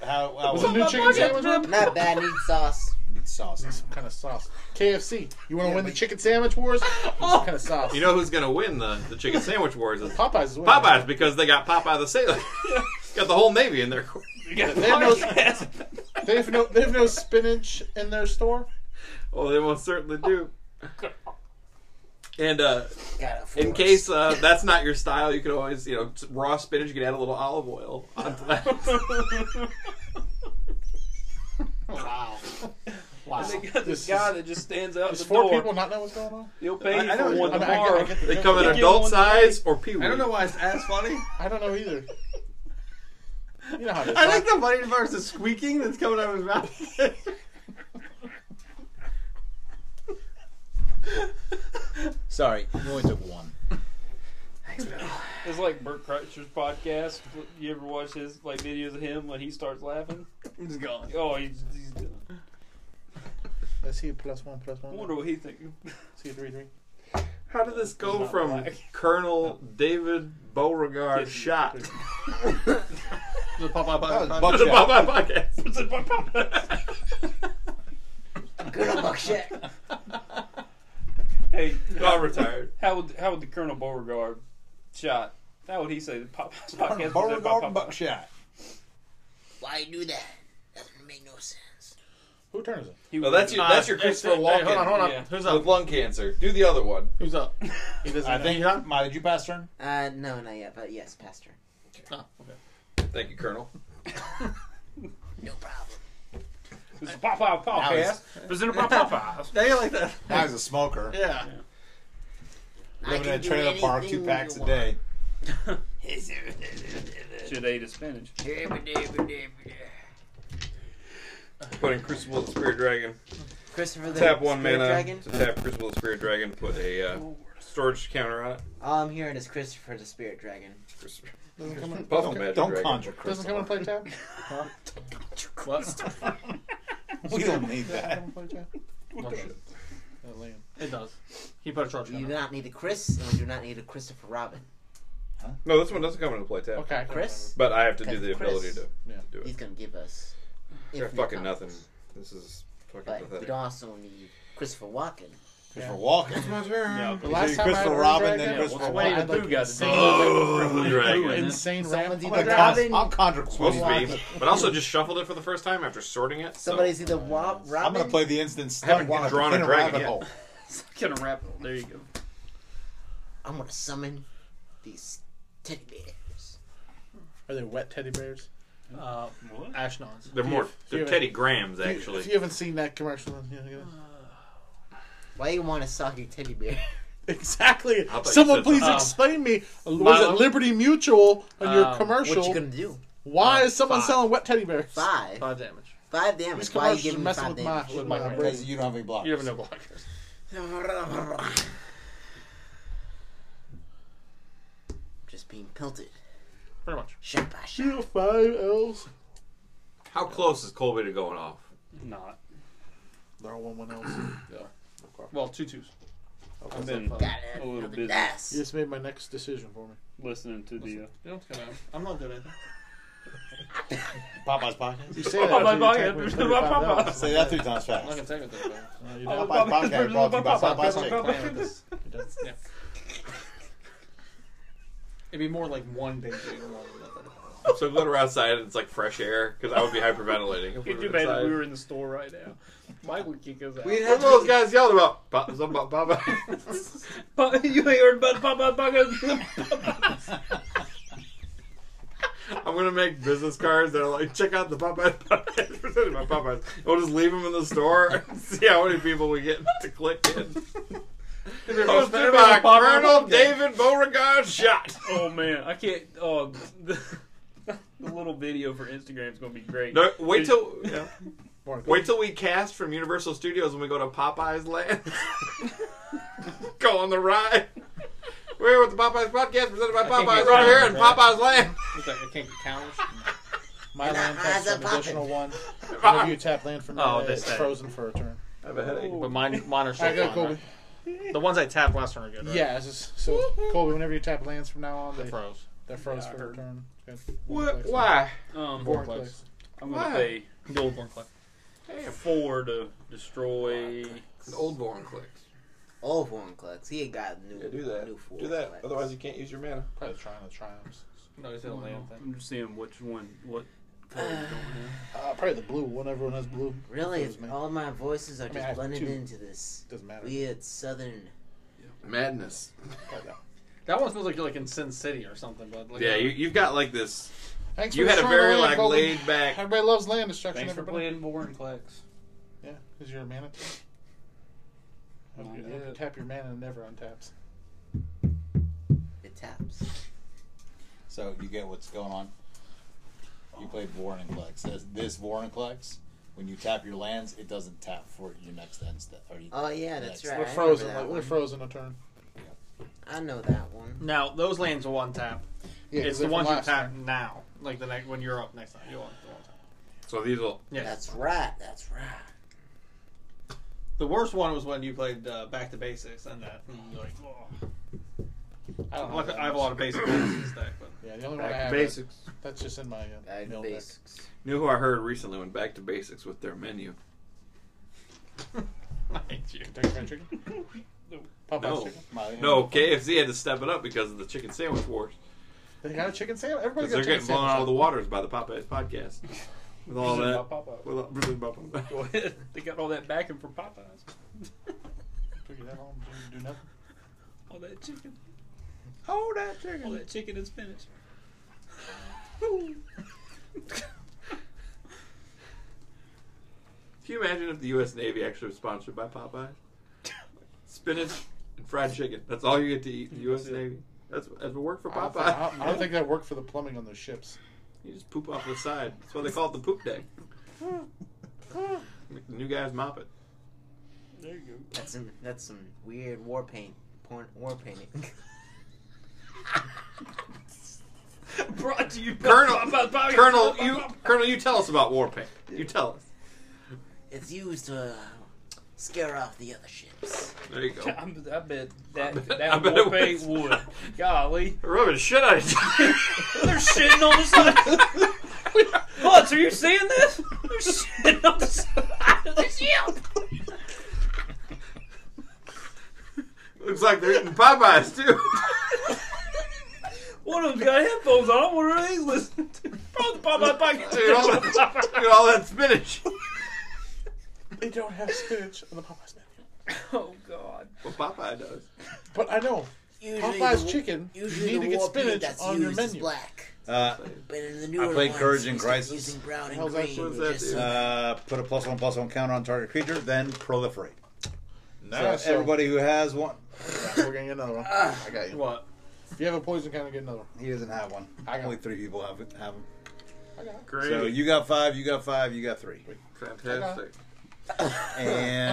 [SPEAKER 6] How, how
[SPEAKER 4] Was it
[SPEAKER 6] was it?
[SPEAKER 4] new chicken sandwich? Rob?
[SPEAKER 5] Not bad. Need sauce.
[SPEAKER 6] Need sauce.
[SPEAKER 4] Some kind of sauce. KFC. You want to
[SPEAKER 6] Yeah,
[SPEAKER 4] win the
[SPEAKER 6] but-
[SPEAKER 4] chicken sandwich wars?
[SPEAKER 3] Oh.
[SPEAKER 4] Some kind of sauce.
[SPEAKER 1] You know who's gonna win the, the chicken sandwich wars is
[SPEAKER 4] Popeyes is winning.
[SPEAKER 1] Popeyes because they got Popeye the Sailor. (laughs) got the whole Navy in their corner.
[SPEAKER 4] They have, no, they have no. They have no spinach in
[SPEAKER 3] (laughs)
[SPEAKER 4] their store.
[SPEAKER 1] Oh, they most certainly do. And uh,
[SPEAKER 5] Got a
[SPEAKER 1] in
[SPEAKER 5] force.
[SPEAKER 1] case uh, that's not your style, you can always, you know, s- raw spinach, you can add a little olive oil
[SPEAKER 3] (laughs)
[SPEAKER 1] onto that.
[SPEAKER 2] Wow. Wow.
[SPEAKER 3] And they got this guy that just stands out
[SPEAKER 4] Does
[SPEAKER 3] the
[SPEAKER 4] four
[SPEAKER 3] door.
[SPEAKER 4] people not know what's going on?
[SPEAKER 3] He'll pay
[SPEAKER 2] I-
[SPEAKER 3] you
[SPEAKER 2] I
[SPEAKER 3] for
[SPEAKER 2] know-
[SPEAKER 3] one
[SPEAKER 4] I mean, I get- I
[SPEAKER 3] tomorrow.
[SPEAKER 4] get the
[SPEAKER 1] They
[SPEAKER 4] joke.
[SPEAKER 1] come in
[SPEAKER 3] You give
[SPEAKER 1] adult
[SPEAKER 3] one to
[SPEAKER 1] size or pee wee.
[SPEAKER 2] I don't know why it's ass funny.
[SPEAKER 4] I don't
[SPEAKER 3] (laughs)
[SPEAKER 4] know either. You know how it is.
[SPEAKER 2] I
[SPEAKER 4] right?
[SPEAKER 2] think the funny part is the squeaking that's coming out of his mouth.
[SPEAKER 13] Sorry, you only took one.
[SPEAKER 3] It's like Bert Kreischer's podcast. You ever watch his like videos of him when he starts laughing?
[SPEAKER 2] He's gone.
[SPEAKER 3] Oh, he's, he's done.
[SPEAKER 4] Let's see plus one, plus
[SPEAKER 3] I
[SPEAKER 4] one.
[SPEAKER 3] wonder what he thinks. (laughs)
[SPEAKER 4] See three, three.
[SPEAKER 1] (laughs) How did this go
[SPEAKER 3] Not
[SPEAKER 1] from
[SPEAKER 3] black.
[SPEAKER 1] Colonel David Beauregard shot (laughs) to
[SPEAKER 2] The Popeye
[SPEAKER 6] That was
[SPEAKER 2] Popeye-
[SPEAKER 6] buck
[SPEAKER 1] the
[SPEAKER 6] shot.
[SPEAKER 1] Popeye podcast?
[SPEAKER 5] Good old Buckshot.
[SPEAKER 3] Hey,
[SPEAKER 1] (laughs) I'm retired.
[SPEAKER 3] how would how would the Colonel Beauregard shot? How would he say the pop, (laughs) podcast? was
[SPEAKER 6] Burger
[SPEAKER 3] that pop- pop-
[SPEAKER 6] garden buckshot.
[SPEAKER 5] Why you do that? That doesn't make no sense.
[SPEAKER 4] Who turns it?
[SPEAKER 3] He
[SPEAKER 1] No,
[SPEAKER 3] would-
[SPEAKER 1] that's your that's your Christopher
[SPEAKER 2] Hey,
[SPEAKER 1] Walken
[SPEAKER 2] hold on, hold on.
[SPEAKER 3] Yeah.
[SPEAKER 2] Who's
[SPEAKER 1] with
[SPEAKER 2] up?
[SPEAKER 1] lung cancer. Do the other one.
[SPEAKER 2] Who's up?
[SPEAKER 4] He doesn't.
[SPEAKER 13] I
[SPEAKER 4] know.
[SPEAKER 13] think you're my did you pass turn?
[SPEAKER 5] Uh, no, not yet, but yes, Pastor.
[SPEAKER 1] Thank you, Colonel.
[SPEAKER 5] No (laughs) problem.
[SPEAKER 3] It's the Popeye podcast presented by (laughs) Popeyes.
[SPEAKER 2] Now you like that.
[SPEAKER 6] I was a smoker.
[SPEAKER 2] Yeah.
[SPEAKER 5] I
[SPEAKER 6] Living in
[SPEAKER 5] can
[SPEAKER 6] a
[SPEAKER 5] do
[SPEAKER 6] trailer park, two
[SPEAKER 5] anything
[SPEAKER 6] packs
[SPEAKER 5] you
[SPEAKER 6] a day.
[SPEAKER 5] want.
[SPEAKER 3] Should ate his spinach.
[SPEAKER 1] Put in Crucible of the Spirit Dragon.
[SPEAKER 5] Christopher the
[SPEAKER 1] Tap one
[SPEAKER 5] Spirit
[SPEAKER 1] mana
[SPEAKER 5] Dragon.
[SPEAKER 1] to tap Crucible of the Spirit Dragon. Put a uh, storage counter on it.
[SPEAKER 5] All I'm hearing is Christopher the Spirit Dragon.
[SPEAKER 4] Doesn't come in,
[SPEAKER 1] Puff Magic
[SPEAKER 6] Don't
[SPEAKER 1] Dragon.
[SPEAKER 6] conjure,
[SPEAKER 4] doesn't come in
[SPEAKER 6] Christopher.
[SPEAKER 4] and play tab.
[SPEAKER 6] We don't need that.
[SPEAKER 4] Come and play tab. Oh, Liam.
[SPEAKER 2] It does. He put a charge
[SPEAKER 5] You
[SPEAKER 2] on
[SPEAKER 5] do
[SPEAKER 2] it.
[SPEAKER 5] not need a Chris, and we do not need a Christopher Robin.
[SPEAKER 1] No, this one doesn't come into play tap.
[SPEAKER 4] Okay,
[SPEAKER 5] Chris,
[SPEAKER 1] But I have to do the
[SPEAKER 5] Because
[SPEAKER 1] ability
[SPEAKER 5] Chris-
[SPEAKER 1] to
[SPEAKER 4] Yeah.
[SPEAKER 1] do
[SPEAKER 5] he's
[SPEAKER 1] it.
[SPEAKER 5] gonna give us
[SPEAKER 1] Got
[SPEAKER 5] infinite
[SPEAKER 1] fucking
[SPEAKER 5] combos.
[SPEAKER 1] nothing. This is fucking
[SPEAKER 5] But we
[SPEAKER 1] pathetic.
[SPEAKER 5] also need Christopher Walken.
[SPEAKER 6] Christopher Walken.
[SPEAKER 1] My turn.
[SPEAKER 4] The last time I had
[SPEAKER 6] Christopher
[SPEAKER 4] a
[SPEAKER 6] Robin,
[SPEAKER 4] Dragon,
[SPEAKER 6] then
[SPEAKER 4] I
[SPEAKER 6] Christopher
[SPEAKER 4] had,
[SPEAKER 6] Walken.
[SPEAKER 4] like,
[SPEAKER 2] Wait, the blue guy
[SPEAKER 4] insane,
[SPEAKER 1] Oh, dragon.
[SPEAKER 4] insane ramp.
[SPEAKER 5] Someone's
[SPEAKER 6] I'm
[SPEAKER 5] either
[SPEAKER 6] gonna con-
[SPEAKER 5] Robin.
[SPEAKER 6] I'll conjure
[SPEAKER 1] Supposed
[SPEAKER 6] Christopher
[SPEAKER 1] to
[SPEAKER 6] Walken.
[SPEAKER 1] be, but also just shuffled it for the first time after sorting it. so-
[SPEAKER 5] Somebody's either Wa- Robin.
[SPEAKER 6] I'm gonna play the instant
[SPEAKER 1] I haven't
[SPEAKER 6] stunt one.
[SPEAKER 1] drawn a
[SPEAKER 6] in
[SPEAKER 1] dragon
[SPEAKER 6] rabbit
[SPEAKER 1] yet.
[SPEAKER 6] hole.
[SPEAKER 3] Kind of wrap. There you go.
[SPEAKER 5] I'm gonna summon these teddy bears.
[SPEAKER 4] Are they wet teddy bears?
[SPEAKER 2] Uh, Ashnons.
[SPEAKER 1] They're more they're
[SPEAKER 4] you-
[SPEAKER 1] Teddy Grahams
[SPEAKER 4] If you-
[SPEAKER 1] actually.
[SPEAKER 4] if you haven't seen that commercial, then, you know, you know.
[SPEAKER 3] Uh.
[SPEAKER 5] Why you want a soggy teddy bear?
[SPEAKER 4] exactly.
[SPEAKER 1] thought you
[SPEAKER 4] Someone
[SPEAKER 1] said
[SPEAKER 4] please
[SPEAKER 1] something.
[SPEAKER 4] explain me.
[SPEAKER 3] Oh.
[SPEAKER 4] Was it Liberty Mutual on
[SPEAKER 3] Uh,
[SPEAKER 4] your
[SPEAKER 2] Um,
[SPEAKER 4] commercial?
[SPEAKER 5] What you gonna do?
[SPEAKER 4] Why is someone
[SPEAKER 2] five.
[SPEAKER 4] selling wet teddy bears?
[SPEAKER 5] Five.
[SPEAKER 2] Five damage.
[SPEAKER 5] Five
[SPEAKER 4] These
[SPEAKER 5] damage. Why you
[SPEAKER 4] commercials are
[SPEAKER 5] giving me
[SPEAKER 4] messing
[SPEAKER 5] five
[SPEAKER 4] with my,
[SPEAKER 5] damage?
[SPEAKER 4] with my brain.
[SPEAKER 6] Because you don't have any blocks.
[SPEAKER 2] You have no blockers.
[SPEAKER 5] Just being pelted.
[SPEAKER 2] Pretty much.
[SPEAKER 5] Shot by shot.
[SPEAKER 4] Shield five L's.
[SPEAKER 1] How close is Colby to going off?
[SPEAKER 3] Not.
[SPEAKER 4] They're all one one L's.
[SPEAKER 2] Well, two twos.
[SPEAKER 3] I've been
[SPEAKER 5] Got
[SPEAKER 3] a little
[SPEAKER 5] another
[SPEAKER 3] busy
[SPEAKER 4] You
[SPEAKER 5] dice.
[SPEAKER 4] just made my next decision for me.
[SPEAKER 3] listening to the. Uh,
[SPEAKER 2] You don't come out. I'm not doing anything.
[SPEAKER 6] Popeye's podcast.
[SPEAKER 4] You say that.
[SPEAKER 3] Oh, my
[SPEAKER 4] after you attack
[SPEAKER 3] God.
[SPEAKER 4] me with 35
[SPEAKER 3] Papa.
[SPEAKER 4] L's.
[SPEAKER 6] (laughs) Say that three times
[SPEAKER 2] I'm not
[SPEAKER 6] fast.
[SPEAKER 2] gonna take it this (laughs) way.
[SPEAKER 4] No, Uh, you
[SPEAKER 3] Oh,
[SPEAKER 4] don't.
[SPEAKER 6] Popeye's podcast brought to you by Popeye's Chicken.
[SPEAKER 2] Playing with this. You're done. Yeah. It'd be more like one day. doing one, nothing.
[SPEAKER 1] I'm so glad we're outside and it's like fresh air because I would be hyperventilating. If we
[SPEAKER 3] It's too
[SPEAKER 1] were
[SPEAKER 3] bad that
[SPEAKER 1] inside.
[SPEAKER 3] we were in the store right now. Mike would kick us out.
[SPEAKER 1] What were those guys yelled about? Pop, something about Papa.
[SPEAKER 3] Pa- (laughs) you ain't heard about Popeye podcast.
[SPEAKER 1] (laughs) I'm gonna make business cards that are like, check out the Popeyes (laughs) podcast presented by Popeyes. We'll just leave them in the store and (laughs) see how many people we get to click in. Oh, Hosted by Colonel David Beauregard Shot.
[SPEAKER 3] (laughs) oh man, I can't. Oh, the, (laughs) the little video for Instagram is gonna be great.
[SPEAKER 1] No, wait till yeah.
[SPEAKER 4] More good.
[SPEAKER 1] wait till we cast from Universal Studios when we go to Popeyes Land. (laughs) go on the ride. We're here with the Popeyes podcast presented by
[SPEAKER 2] can't
[SPEAKER 1] Popeyes.
[SPEAKER 2] get
[SPEAKER 1] We're here in
[SPEAKER 2] around that.
[SPEAKER 1] Popeyes Land.
[SPEAKER 2] It's like I can't get (laughs) counters.
[SPEAKER 4] My land taps
[SPEAKER 5] eyes are
[SPEAKER 4] an additional one.
[SPEAKER 1] Ah.
[SPEAKER 4] Whenever you tap land from
[SPEAKER 2] Oh,
[SPEAKER 4] your
[SPEAKER 2] this
[SPEAKER 4] it's
[SPEAKER 2] thing.
[SPEAKER 4] frozen for a turn.
[SPEAKER 1] I have a headache.
[SPEAKER 2] But mine, mine are still
[SPEAKER 4] I got
[SPEAKER 2] fine,
[SPEAKER 4] Colby.
[SPEAKER 2] right? The ones I tapped last turn are good. Right?
[SPEAKER 4] Yeah, it's just, so Colby, whenever you tap lands from now on,
[SPEAKER 2] They're
[SPEAKER 4] they,
[SPEAKER 2] froze.
[SPEAKER 4] they're froze
[SPEAKER 3] Yeah, I
[SPEAKER 4] for a
[SPEAKER 3] heard.
[SPEAKER 4] turn. Good. One
[SPEAKER 1] What?
[SPEAKER 4] place.
[SPEAKER 1] Why?
[SPEAKER 3] Um,
[SPEAKER 4] One
[SPEAKER 2] Four
[SPEAKER 4] place.
[SPEAKER 3] I'm gonna
[SPEAKER 1] Why?
[SPEAKER 3] pay
[SPEAKER 2] Gold one click.
[SPEAKER 3] four to destroy.
[SPEAKER 1] Old born clicks.
[SPEAKER 5] All of one clucks. He ain't got new.
[SPEAKER 1] Yeah, do that.
[SPEAKER 5] New four
[SPEAKER 1] Do that.
[SPEAKER 5] clucks.
[SPEAKER 1] Otherwise, you can't use your mana.
[SPEAKER 4] Probably trying the triumphs.
[SPEAKER 2] No, it's still land thing.
[SPEAKER 3] I'm just seeing which one, what colors (sighs) don't have.
[SPEAKER 4] Uh, probably the blue one. Everyone has blue.
[SPEAKER 5] Really, Oh.
[SPEAKER 4] Excuse me.
[SPEAKER 5] all my voices are
[SPEAKER 4] mean,
[SPEAKER 5] just
[SPEAKER 4] I have
[SPEAKER 5] blended
[SPEAKER 4] two.
[SPEAKER 5] into this
[SPEAKER 4] Doesn't matter.
[SPEAKER 5] weird southern.
[SPEAKER 1] Madness.
[SPEAKER 2] That one feels like you're like in Sin City or something. But like,
[SPEAKER 1] Yeah, you, you've got like this.
[SPEAKER 4] Thanks
[SPEAKER 1] You
[SPEAKER 4] for
[SPEAKER 1] had a
[SPEAKER 4] destroying the
[SPEAKER 1] very
[SPEAKER 4] land,
[SPEAKER 1] like
[SPEAKER 4] Colby.
[SPEAKER 1] laid back.
[SPEAKER 4] Everybody loves land destruction.
[SPEAKER 3] Thanks for
[SPEAKER 4] everybody.
[SPEAKER 3] playing Born Clex.
[SPEAKER 4] Yeah, is your mana tapped? I hope
[SPEAKER 2] Not
[SPEAKER 4] you, I hope you
[SPEAKER 2] yet.
[SPEAKER 4] tap your mana and never untaps.
[SPEAKER 5] It taps.
[SPEAKER 6] So you get what's going on. You played Warren and Clex. This, this Warren and Clex, when you tap your lands, it doesn't tap for your next end step. Or you,
[SPEAKER 5] Oh yeah, that's
[SPEAKER 6] Next.
[SPEAKER 5] right.
[SPEAKER 4] We're
[SPEAKER 5] I remember
[SPEAKER 4] frozen.
[SPEAKER 5] that
[SPEAKER 4] Like, we're
[SPEAKER 5] one.
[SPEAKER 4] frozen a turn.
[SPEAKER 5] I know that one.
[SPEAKER 2] Now those lands will untap.
[SPEAKER 4] Yeah, 'cause
[SPEAKER 2] it's
[SPEAKER 4] they're
[SPEAKER 2] the
[SPEAKER 4] from
[SPEAKER 2] ones you
[SPEAKER 4] last
[SPEAKER 2] tap
[SPEAKER 4] turn.
[SPEAKER 2] now, like the next when you're up next time. You'll untap.
[SPEAKER 1] So these will.
[SPEAKER 2] Yes.
[SPEAKER 5] That's right. That's right.
[SPEAKER 2] The worst one was when you played uh, Back to Basics and that. and you're like, oh. I, don't have, I have a lot of basic lands in this deck, but
[SPEAKER 4] Yeah, the only one I have. That's just in my uh,
[SPEAKER 5] Back to
[SPEAKER 4] mill deck.
[SPEAKER 5] basics.
[SPEAKER 1] Knew who I heard recently went back to basics with their menu.
[SPEAKER 4] Kentucky Fried Chicken.
[SPEAKER 1] (laughs)
[SPEAKER 4] Popeye's
[SPEAKER 1] No.
[SPEAKER 4] chicken.
[SPEAKER 6] my,
[SPEAKER 1] No, KFC had to step it up because of the chicken sandwich wars.
[SPEAKER 4] They got a chicken sandwich. Everybody
[SPEAKER 1] Because
[SPEAKER 4] got
[SPEAKER 1] they're
[SPEAKER 4] a
[SPEAKER 1] getting
[SPEAKER 4] chicken
[SPEAKER 1] blown
[SPEAKER 4] sandwich.
[SPEAKER 1] out of the waters by the Popeyes podcast. With all that.
[SPEAKER 3] Pop (laughs) up.
[SPEAKER 1] With all,
[SPEAKER 4] (laughs)
[SPEAKER 3] Go ahead. They got all that backing from Popeyes.
[SPEAKER 4] Figure that out, do nothing.
[SPEAKER 3] All that chicken.
[SPEAKER 1] oh, that
[SPEAKER 3] All
[SPEAKER 1] chicken.
[SPEAKER 3] that chicken and spinach.
[SPEAKER 1] Can you imagine if the U.S. Navy actually was sponsored by
[SPEAKER 4] (laughs)
[SPEAKER 1] Popeyes? Spinach and fried chicken. That's all you get to eat in the U.S. Navy. That's, that's what work for
[SPEAKER 4] I don't think- I
[SPEAKER 1] Popeyes.
[SPEAKER 4] don't- I don't think that worked for the plumbing on those ships.
[SPEAKER 1] (laughs) You just poop off the side. That's why they call it the poop
[SPEAKER 4] (laughs)
[SPEAKER 1] deck. Make the new guys mop
[SPEAKER 4] (laughs)
[SPEAKER 1] it.
[SPEAKER 5] That's some. That's some weird war paint. Porn, war painting.
[SPEAKER 3] (laughs)
[SPEAKER 5] (laughs)
[SPEAKER 3] Brought to you by
[SPEAKER 1] Colonel-
[SPEAKER 3] Popeyes. Popeyes.
[SPEAKER 1] Colonel, you Colonel, you tell us about war paint. You tell us.
[SPEAKER 5] it's used to uh, scare off the other ships.
[SPEAKER 1] There you
[SPEAKER 4] (laughs)
[SPEAKER 1] go.
[SPEAKER 3] I, I bet that
[SPEAKER 1] bet- I
[SPEAKER 3] that
[SPEAKER 1] bet
[SPEAKER 3] war
[SPEAKER 1] it
[SPEAKER 3] paint
[SPEAKER 1] was. (laughs)
[SPEAKER 3] would. Golly,
[SPEAKER 1] Rub the shit out of you.
[SPEAKER 3] they're shitting on the (laughs) side. Butts, are you seeing this? They're shitting on the (laughs) side of the ship.
[SPEAKER 1] (laughs) Looks like they're eating Popeyes too. (laughs)
[SPEAKER 3] One of them's got headphones on. What are they listening to? Probably Popeye
[SPEAKER 1] Dude, all
[SPEAKER 3] Pocket.
[SPEAKER 1] that, dude, all that spinach.
[SPEAKER 4] They don't have spinach on the Popeyes menu.
[SPEAKER 3] (laughs) Oh God.
[SPEAKER 1] Well, Popeye does.
[SPEAKER 4] But I know
[SPEAKER 5] Usually
[SPEAKER 4] Popeyes
[SPEAKER 5] the,
[SPEAKER 4] chicken. You
[SPEAKER 5] Usually
[SPEAKER 4] need
[SPEAKER 5] the
[SPEAKER 4] to get
[SPEAKER 5] war paint
[SPEAKER 4] spinach
[SPEAKER 5] that's
[SPEAKER 4] on
[SPEAKER 5] used
[SPEAKER 4] your
[SPEAKER 5] is
[SPEAKER 4] menu.
[SPEAKER 5] black.
[SPEAKER 6] Uh,
[SPEAKER 5] But in the newer
[SPEAKER 6] played
[SPEAKER 5] ones,
[SPEAKER 6] Courage
[SPEAKER 5] instead
[SPEAKER 6] and
[SPEAKER 5] of
[SPEAKER 6] Crisis.
[SPEAKER 5] Using brown and
[SPEAKER 4] How's that-
[SPEAKER 5] green.
[SPEAKER 1] what does
[SPEAKER 5] you
[SPEAKER 1] that
[SPEAKER 5] just-
[SPEAKER 1] do?
[SPEAKER 6] uh, put a plus one plus one counter on target creature, then proliferate.
[SPEAKER 14] No,
[SPEAKER 6] so everybody who has one,
[SPEAKER 4] We're gonna get another one.
[SPEAKER 6] I got you.
[SPEAKER 2] what?
[SPEAKER 4] If you have a poison counter, get another one.
[SPEAKER 6] He doesn't have one.
[SPEAKER 4] I got
[SPEAKER 6] Only three people have have them.
[SPEAKER 1] Great.
[SPEAKER 6] So you got five, you got five, you got three,
[SPEAKER 1] Fantastic.
[SPEAKER 6] and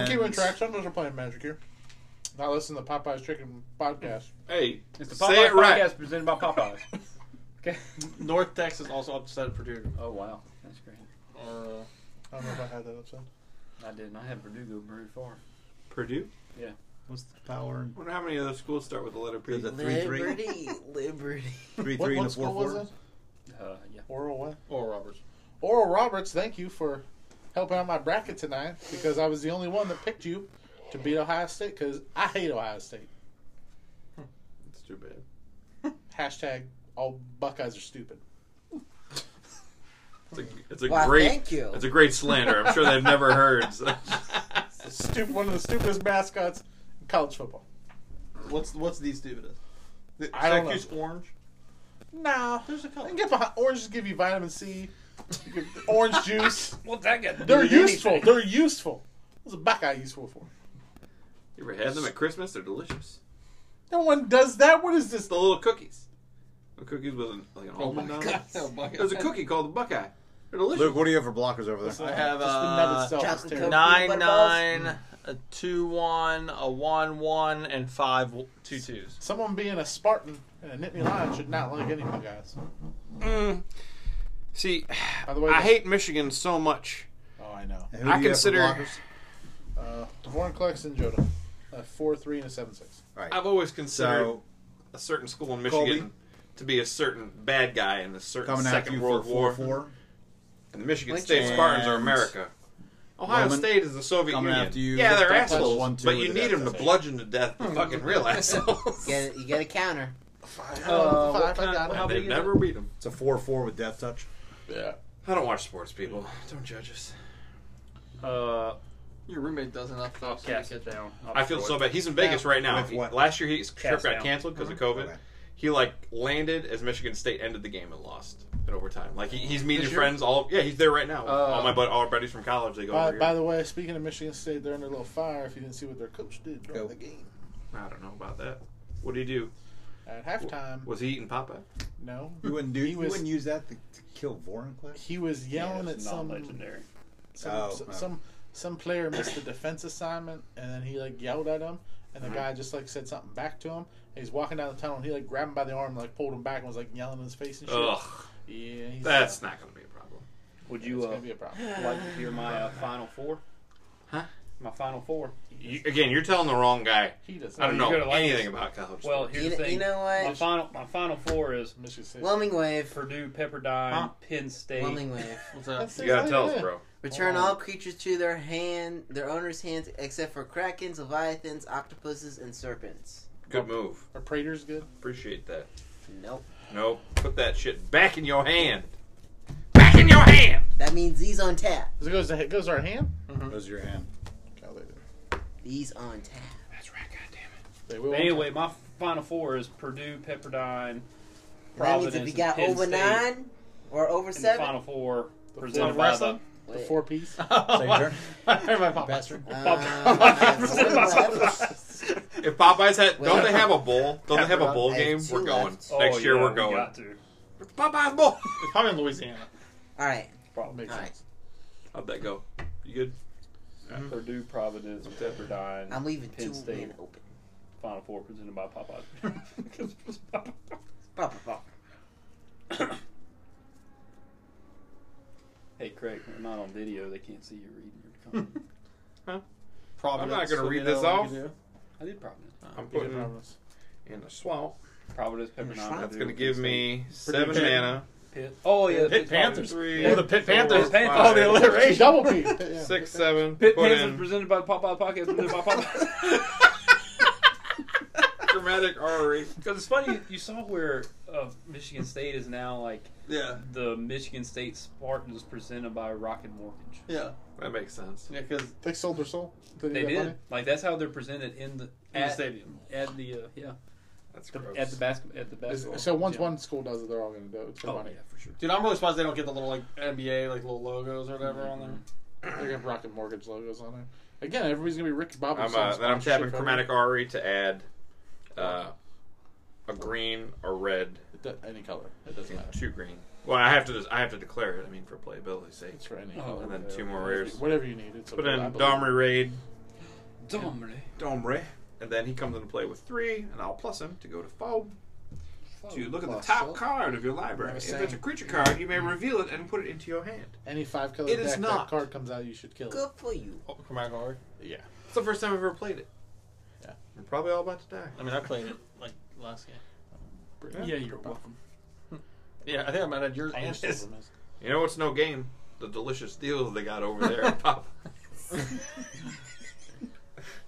[SPEAKER 4] (laughs) I'm keeping track. Some of us are playing Magic here. Now listen to Popeye's chicken podcast.
[SPEAKER 1] Hey,
[SPEAKER 2] It's the
[SPEAKER 1] say
[SPEAKER 2] Popeye
[SPEAKER 1] it right.
[SPEAKER 2] podcast presented by Popeyes. okay. North Texas also upset Purdue.
[SPEAKER 3] Oh wow, that's great.
[SPEAKER 4] Or uh, I don't know if I had that upset.
[SPEAKER 3] I didn't. I had Verdugo brewed far.
[SPEAKER 1] Purdue.
[SPEAKER 14] What's the power?
[SPEAKER 1] I wonder how many other schools start with the letter P.
[SPEAKER 6] There's a three, three,
[SPEAKER 5] Liberty,
[SPEAKER 4] (laughs)
[SPEAKER 5] Liberty.
[SPEAKER 6] three,
[SPEAKER 4] What, what
[SPEAKER 6] three, and a four,
[SPEAKER 4] school was
[SPEAKER 6] four.
[SPEAKER 4] it?
[SPEAKER 3] Uh, yeah.
[SPEAKER 4] Oral what?
[SPEAKER 2] Or Roberts.
[SPEAKER 4] Oral Roberts, thank you for helping out my bracket tonight because I was the only one that picked you to beat Ohio State because I hate Ohio State.
[SPEAKER 1] It's too bad.
[SPEAKER 4] Hashtag all Buckeyes are stupid.
[SPEAKER 1] It's a, it's a
[SPEAKER 5] Why,
[SPEAKER 1] great.
[SPEAKER 5] thank you.
[SPEAKER 1] It's a great slander. I'm sure they've never heard. So.
[SPEAKER 4] Stupid, one of the stupidest mascots in college football.
[SPEAKER 15] What's what's the stupidest? The,
[SPEAKER 4] I don't
[SPEAKER 15] Syracuse orange.
[SPEAKER 4] Nah,
[SPEAKER 15] There's a
[SPEAKER 4] I
[SPEAKER 15] color.
[SPEAKER 4] can get behind oranges. Give you vitamin C, give- orange juice.
[SPEAKER 3] What's that got? to do
[SPEAKER 4] They're
[SPEAKER 3] with
[SPEAKER 4] useful.
[SPEAKER 3] anything?
[SPEAKER 4] They're useful. What's a Buckeye useful for?
[SPEAKER 1] You ever had them at Christmas? They're delicious.
[SPEAKER 4] No one does that. What is this?
[SPEAKER 1] It's the little cookies. The cookies with an, like an almond on it. There's a cookie called the Buckeye. They're delicious.
[SPEAKER 6] Luke, what do you have for blockers over there?
[SPEAKER 15] I have
[SPEAKER 4] Just the
[SPEAKER 15] uh,
[SPEAKER 4] nut itself is
[SPEAKER 5] chocolate covered
[SPEAKER 4] terrible.
[SPEAKER 2] Nine
[SPEAKER 5] peanut butter
[SPEAKER 2] nine, a two one, a one one, and five w- two twos.
[SPEAKER 4] Someone being a Spartan and a Nittany Lion should not like any of my guys.
[SPEAKER 1] Mm. See,
[SPEAKER 4] By the way,
[SPEAKER 1] I
[SPEAKER 4] this-
[SPEAKER 1] hate Michigan so much.
[SPEAKER 4] Oh, I know.
[SPEAKER 6] And who
[SPEAKER 1] I
[SPEAKER 6] do you have for
[SPEAKER 1] consider-
[SPEAKER 6] blockers?
[SPEAKER 4] Uh, Warren Clarkson, Joda. A 4 3 and a 7 6.
[SPEAKER 1] I've always considered
[SPEAKER 6] So
[SPEAKER 1] a certain school in Michigan
[SPEAKER 6] Colby?
[SPEAKER 1] to be a certain bad guy in a certain
[SPEAKER 6] coming at
[SPEAKER 1] Second
[SPEAKER 6] you for
[SPEAKER 1] World
[SPEAKER 6] four,
[SPEAKER 1] War.
[SPEAKER 6] four.
[SPEAKER 1] And the Michigan
[SPEAKER 5] Lincoln.
[SPEAKER 1] State Spartans are
[SPEAKER 6] And
[SPEAKER 1] America. Ohio
[SPEAKER 6] Roman
[SPEAKER 1] State is the Soviet
[SPEAKER 6] coming
[SPEAKER 1] Union.
[SPEAKER 6] after you
[SPEAKER 1] yeah,
[SPEAKER 6] with
[SPEAKER 1] they're
[SPEAKER 6] the
[SPEAKER 1] assholes,
[SPEAKER 6] plus one, two
[SPEAKER 1] but
[SPEAKER 6] with
[SPEAKER 1] you
[SPEAKER 6] the
[SPEAKER 1] need them to
[SPEAKER 6] death.
[SPEAKER 1] bludgeon to death to fucking real assholes.
[SPEAKER 5] You get, you get a counter.
[SPEAKER 2] Uh, what
[SPEAKER 4] Oh, Five, I
[SPEAKER 2] kind-
[SPEAKER 4] got it.
[SPEAKER 2] how
[SPEAKER 1] They've
[SPEAKER 2] big is
[SPEAKER 1] never beat them.
[SPEAKER 6] It's a four, four with death touch.
[SPEAKER 4] Yeah.
[SPEAKER 1] I don't watch sports, people. Don't judge us.
[SPEAKER 2] it? Uh,
[SPEAKER 15] your roommate doesn't. I thought so.
[SPEAKER 3] Cast it down.
[SPEAKER 1] I feel so bad. He's in Vegas right now.
[SPEAKER 6] With what? Uh-huh.
[SPEAKER 1] Last year, his trip
[SPEAKER 3] Cast
[SPEAKER 1] got
[SPEAKER 3] down.
[SPEAKER 1] canceled because of COVID.
[SPEAKER 6] Okay.
[SPEAKER 1] He like landed as Michigan State ended the game and lost in overtime. Like he, he's meeting
[SPEAKER 2] This year?
[SPEAKER 1] friends all. Yeah, he's there right now.
[SPEAKER 2] Oh.
[SPEAKER 1] all my bud, all our buddies from college. They go
[SPEAKER 4] By,
[SPEAKER 1] over
[SPEAKER 4] by
[SPEAKER 1] here.
[SPEAKER 4] the way, speaking of Michigan State, they're under a little fire. If you didn't see what their coach did during
[SPEAKER 6] Go.
[SPEAKER 4] the game
[SPEAKER 1] I don't know about that. What did he do?
[SPEAKER 4] at halftime,
[SPEAKER 1] Was he eating Popeye?
[SPEAKER 4] no,
[SPEAKER 6] You wouldn't do.
[SPEAKER 4] He
[SPEAKER 6] you
[SPEAKER 4] was-
[SPEAKER 6] wouldn't use that to, to kill Vorinclex.
[SPEAKER 4] he was yelling
[SPEAKER 16] it's
[SPEAKER 4] at
[SPEAKER 16] not
[SPEAKER 4] some
[SPEAKER 16] legendary.
[SPEAKER 4] some,
[SPEAKER 6] Oh,
[SPEAKER 4] some,
[SPEAKER 6] oh.
[SPEAKER 4] some some player missed a defense assignment and then he like yelled at him and the guy just like said something back to him. He's walking down the tunnel and he like grabbed him by the arm and like pulled him back and was like yelling in his face and shit.
[SPEAKER 1] Ugh,
[SPEAKER 4] Yeah, he's,
[SPEAKER 1] that's not going to be a problem.
[SPEAKER 3] Would
[SPEAKER 4] it's
[SPEAKER 3] you uh,
[SPEAKER 4] gonna be a problem.
[SPEAKER 3] like to hear my uh, final four?
[SPEAKER 1] Huh?
[SPEAKER 3] My final four.
[SPEAKER 1] You, again, you're telling the wrong guy.
[SPEAKER 4] He does.
[SPEAKER 1] I don't
[SPEAKER 4] not
[SPEAKER 1] know
[SPEAKER 3] you gotta like
[SPEAKER 1] anything about college.
[SPEAKER 3] Well,
[SPEAKER 1] sports.
[SPEAKER 3] here's
[SPEAKER 5] You,
[SPEAKER 3] the
[SPEAKER 5] kn-
[SPEAKER 3] thing.
[SPEAKER 5] you know
[SPEAKER 3] my
[SPEAKER 5] what?
[SPEAKER 3] final, my final four is
[SPEAKER 4] Michigan State.
[SPEAKER 5] Whelming wave.
[SPEAKER 3] Purdue, Pepperdine,
[SPEAKER 2] Huh?
[SPEAKER 3] Penn State.
[SPEAKER 5] Whelming wave.
[SPEAKER 2] What's up?
[SPEAKER 1] you gotta tell us, bro.
[SPEAKER 5] Return
[SPEAKER 4] Hold on.
[SPEAKER 5] all creatures to their hand, their owner's hands, except for krakens, leviathans, octopuses, and serpents.
[SPEAKER 1] Good move.
[SPEAKER 4] Are Prater's good?
[SPEAKER 1] Appreciate that.
[SPEAKER 5] Nope.
[SPEAKER 1] No, put that shit back in your hand. Back in your hand.
[SPEAKER 5] That means these on tap.
[SPEAKER 4] Does it goes to, goes to our hand?
[SPEAKER 6] Those are
[SPEAKER 4] (laughs)
[SPEAKER 6] your hand.
[SPEAKER 4] Calculated.
[SPEAKER 5] These on tap.
[SPEAKER 1] That's right. Goddamn
[SPEAKER 4] They will
[SPEAKER 3] But anyway, my final four is Purdue, Pepperdine,
[SPEAKER 5] That
[SPEAKER 3] Providence,
[SPEAKER 5] means if you got
[SPEAKER 3] and Penn
[SPEAKER 5] over
[SPEAKER 3] State.
[SPEAKER 5] nine or over
[SPEAKER 3] And the
[SPEAKER 5] seven.
[SPEAKER 3] final four
[SPEAKER 4] The
[SPEAKER 3] presented
[SPEAKER 4] four
[SPEAKER 3] by the
[SPEAKER 4] wrestling? the
[SPEAKER 5] Wait.
[SPEAKER 4] four
[SPEAKER 2] (laughs)
[SPEAKER 4] piece.
[SPEAKER 6] So your turn. (laughs)
[SPEAKER 17] Bastard.
[SPEAKER 5] Uh, (laughs)
[SPEAKER 3] Presented by Southwest.
[SPEAKER 1] it. If Popeyes had, don't
[SPEAKER 5] Wait.
[SPEAKER 1] they have a bowl? Don't they have a
[SPEAKER 5] Pepper
[SPEAKER 1] bowl
[SPEAKER 5] up.
[SPEAKER 1] game?
[SPEAKER 5] Hey, two
[SPEAKER 1] We're going
[SPEAKER 5] left.
[SPEAKER 1] next
[SPEAKER 3] Oh,
[SPEAKER 1] year.
[SPEAKER 3] yeah,
[SPEAKER 1] we're
[SPEAKER 3] we
[SPEAKER 1] going
[SPEAKER 3] got to.
[SPEAKER 1] Popeyes bowl.
[SPEAKER 2] Probably in Louisiana.
[SPEAKER 5] all right.
[SPEAKER 3] Probably
[SPEAKER 5] All right.
[SPEAKER 1] How'd that go? You good?
[SPEAKER 3] Purdue, Providence, Pepperdine,
[SPEAKER 5] I'm leaving
[SPEAKER 3] Penn
[SPEAKER 5] two
[SPEAKER 3] State.
[SPEAKER 5] men open.
[SPEAKER 3] Final Four presented by Popeye. Because it was Popeye. (laughs)
[SPEAKER 5] Bah, bah, bah.
[SPEAKER 3] Hey Craig, we're not on video. They can't see you reading your (laughs) comment.
[SPEAKER 2] Probably.
[SPEAKER 1] I'm not gonna read this off.
[SPEAKER 3] I did Providence.
[SPEAKER 1] I'm
[SPEAKER 4] Good
[SPEAKER 1] putting
[SPEAKER 4] Providence.
[SPEAKER 1] in the swamp.
[SPEAKER 3] Providence, Pepperdine.
[SPEAKER 1] That's
[SPEAKER 3] Purdue,
[SPEAKER 1] gonna give
[SPEAKER 3] Penn
[SPEAKER 1] me seven
[SPEAKER 4] Pitt.
[SPEAKER 1] mana.
[SPEAKER 3] State, Pitt. Oh yeah,
[SPEAKER 2] Pitt Panthers.
[SPEAKER 1] Three.
[SPEAKER 2] Oh, the Pitt Panthers.
[SPEAKER 3] Pitt Panthers.
[SPEAKER 2] Oh, the alliteration.
[SPEAKER 4] Double
[SPEAKER 2] (laughs)
[SPEAKER 4] P. Yeah.
[SPEAKER 1] Six, seven.
[SPEAKER 3] Pitt
[SPEAKER 1] put
[SPEAKER 3] Panthers
[SPEAKER 1] in
[SPEAKER 3] presented by Popeye Podcast. Presented by Popeye. (laughs)
[SPEAKER 1] dramatic RE.
[SPEAKER 3] Because it's funny, you saw where uh, Michigan State is now like
[SPEAKER 2] Yeah.
[SPEAKER 3] the Michigan State Spartans presented by Rocket Mortgage.
[SPEAKER 2] Yeah.
[SPEAKER 1] That makes sense.
[SPEAKER 2] Yeah, because
[SPEAKER 4] They sold their soul.
[SPEAKER 3] They
[SPEAKER 4] get
[SPEAKER 3] did.
[SPEAKER 4] money?
[SPEAKER 3] Like that's how they're presented in the
[SPEAKER 2] in the
[SPEAKER 3] at,
[SPEAKER 2] stadium.
[SPEAKER 3] at the uh, yeah
[SPEAKER 1] That's
[SPEAKER 3] the,
[SPEAKER 1] gross.
[SPEAKER 3] at the basketball at the basketball.
[SPEAKER 4] So once
[SPEAKER 3] gym.
[SPEAKER 4] one school does it, they're all going to do it. It's their
[SPEAKER 3] Oh
[SPEAKER 4] money.
[SPEAKER 3] yeah, for sure.
[SPEAKER 2] Dude, I'm really surprised they don't get the little like NBA like little logos or whatever on there.
[SPEAKER 4] They're going to have Rocket Mortgage logos on it. Again, everybody's going to be Ricky Bobby.
[SPEAKER 1] I'm, uh, then I'm tapping chromatic RE to add uh, a green, a red,
[SPEAKER 4] Any color. It doesn't matter.
[SPEAKER 1] two green. Well, I have to just, I have to declare it. I mean, for playability's sake.
[SPEAKER 4] It's for any
[SPEAKER 3] Oh,
[SPEAKER 4] color.
[SPEAKER 1] And then two more rares.
[SPEAKER 4] Whatever you need. It's
[SPEAKER 1] Put
[SPEAKER 4] okay.
[SPEAKER 1] in
[SPEAKER 4] I believe-
[SPEAKER 1] Domri raid.
[SPEAKER 3] Domre.
[SPEAKER 1] Domri. And then he comes into play with three, and I'll plus him to go to four.
[SPEAKER 4] Oh,
[SPEAKER 1] To look at the top card of your library. If it's a creature card, you may reveal it and put it into your hand.
[SPEAKER 4] Any five color
[SPEAKER 1] It is
[SPEAKER 4] deck
[SPEAKER 1] not.
[SPEAKER 4] that card comes out, you should kill it.
[SPEAKER 5] Good for you. (laughs)
[SPEAKER 2] Oh, Chromatic Aura.
[SPEAKER 4] Yeah.
[SPEAKER 1] It's the first time I've ever played it.
[SPEAKER 4] Yeah.
[SPEAKER 1] We're probably all about to die.
[SPEAKER 2] I mean, I played it like last game.
[SPEAKER 3] Yeah, you're welcome.
[SPEAKER 2] Yeah, I think I might have yours and
[SPEAKER 4] Almost
[SPEAKER 2] his.
[SPEAKER 4] over, miss.
[SPEAKER 1] You know what's no game? The delicious deals they got over there at Pop.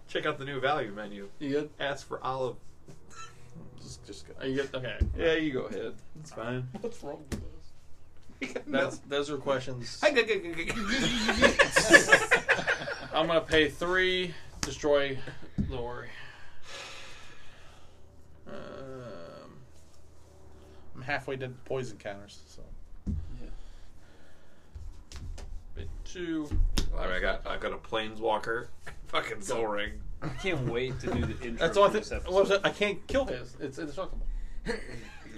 [SPEAKER 1] Check out the new value menu.
[SPEAKER 2] You good?
[SPEAKER 1] Ask for olive.
[SPEAKER 4] Just, just go.
[SPEAKER 2] Are you good? Okay.
[SPEAKER 1] Yeah, you go ahead. It's fine.
[SPEAKER 3] What's wrong with us?
[SPEAKER 2] That's those are questions. I'm gonna pay three. Destroy Lori. Um,
[SPEAKER 4] I'm halfway done poison counters, so.
[SPEAKER 2] bit two.
[SPEAKER 1] I, mean, I got I got a planeswalker, fucking soul ring.
[SPEAKER 3] I can't wait to do the intro.
[SPEAKER 2] That's all I
[SPEAKER 3] for
[SPEAKER 2] think.
[SPEAKER 3] this episode.
[SPEAKER 2] What was that? I can't kill his. It's indestructible.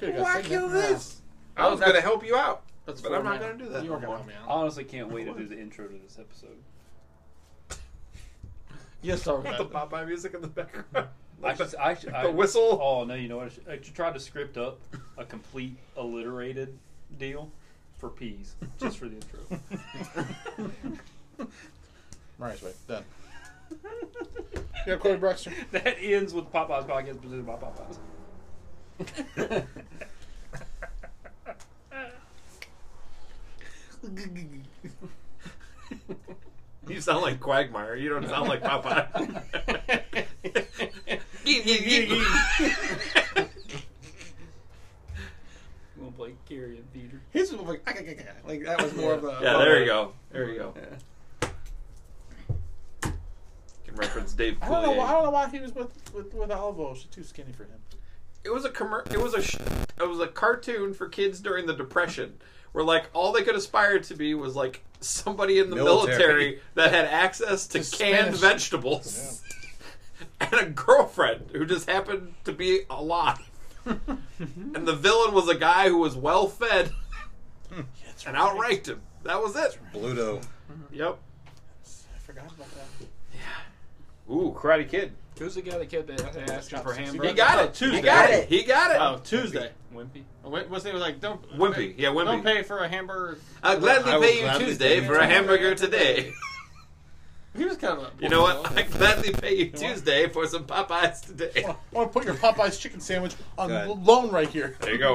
[SPEAKER 4] Why kill this?
[SPEAKER 1] I was gonna help you out,
[SPEAKER 2] That's
[SPEAKER 1] but
[SPEAKER 2] four
[SPEAKER 1] I'm not
[SPEAKER 2] mana.
[SPEAKER 1] gonna do that.
[SPEAKER 2] You
[SPEAKER 1] no
[SPEAKER 2] are gonna
[SPEAKER 1] more.
[SPEAKER 2] help me
[SPEAKER 3] I
[SPEAKER 2] out.
[SPEAKER 3] honestly can't wait to do the intro to this episode.
[SPEAKER 2] Yes, sir.
[SPEAKER 1] With the (laughs)
[SPEAKER 4] (laughs)
[SPEAKER 1] Popeye music in the background, (laughs)
[SPEAKER 3] I should, I should, I,
[SPEAKER 1] the whistle.
[SPEAKER 3] Oh no, you know what? I, should, I should try to script up a complete alliterated deal for peas, just for the intro.
[SPEAKER 4] Mariah's way. Done. You got Corey Brexter?
[SPEAKER 3] (laughs) that ends with Popeyes podcast presented by (laughs) Popeyes.
[SPEAKER 1] You sound like Quagmire. You don't sound like (laughs) Popeye.
[SPEAKER 3] I'm gonna play Carrie and Peter.
[SPEAKER 2] His was like, "Ah, ah, ah, ah." like that was more of a.
[SPEAKER 1] yeah, there you go. There you go.
[SPEAKER 2] Yeah.
[SPEAKER 1] Can reference Dave
[SPEAKER 4] I don't know. why- I
[SPEAKER 1] Coulier.
[SPEAKER 4] don't know why he was with with, with Olive Oil. She's too skinny for him.
[SPEAKER 1] it was a commer- it was a sh- it was a cartoon for kids during the depression where like all they could aspire to be was like somebody in the military,
[SPEAKER 18] Military.
[SPEAKER 1] that had access to,
[SPEAKER 4] To
[SPEAKER 1] canned
[SPEAKER 4] Spanish.
[SPEAKER 1] vegetables (laughs) and a girlfriend who just happened to be alive. and the villain was a guy who was well fed and outranked him. That was it. (laughs)
[SPEAKER 18] Bluto.
[SPEAKER 1] Yep.
[SPEAKER 4] I forgot about that.
[SPEAKER 1] Ooh, Karate Kid.
[SPEAKER 3] Who's the guy that kept that asking for hamburger?
[SPEAKER 1] He got it. He got it. He got it.
[SPEAKER 2] Oh, Tuesday.
[SPEAKER 3] Wimpy.
[SPEAKER 2] Wait, What's the name? Like, don't
[SPEAKER 1] Wimpy. Yeah, Wimpy.
[SPEAKER 2] Don't pay for a hamburger.
[SPEAKER 1] I'll gladly
[SPEAKER 18] I will
[SPEAKER 1] pay you
[SPEAKER 18] gladly
[SPEAKER 1] Tuesday
[SPEAKER 18] pay you
[SPEAKER 1] for a
[SPEAKER 18] Tuesday.
[SPEAKER 1] hamburger today. (laughs)
[SPEAKER 2] He was kind of. A
[SPEAKER 1] You know what? I'd gladly pay you Tuesday for some Popeyes today.
[SPEAKER 4] I want to put your Popeye's chicken sandwich on
[SPEAKER 18] Good.
[SPEAKER 4] loan right here.
[SPEAKER 1] There you go.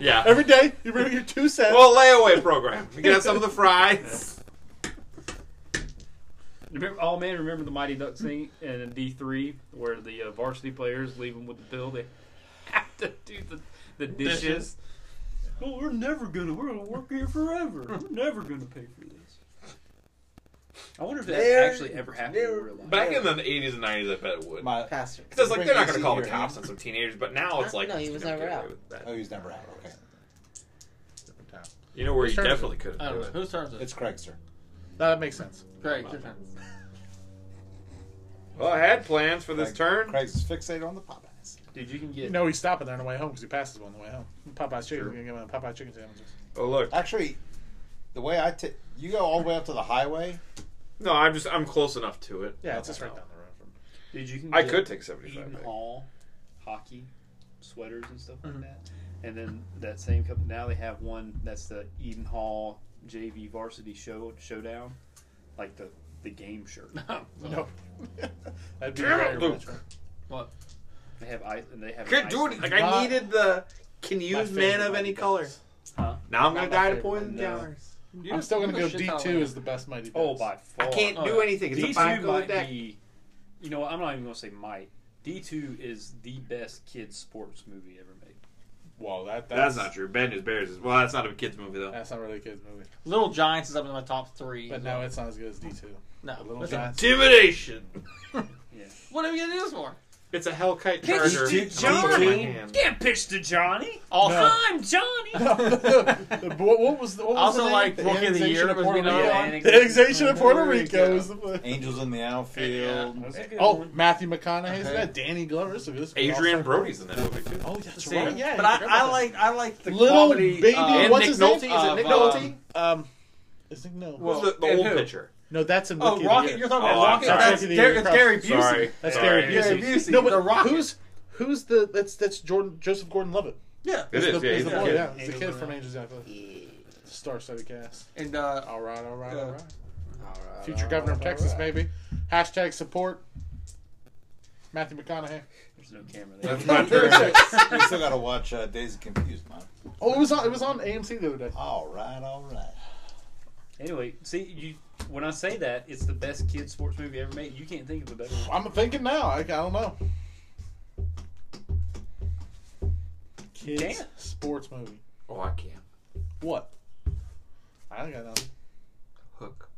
[SPEAKER 1] Yeah.
[SPEAKER 4] Every day, you bring your two cents.
[SPEAKER 1] Well, layaway program. You can have some of the fries.
[SPEAKER 3] Remember, oh man, remember the Mighty Ducks scene in D three where the uh, varsity players leave them with the bill. They (laughs) have to do the, the dishes.
[SPEAKER 2] Dishes.
[SPEAKER 3] Well, we're never gonna. We're gonna work here forever. (laughs) We're never gonna pay for this. I wonder if that
[SPEAKER 5] There-
[SPEAKER 3] actually ever happened in
[SPEAKER 5] there-
[SPEAKER 3] real life.
[SPEAKER 1] Back in the 80s and 90s, I bet it would.
[SPEAKER 6] My,
[SPEAKER 5] Pastor.
[SPEAKER 1] Because like they're not going to call the
[SPEAKER 6] Bring
[SPEAKER 1] cops on some teenagers, but now it's
[SPEAKER 5] Huh?
[SPEAKER 1] like
[SPEAKER 5] No, he was
[SPEAKER 1] you know,
[SPEAKER 5] never
[SPEAKER 1] get
[SPEAKER 5] out.
[SPEAKER 1] away with that.
[SPEAKER 6] oh, he's never out. Okay,
[SPEAKER 1] You know where you
[SPEAKER 4] Whose turn is
[SPEAKER 1] definitely could
[SPEAKER 2] I
[SPEAKER 1] have
[SPEAKER 2] don't
[SPEAKER 1] done
[SPEAKER 2] know.
[SPEAKER 1] it.
[SPEAKER 2] Whose turn is it?
[SPEAKER 6] it's Craig's turn.
[SPEAKER 4] No, that makes sense.
[SPEAKER 2] Craig. Your turn.
[SPEAKER 1] Well, I had plans for this
[SPEAKER 6] Craig-
[SPEAKER 1] turn.
[SPEAKER 6] Craig's is fixated on the Popeyes.
[SPEAKER 3] Dude, you can get.
[SPEAKER 4] You know he's stopping there on the way home because he passes one on the way home. Popeye's chicken. We're going to get one of the Popeye's chicken sandwiches.
[SPEAKER 1] Oh look,
[SPEAKER 6] Actually, the way I t- you go all the way up to the highway.
[SPEAKER 1] no, I'm just I'm close enough to it.
[SPEAKER 4] Yeah, it's just right down the road from
[SPEAKER 3] Dude, you can.
[SPEAKER 1] I
[SPEAKER 3] get
[SPEAKER 1] could take 75
[SPEAKER 3] Eden
[SPEAKER 1] back.
[SPEAKER 3] Hall hockey sweaters and stuff like that. And then that same company now they have one that's the Eden Hall JV Varsity Show Showdown, like the the game shirt. (laughs)
[SPEAKER 4] Nope. (laughs) That'd be
[SPEAKER 1] Damn it,
[SPEAKER 4] very
[SPEAKER 1] Luke.
[SPEAKER 4] retro.
[SPEAKER 3] They have ice and they have.
[SPEAKER 1] Could
[SPEAKER 3] ice
[SPEAKER 1] do it.
[SPEAKER 3] cream.
[SPEAKER 1] Like I
[SPEAKER 4] Not-
[SPEAKER 1] needed the can use
[SPEAKER 4] favorite
[SPEAKER 1] man of
[SPEAKER 4] Mighty
[SPEAKER 1] any
[SPEAKER 4] Ducks.
[SPEAKER 1] color.
[SPEAKER 3] Huh?
[SPEAKER 1] Now I'm gonna
[SPEAKER 4] Not
[SPEAKER 1] die
[SPEAKER 4] my
[SPEAKER 1] to
[SPEAKER 4] favorite
[SPEAKER 1] poison
[SPEAKER 3] Mighty Ducks.
[SPEAKER 1] towers.
[SPEAKER 4] I'm still going to go
[SPEAKER 2] You're the shit
[SPEAKER 4] D2
[SPEAKER 2] ton of
[SPEAKER 4] is the best Mighty Ducks.
[SPEAKER 3] Oh, by
[SPEAKER 1] I
[SPEAKER 3] far.
[SPEAKER 1] can't
[SPEAKER 2] Oh,
[SPEAKER 1] do
[SPEAKER 2] yeah.
[SPEAKER 1] anything. It's
[SPEAKER 3] D
[SPEAKER 1] a
[SPEAKER 3] two
[SPEAKER 1] five color
[SPEAKER 3] might
[SPEAKER 1] deck.
[SPEAKER 3] be. You know, what, I'm not even gonna say might. D two is the best kids sports movie ever made.
[SPEAKER 18] Well, that
[SPEAKER 1] That's not true. Ben is Bears is well. That's not a kids movie though.
[SPEAKER 4] That's not really a kid's movie.
[SPEAKER 2] Little Giants is up in my top three.
[SPEAKER 4] But no, it's not as good as D2.
[SPEAKER 2] no.
[SPEAKER 4] The Little
[SPEAKER 2] That's-
[SPEAKER 4] Giants. (laughs)
[SPEAKER 1] Intimidation.
[SPEAKER 2] What are we gonna do this for?
[SPEAKER 1] It's a Hellkite
[SPEAKER 3] Pitch
[SPEAKER 1] charger.
[SPEAKER 3] to
[SPEAKER 1] I'm holding my
[SPEAKER 3] Johnny.
[SPEAKER 1] hand.
[SPEAKER 3] Can't pitch to Johnny.
[SPEAKER 2] Also,
[SPEAKER 3] I'm Johnny.
[SPEAKER 4] The- what, what was the, what was
[SPEAKER 2] Also,
[SPEAKER 4] the name?
[SPEAKER 2] like, Rookie of the
[SPEAKER 4] Annexation
[SPEAKER 2] Year
[SPEAKER 4] of
[SPEAKER 2] was
[SPEAKER 4] Puerto
[SPEAKER 2] the other
[SPEAKER 4] Rico.
[SPEAKER 2] one.
[SPEAKER 4] The annexation of Puerto Rico
[SPEAKER 2] Rico.
[SPEAKER 4] was the
[SPEAKER 6] Angels in the outfield. (laughs)
[SPEAKER 3] That's a good
[SPEAKER 4] Oh,
[SPEAKER 3] one.
[SPEAKER 4] Matthew McConaughey. Isn't that Danny Glover? This is-
[SPEAKER 1] Adrian Brody's in that movie too.
[SPEAKER 4] Oh, that's
[SPEAKER 2] See,
[SPEAKER 4] right. Yeah,
[SPEAKER 2] but
[SPEAKER 4] you
[SPEAKER 2] I,
[SPEAKER 4] forgot
[SPEAKER 2] I
[SPEAKER 4] about
[SPEAKER 2] like I like the
[SPEAKER 4] that. little
[SPEAKER 2] comedy,
[SPEAKER 4] baby.
[SPEAKER 2] uh,
[SPEAKER 1] and
[SPEAKER 4] what's
[SPEAKER 1] Nick
[SPEAKER 4] his
[SPEAKER 1] Nolte. Is
[SPEAKER 4] name?
[SPEAKER 1] it Nick
[SPEAKER 2] Of,
[SPEAKER 1] Nolte?
[SPEAKER 4] Um, is it no?
[SPEAKER 2] Well,
[SPEAKER 1] Who's the, the
[SPEAKER 2] and
[SPEAKER 1] old
[SPEAKER 2] who?
[SPEAKER 1] pitcher?
[SPEAKER 4] no, that's in
[SPEAKER 2] Oh,
[SPEAKER 4] Rookie of the
[SPEAKER 2] Rocket!
[SPEAKER 4] Year.
[SPEAKER 2] You're talking
[SPEAKER 1] Oh,
[SPEAKER 2] about
[SPEAKER 1] I'm
[SPEAKER 2] Rocket.
[SPEAKER 1] sorry.
[SPEAKER 2] That's,
[SPEAKER 4] Rookie of the
[SPEAKER 2] Gary,
[SPEAKER 4] Year,
[SPEAKER 2] it's Gary Busey.
[SPEAKER 1] Sorry,
[SPEAKER 4] That's
[SPEAKER 1] Sorry.
[SPEAKER 4] Gary
[SPEAKER 2] Gary
[SPEAKER 4] Busey.
[SPEAKER 2] Busey.
[SPEAKER 4] No, but
[SPEAKER 2] the Rocket.
[SPEAKER 4] who's who's the that's that's Jordan Joseph Gordon-Levitt.
[SPEAKER 2] yeah?
[SPEAKER 1] It
[SPEAKER 4] He's
[SPEAKER 1] is.
[SPEAKER 4] the,
[SPEAKER 1] yeah,
[SPEAKER 4] he's
[SPEAKER 1] he's
[SPEAKER 4] the
[SPEAKER 1] a
[SPEAKER 4] boy,
[SPEAKER 1] kid.
[SPEAKER 4] yeah, he's the kid
[SPEAKER 2] Angels
[SPEAKER 4] from
[SPEAKER 2] in
[SPEAKER 4] Angels Outfield. Star-studded cast.
[SPEAKER 2] And uh,
[SPEAKER 4] All right, all right,
[SPEAKER 2] Yeah.
[SPEAKER 4] all right. Future governor of Texas, maybe. Hashtag support Matthew McConaughey.
[SPEAKER 3] There's no camera there.
[SPEAKER 6] That's my turn. you still gotta watch uh, Days Confused, man.
[SPEAKER 4] Oh, it was on it was on AMC the other day.
[SPEAKER 6] All right, all right.
[SPEAKER 3] Anyway, see you. When I say that, it's the best kid sports movie ever made. You can't think of a better one.
[SPEAKER 4] I'm thinking now. I, I don't know. Kids
[SPEAKER 3] can't.
[SPEAKER 4] sports movie.
[SPEAKER 1] Oh, I can't.
[SPEAKER 4] What? I don't got nothing.
[SPEAKER 1] Hook.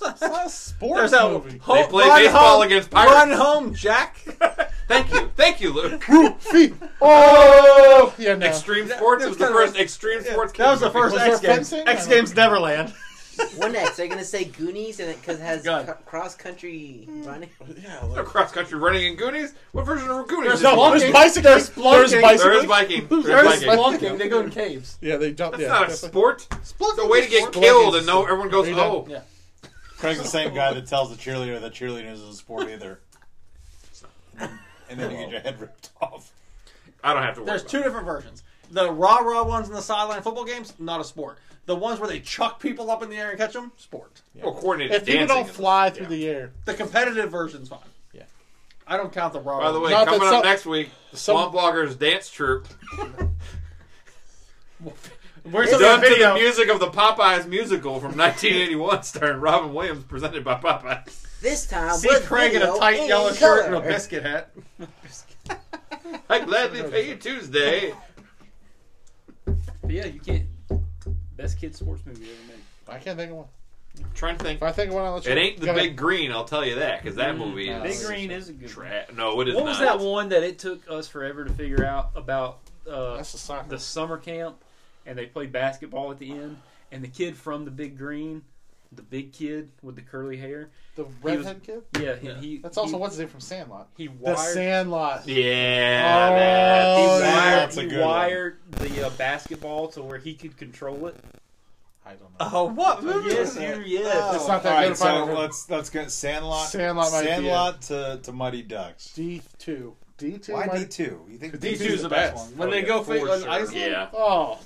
[SPEAKER 4] It's not a sports
[SPEAKER 2] there's that
[SPEAKER 4] movie.
[SPEAKER 2] home,
[SPEAKER 1] They play
[SPEAKER 2] run
[SPEAKER 1] baseball
[SPEAKER 2] home,
[SPEAKER 1] against pirates.
[SPEAKER 2] Run home, Jack.
[SPEAKER 1] Thank you, thank you, Luke.
[SPEAKER 4] (laughs) Feet. Oh, yeah, no.
[SPEAKER 1] Extreme sports
[SPEAKER 2] that's
[SPEAKER 1] was the
[SPEAKER 2] kinda
[SPEAKER 1] first
[SPEAKER 2] like-
[SPEAKER 1] extreme sports.
[SPEAKER 2] that was the
[SPEAKER 1] movie.
[SPEAKER 2] first
[SPEAKER 4] Was there
[SPEAKER 2] X Games.
[SPEAKER 4] fencing?
[SPEAKER 2] X Games Neverland.
[SPEAKER 5] What next? They're gonna say Goonies, and because it has
[SPEAKER 2] Gun.
[SPEAKER 5] cross country running.
[SPEAKER 4] Yeah,
[SPEAKER 1] No
[SPEAKER 4] like,
[SPEAKER 1] cross country running in Goonies. What version of Goonies?
[SPEAKER 2] no
[SPEAKER 1] is
[SPEAKER 4] there's
[SPEAKER 2] There's
[SPEAKER 4] bicycling. There's,
[SPEAKER 2] There's
[SPEAKER 1] it?
[SPEAKER 2] bicycling.
[SPEAKER 1] there is biking. There's
[SPEAKER 2] There's
[SPEAKER 1] biking.
[SPEAKER 2] Splunking. They go in caves.
[SPEAKER 4] Yeah, they jump.
[SPEAKER 1] That's
[SPEAKER 4] yeah,
[SPEAKER 1] not a
[SPEAKER 4] definitely.
[SPEAKER 1] sport. It's a way to get
[SPEAKER 4] sport.
[SPEAKER 1] killed, and no, everyone goes,
[SPEAKER 4] Are you done?
[SPEAKER 1] "Oh,
[SPEAKER 2] Yeah.
[SPEAKER 6] Craig's the same guy that tells the cheerleader that cheerleading isn't a sport either. And then you get your head ripped off.
[SPEAKER 1] I don't have to worry."
[SPEAKER 2] There's
[SPEAKER 1] about
[SPEAKER 2] two different versions. The rah rah ones in the sideline football games, not a sport. The ones where they chuck people up in the air and catch them, sport.
[SPEAKER 1] it. Well, coordinated
[SPEAKER 4] If people
[SPEAKER 1] dancing
[SPEAKER 4] don't
[SPEAKER 1] is-
[SPEAKER 4] fly through
[SPEAKER 1] yeah.
[SPEAKER 4] the air,
[SPEAKER 2] The competitive version's fine.
[SPEAKER 4] Yeah.
[SPEAKER 2] I don't count the rah.
[SPEAKER 1] By the way,
[SPEAKER 4] Not that
[SPEAKER 1] coming up
[SPEAKER 4] some-
[SPEAKER 1] next week, the
[SPEAKER 4] some-
[SPEAKER 1] Swamp Bloggers Dance Troupe,
[SPEAKER 2] where's the
[SPEAKER 1] done to the
[SPEAKER 2] video?
[SPEAKER 1] music of the Popeyes musical from (laughs) 1981, starring Robin Williams, presented by Popeyes. (laughs)
[SPEAKER 5] This time,
[SPEAKER 2] See
[SPEAKER 5] with
[SPEAKER 2] Craig in a
[SPEAKER 5] video
[SPEAKER 2] tight
[SPEAKER 5] in
[SPEAKER 2] yellow
[SPEAKER 5] color.
[SPEAKER 2] shirt and a biscuit hat.
[SPEAKER 1] I gladly pay you Tuesday.
[SPEAKER 3] But yeah, you can't. Best kid sports movie ever made.
[SPEAKER 4] I can't think of one.
[SPEAKER 2] trying to think.
[SPEAKER 4] If I think of one, I'll let you
[SPEAKER 1] It ain't the
[SPEAKER 4] go
[SPEAKER 1] Big
[SPEAKER 4] ahead.
[SPEAKER 1] Green, I'll tell you that, because that movie
[SPEAKER 4] no.
[SPEAKER 1] is
[SPEAKER 3] Big Green is a good. one.
[SPEAKER 1] tra- No, it is
[SPEAKER 3] What
[SPEAKER 1] not.
[SPEAKER 3] was that one that it took us forever to figure out about uh,
[SPEAKER 4] That's the soccer.
[SPEAKER 3] the summer camp, and they played basketball at the end, and the kid from the Big Green, the big kid with the curly hair,
[SPEAKER 4] The redhead kid?
[SPEAKER 3] yeah, and he
[SPEAKER 4] That's also
[SPEAKER 3] he,
[SPEAKER 4] what's his name from Sandlot.
[SPEAKER 3] he
[SPEAKER 4] The
[SPEAKER 3] wired.
[SPEAKER 4] Sandlot.
[SPEAKER 1] Yeah,
[SPEAKER 4] Oh,
[SPEAKER 1] that's-
[SPEAKER 3] he
[SPEAKER 4] yeah,
[SPEAKER 3] wired,
[SPEAKER 6] that's a
[SPEAKER 3] he
[SPEAKER 6] good one.
[SPEAKER 3] wired the uh, basketball to where he could control it.
[SPEAKER 4] I don't know.
[SPEAKER 1] Uh-huh.
[SPEAKER 10] Oh, what movie
[SPEAKER 3] Yes,
[SPEAKER 10] was
[SPEAKER 3] you,
[SPEAKER 10] that?
[SPEAKER 3] yes.
[SPEAKER 4] It's not
[SPEAKER 6] All
[SPEAKER 4] that good.
[SPEAKER 6] right,
[SPEAKER 4] if I
[SPEAKER 6] so
[SPEAKER 4] remember.
[SPEAKER 6] let's let's go Sandlot.
[SPEAKER 4] Sandlot might be it.
[SPEAKER 6] Sandlot to, to Mighty Ducks.
[SPEAKER 4] D two. D two.
[SPEAKER 6] Why D two? You think
[SPEAKER 2] D2
[SPEAKER 4] D2's
[SPEAKER 2] is
[SPEAKER 4] the
[SPEAKER 2] the best
[SPEAKER 4] best.
[SPEAKER 2] one. When
[SPEAKER 1] Oh,
[SPEAKER 2] they
[SPEAKER 1] yeah,
[SPEAKER 2] go for
[SPEAKER 1] for
[SPEAKER 2] on
[SPEAKER 1] sure.
[SPEAKER 2] Iceland,
[SPEAKER 1] Yeah.
[SPEAKER 4] Oh,